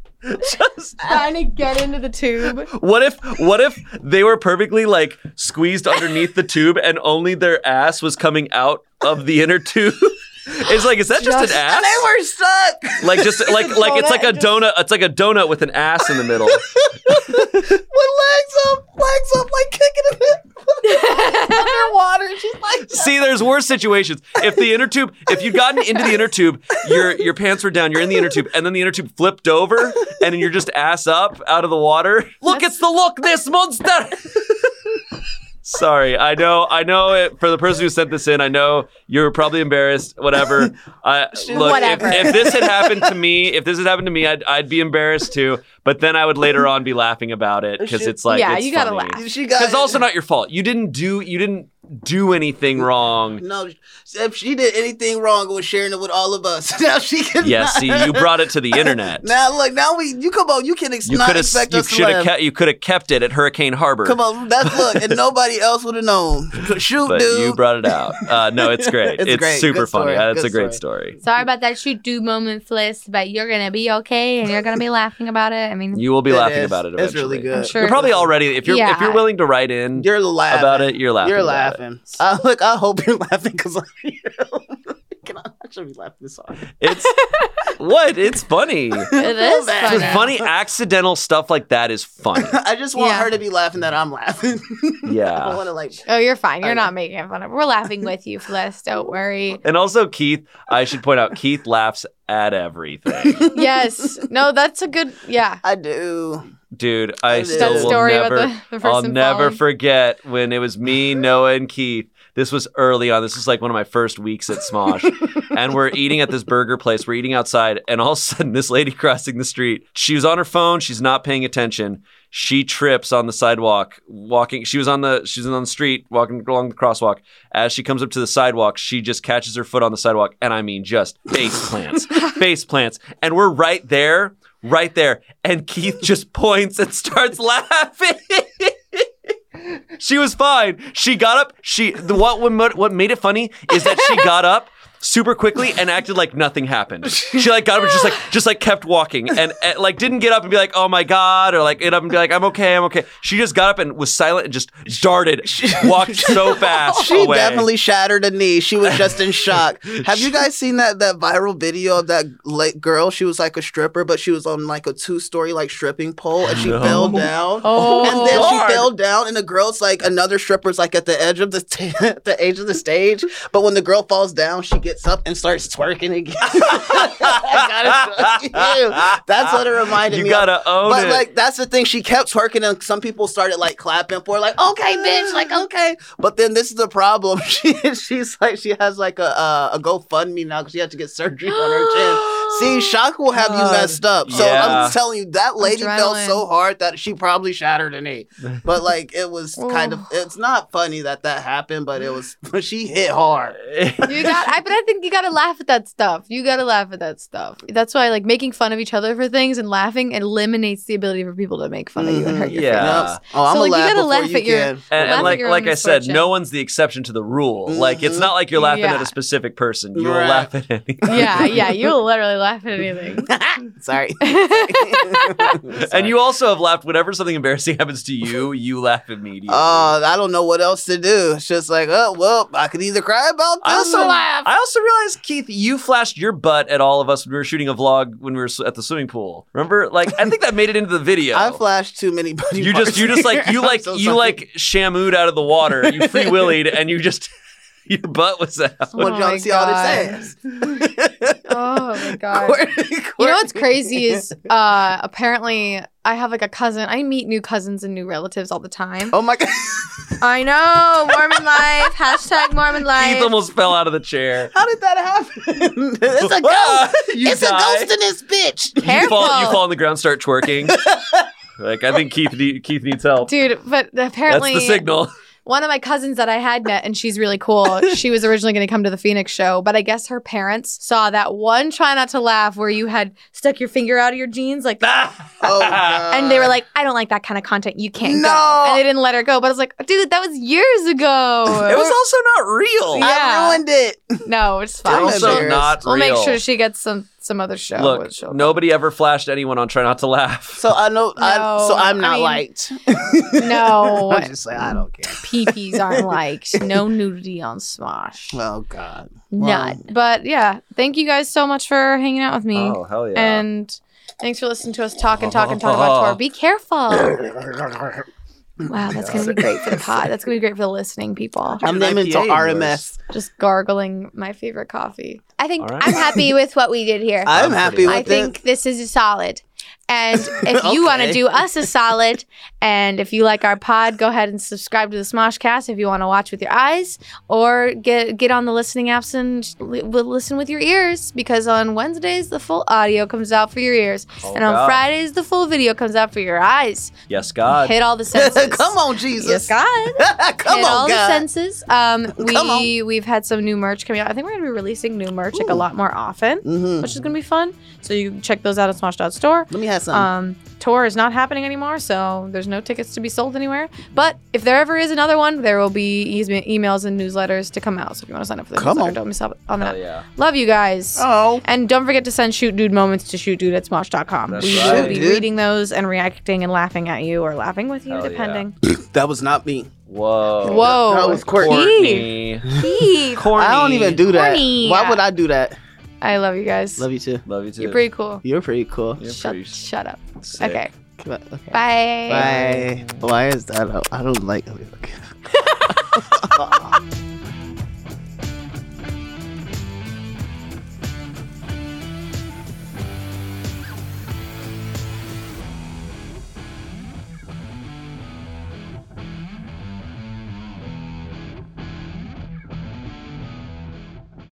Speaker 4: Just trying to get into the tube.
Speaker 3: What if what if they were perfectly like squeezed underneath the tube and only their ass was coming out of the inner tube? It's like is that just,
Speaker 4: Just-
Speaker 3: an
Speaker 2: And
Speaker 3: ass?
Speaker 2: they were stuck.
Speaker 3: like just like like it's
Speaker 4: donut
Speaker 3: like a
Speaker 4: and just-
Speaker 3: donut. It's like a donut with an ass in the middle.
Speaker 2: with legs up, legs up, like kicking it underwater. She's like,
Speaker 3: See, there's worse situations. If the inner tube, if you'd gotten into the inner tube, your your pants were down, you're in the inner tube, and then the inner tube flipped over, and you're just ass up out of the water. Look, it's the look this monster. Sorry, I know, I know. It, for the person who sent this in, I know you're probably embarrassed. Whatever. I look,
Speaker 4: Whatever.
Speaker 3: If, if this had happened to me, if this had happened to me, I'd, I'd be embarrassed too. But then I would later on be laughing about it because it's like,
Speaker 4: Oh, Yeah,
Speaker 3: it's
Speaker 4: you gotta
Speaker 3: funny.
Speaker 4: laugh.
Speaker 2: she got.
Speaker 3: It's also not your fault. You didn't do. You didn't do anything wrong.
Speaker 2: No, if she did anything wrong, it was sharing it with all of us. now she can.
Speaker 3: Yeah, see, you brought it to the internet.
Speaker 2: Now look, now we you come on, you can ex-
Speaker 3: You
Speaker 2: not
Speaker 3: could have
Speaker 2: expect
Speaker 3: you
Speaker 2: us to
Speaker 3: should have
Speaker 2: laugh.
Speaker 3: kept you could have kept it at Hurricane Harbor.
Speaker 2: Come on, that's look, and nobody else would have known. Shoot,
Speaker 3: But
Speaker 2: dude.
Speaker 3: you brought it out. Uh, no, it's great.
Speaker 2: It's
Speaker 3: it's
Speaker 2: great.
Speaker 3: super
Speaker 2: Good
Speaker 3: funny.
Speaker 2: story.
Speaker 3: That's
Speaker 2: Good
Speaker 3: a great story.
Speaker 4: Sorry about that shoot do moment, Fliss, but you're gonna be okay, and you're gonna be laughing about it. I mean,
Speaker 3: You will be
Speaker 2: It
Speaker 3: laughing
Speaker 2: is.
Speaker 3: about it
Speaker 2: It's
Speaker 3: eventually.
Speaker 2: really good.
Speaker 4: I'm sure
Speaker 3: You're probably already if you're if
Speaker 4: Yeah.
Speaker 3: you're willing to write in
Speaker 2: You're laughing
Speaker 3: about it, you're laughing.
Speaker 2: You're
Speaker 3: about it.
Speaker 2: laughing. Uh, look, I hope you're laughing because I can I I should be laughing this hard.
Speaker 3: It's what? It's funny.
Speaker 4: it is
Speaker 2: bad.
Speaker 4: funny.
Speaker 2: It's
Speaker 3: funny accidental stuff like that is funny.
Speaker 2: I just want
Speaker 4: Yeah.
Speaker 2: her to be laughing that I'm laughing. I
Speaker 3: Yeah.
Speaker 2: want to like.
Speaker 4: Oh, you're fine. You're
Speaker 2: Okay.
Speaker 4: not making fun of. We're laughing with you, Fliss. Don't worry.
Speaker 3: And also Keith, I should point out Keith laughs at everything.
Speaker 4: Yes. No, that's a good. Yeah.
Speaker 2: I do.
Speaker 3: Dude, I
Speaker 2: That
Speaker 3: still
Speaker 4: that
Speaker 3: will
Speaker 4: story
Speaker 3: never
Speaker 4: about the, the person
Speaker 3: I'll never
Speaker 4: falling.
Speaker 3: forget when it was me, Noah, and Keith. This was early on. This was like one of my first weeks at Smosh. and we're eating at this burger place. We're eating outside. And all of a sudden, this lady crossing the street, she was on her phone. She's not paying attention. She trips on the sidewalk, walking. She was on the she was on the street, walking along the crosswalk. As she comes up to the sidewalk, she just catches her foot on the sidewalk, and I mean, just face plants, face plants. And we're right there, right there. And Keith just points and starts laughing. She was fine. She got up. She the- what what what made it funny is that she got up super quickly and acted like nothing happened. She like got up and just like just like kept walking and, and, like didn't get up and be like oh my god or like get up and be like I'm okay I'm okay. She just got up and was silent and just darted walked so fast
Speaker 2: She
Speaker 3: away.
Speaker 2: definitely shattered a knee. She was just in shock. Have you guys seen that that viral video of that like girl? She was like a stripper, but she was on like a two story like stripping pole, and she
Speaker 3: No.
Speaker 2: fell down.
Speaker 4: Oh.
Speaker 2: and then
Speaker 3: Lord.
Speaker 2: she fell down, and the girl's like another stripper's like at the edge of the t- the edge of the stage. But when the girl falls down, she gets up and starts twerking again. I gotta show you. That's what it reminded
Speaker 3: you
Speaker 2: me. of.
Speaker 3: gotta own
Speaker 2: But
Speaker 3: it.
Speaker 2: like that's the thing, she kept twerking, and some people started like clapping for, her, like okay, bitch, like
Speaker 4: Ah.
Speaker 2: okay. But then this is the problem. She she's like she has like a uh, a GoFundMe now because she had to get surgery on her chin. See, shock will have you
Speaker 3: God.
Speaker 2: messed up. So
Speaker 3: Yeah.
Speaker 2: I'm telling you, that lady fell
Speaker 4: Adrenaline.
Speaker 2: so hard that she probably shattered a knee. But like it was kind of
Speaker 4: Oh.
Speaker 2: it's not funny that that happened, but it was she hit hard.
Speaker 4: You got. I but I think you gotta laugh at that stuff. You gotta laugh at that stuff. That's why like making fun of each other for things and laughing eliminates the ability for people to make fun of you and hurt your
Speaker 3: Mm, Yeah.
Speaker 4: feelings.
Speaker 2: Yep. Oh, I'm
Speaker 4: So, like, you
Speaker 2: gonna laugh before
Speaker 4: gotta laugh
Speaker 2: you
Speaker 4: at your-
Speaker 2: can.
Speaker 3: And,
Speaker 4: Laugh
Speaker 3: and
Speaker 4: at
Speaker 3: like
Speaker 4: your
Speaker 3: like
Speaker 4: own
Speaker 3: I said,
Speaker 4: misfortune.
Speaker 3: no one's the exception to the rule. Like it's
Speaker 2: Mhm.
Speaker 3: not like you're laughing at
Speaker 4: Yeah.
Speaker 3: a specific person. You'll
Speaker 2: Right.
Speaker 3: laugh at anything.
Speaker 4: Yeah, yeah. You'll literally laugh at anything.
Speaker 2: Sorry.
Speaker 3: And you also have laughed whenever something embarrassing happens to you, you laugh immediately.
Speaker 2: Uh, I don't know what else to do. It's just like, oh well, I could either cry about
Speaker 3: I
Speaker 2: this
Speaker 3: also,
Speaker 2: or laugh.
Speaker 3: I also realized, Keith, you flashed your butt at all of us when we were shooting a vlog when we were s- at the swimming pool. Remember? Like, I think that made it into the video.
Speaker 2: I flashed too many. body
Speaker 3: you just, you
Speaker 2: parts.
Speaker 3: just like, you
Speaker 2: I'm
Speaker 3: like,
Speaker 2: so
Speaker 3: you
Speaker 2: sorry.
Speaker 3: like shammooed out of the water. You free willied, and you just, your butt was out.
Speaker 2: Want
Speaker 4: Oh
Speaker 2: y'all
Speaker 4: my
Speaker 2: to see all
Speaker 4: God.
Speaker 2: this ass.
Speaker 4: Oh my god.
Speaker 2: Courtney-
Speaker 4: You know what's
Speaker 2: Courtney.
Speaker 4: crazy is uh apparently I have like a cousin. I meet new cousins and new relatives all the time.
Speaker 2: Oh my god!
Speaker 4: I know. Mormon life. Hashtag Mormon
Speaker 3: Keith
Speaker 4: life.
Speaker 3: almost fell out of the chair.
Speaker 2: How did that happen? it's a
Speaker 3: Ah,
Speaker 2: ghost.
Speaker 3: you
Speaker 2: it's
Speaker 3: die.
Speaker 2: a ghost in this bitch.
Speaker 3: You fall, you
Speaker 4: Careful.
Speaker 3: fall on the ground, start twerking. like, I think Keith, need, Keith needs help.
Speaker 4: Dude, but
Speaker 3: That's
Speaker 4: apparently
Speaker 3: the signal.
Speaker 4: one of my cousins that I had met, and she's really cool. she was originally going to come to the Phoenix show, but I guess her parents saw that one try not to laugh where you had stuck your finger out of your jeans like that.
Speaker 3: Ah!
Speaker 2: Oh, God.
Speaker 4: And they were like, I don't like that kind of content. You can't
Speaker 2: No.
Speaker 4: go. And they didn't let her go. But I was like, dude, that was years ago.
Speaker 3: It was also not real.
Speaker 4: Yeah.
Speaker 2: I ruined it.
Speaker 4: no, it's
Speaker 2: I'm
Speaker 4: fine.
Speaker 3: also
Speaker 2: embarrassed.
Speaker 3: not
Speaker 4: We'll
Speaker 3: real.
Speaker 4: make sure she gets some some other show.
Speaker 3: Look,
Speaker 4: which she'll-
Speaker 3: nobody ever flashed anyone on Try Not to Laugh.
Speaker 2: So I know. I,
Speaker 4: No,
Speaker 2: so I'm
Speaker 4: I
Speaker 2: not
Speaker 4: mean-
Speaker 2: liked.
Speaker 4: No.
Speaker 2: I'm just like I don't care.
Speaker 4: peepees aren't liked. No nudity on Smosh.
Speaker 2: Oh God.
Speaker 4: Not. But yeah, thank you guys so much for hanging out with me.
Speaker 3: hell Oh, yeah.
Speaker 4: And thanks for listening to us talk and talk and talk about tour. Be careful. Wow, that's gonna be great for the pod. That's gonna be great for the listening people.
Speaker 2: I'm
Speaker 3: An
Speaker 2: naming to
Speaker 3: IPA
Speaker 2: RMS.
Speaker 4: Just gargling my favorite coffee. I think
Speaker 3: All right.
Speaker 4: I'm happy with what we did here.
Speaker 2: I'm
Speaker 3: I'm
Speaker 2: happy
Speaker 3: pretty
Speaker 2: with
Speaker 4: I
Speaker 2: it.
Speaker 4: think this is solid. And if you want to
Speaker 2: Okay.
Speaker 4: do us a solid, and if you like our pod, go ahead and subscribe to the Smoshcast if you want to watch with your eyes, or get get on the listening apps and sh- li- will listen with your ears because on Wednesdays the full audio comes out for your ears,
Speaker 3: Oh,
Speaker 4: and on
Speaker 3: God.
Speaker 4: Fridays the full video comes out for your eyes.
Speaker 3: Yes, God.
Speaker 4: Hit all the senses.
Speaker 2: Come on,
Speaker 4: yes,
Speaker 2: Jesus.
Speaker 4: God.
Speaker 2: Come
Speaker 4: Hit all
Speaker 2: on,
Speaker 4: the
Speaker 2: God.
Speaker 4: senses. Um, we
Speaker 2: Come on.
Speaker 4: we've had some new merch coming out. I think we're gonna be releasing new merch like a
Speaker 2: Ooh.
Speaker 4: lot more often,
Speaker 2: hmm
Speaker 4: which is gonna be fun. So you can check those out at Smosh.store.
Speaker 2: Let me have some.
Speaker 4: Um, tour is not happening anymore, so there's no tickets to be sold anywhere. But if there ever is another one, there will be e- emails and newsletters to come out. So if you want to sign up for the
Speaker 2: Come
Speaker 4: newsletter,
Speaker 2: on.
Speaker 4: don't miss out on that.
Speaker 3: Hell yeah.
Speaker 4: Love you guys.
Speaker 2: oh,
Speaker 4: And don't forget to send shoot dude moments to shoot dude at smosh.com.
Speaker 3: That's
Speaker 4: We
Speaker 3: right.
Speaker 4: will be
Speaker 2: Dude.
Speaker 4: reading those and reacting and laughing at you or laughing with you,
Speaker 3: Hell yeah.
Speaker 4: depending.
Speaker 2: that was not me.
Speaker 3: Whoa.
Speaker 4: Whoa.
Speaker 2: Oh, That was Courtney.
Speaker 3: Courtney.
Speaker 4: Eek.
Speaker 3: Corny.
Speaker 2: I don't even do that.
Speaker 4: Corny.
Speaker 2: Why would I do that?
Speaker 4: I love you guys.
Speaker 2: Love you too.
Speaker 3: Love you too.
Speaker 4: You're pretty cool.
Speaker 2: You're pretty cool.
Speaker 3: You're pretty
Speaker 4: shut, shut up.
Speaker 3: sick.
Speaker 4: Okay.
Speaker 2: Come on, okay.
Speaker 4: Bye.
Speaker 2: Bye. Why is that? I don't like. Okay.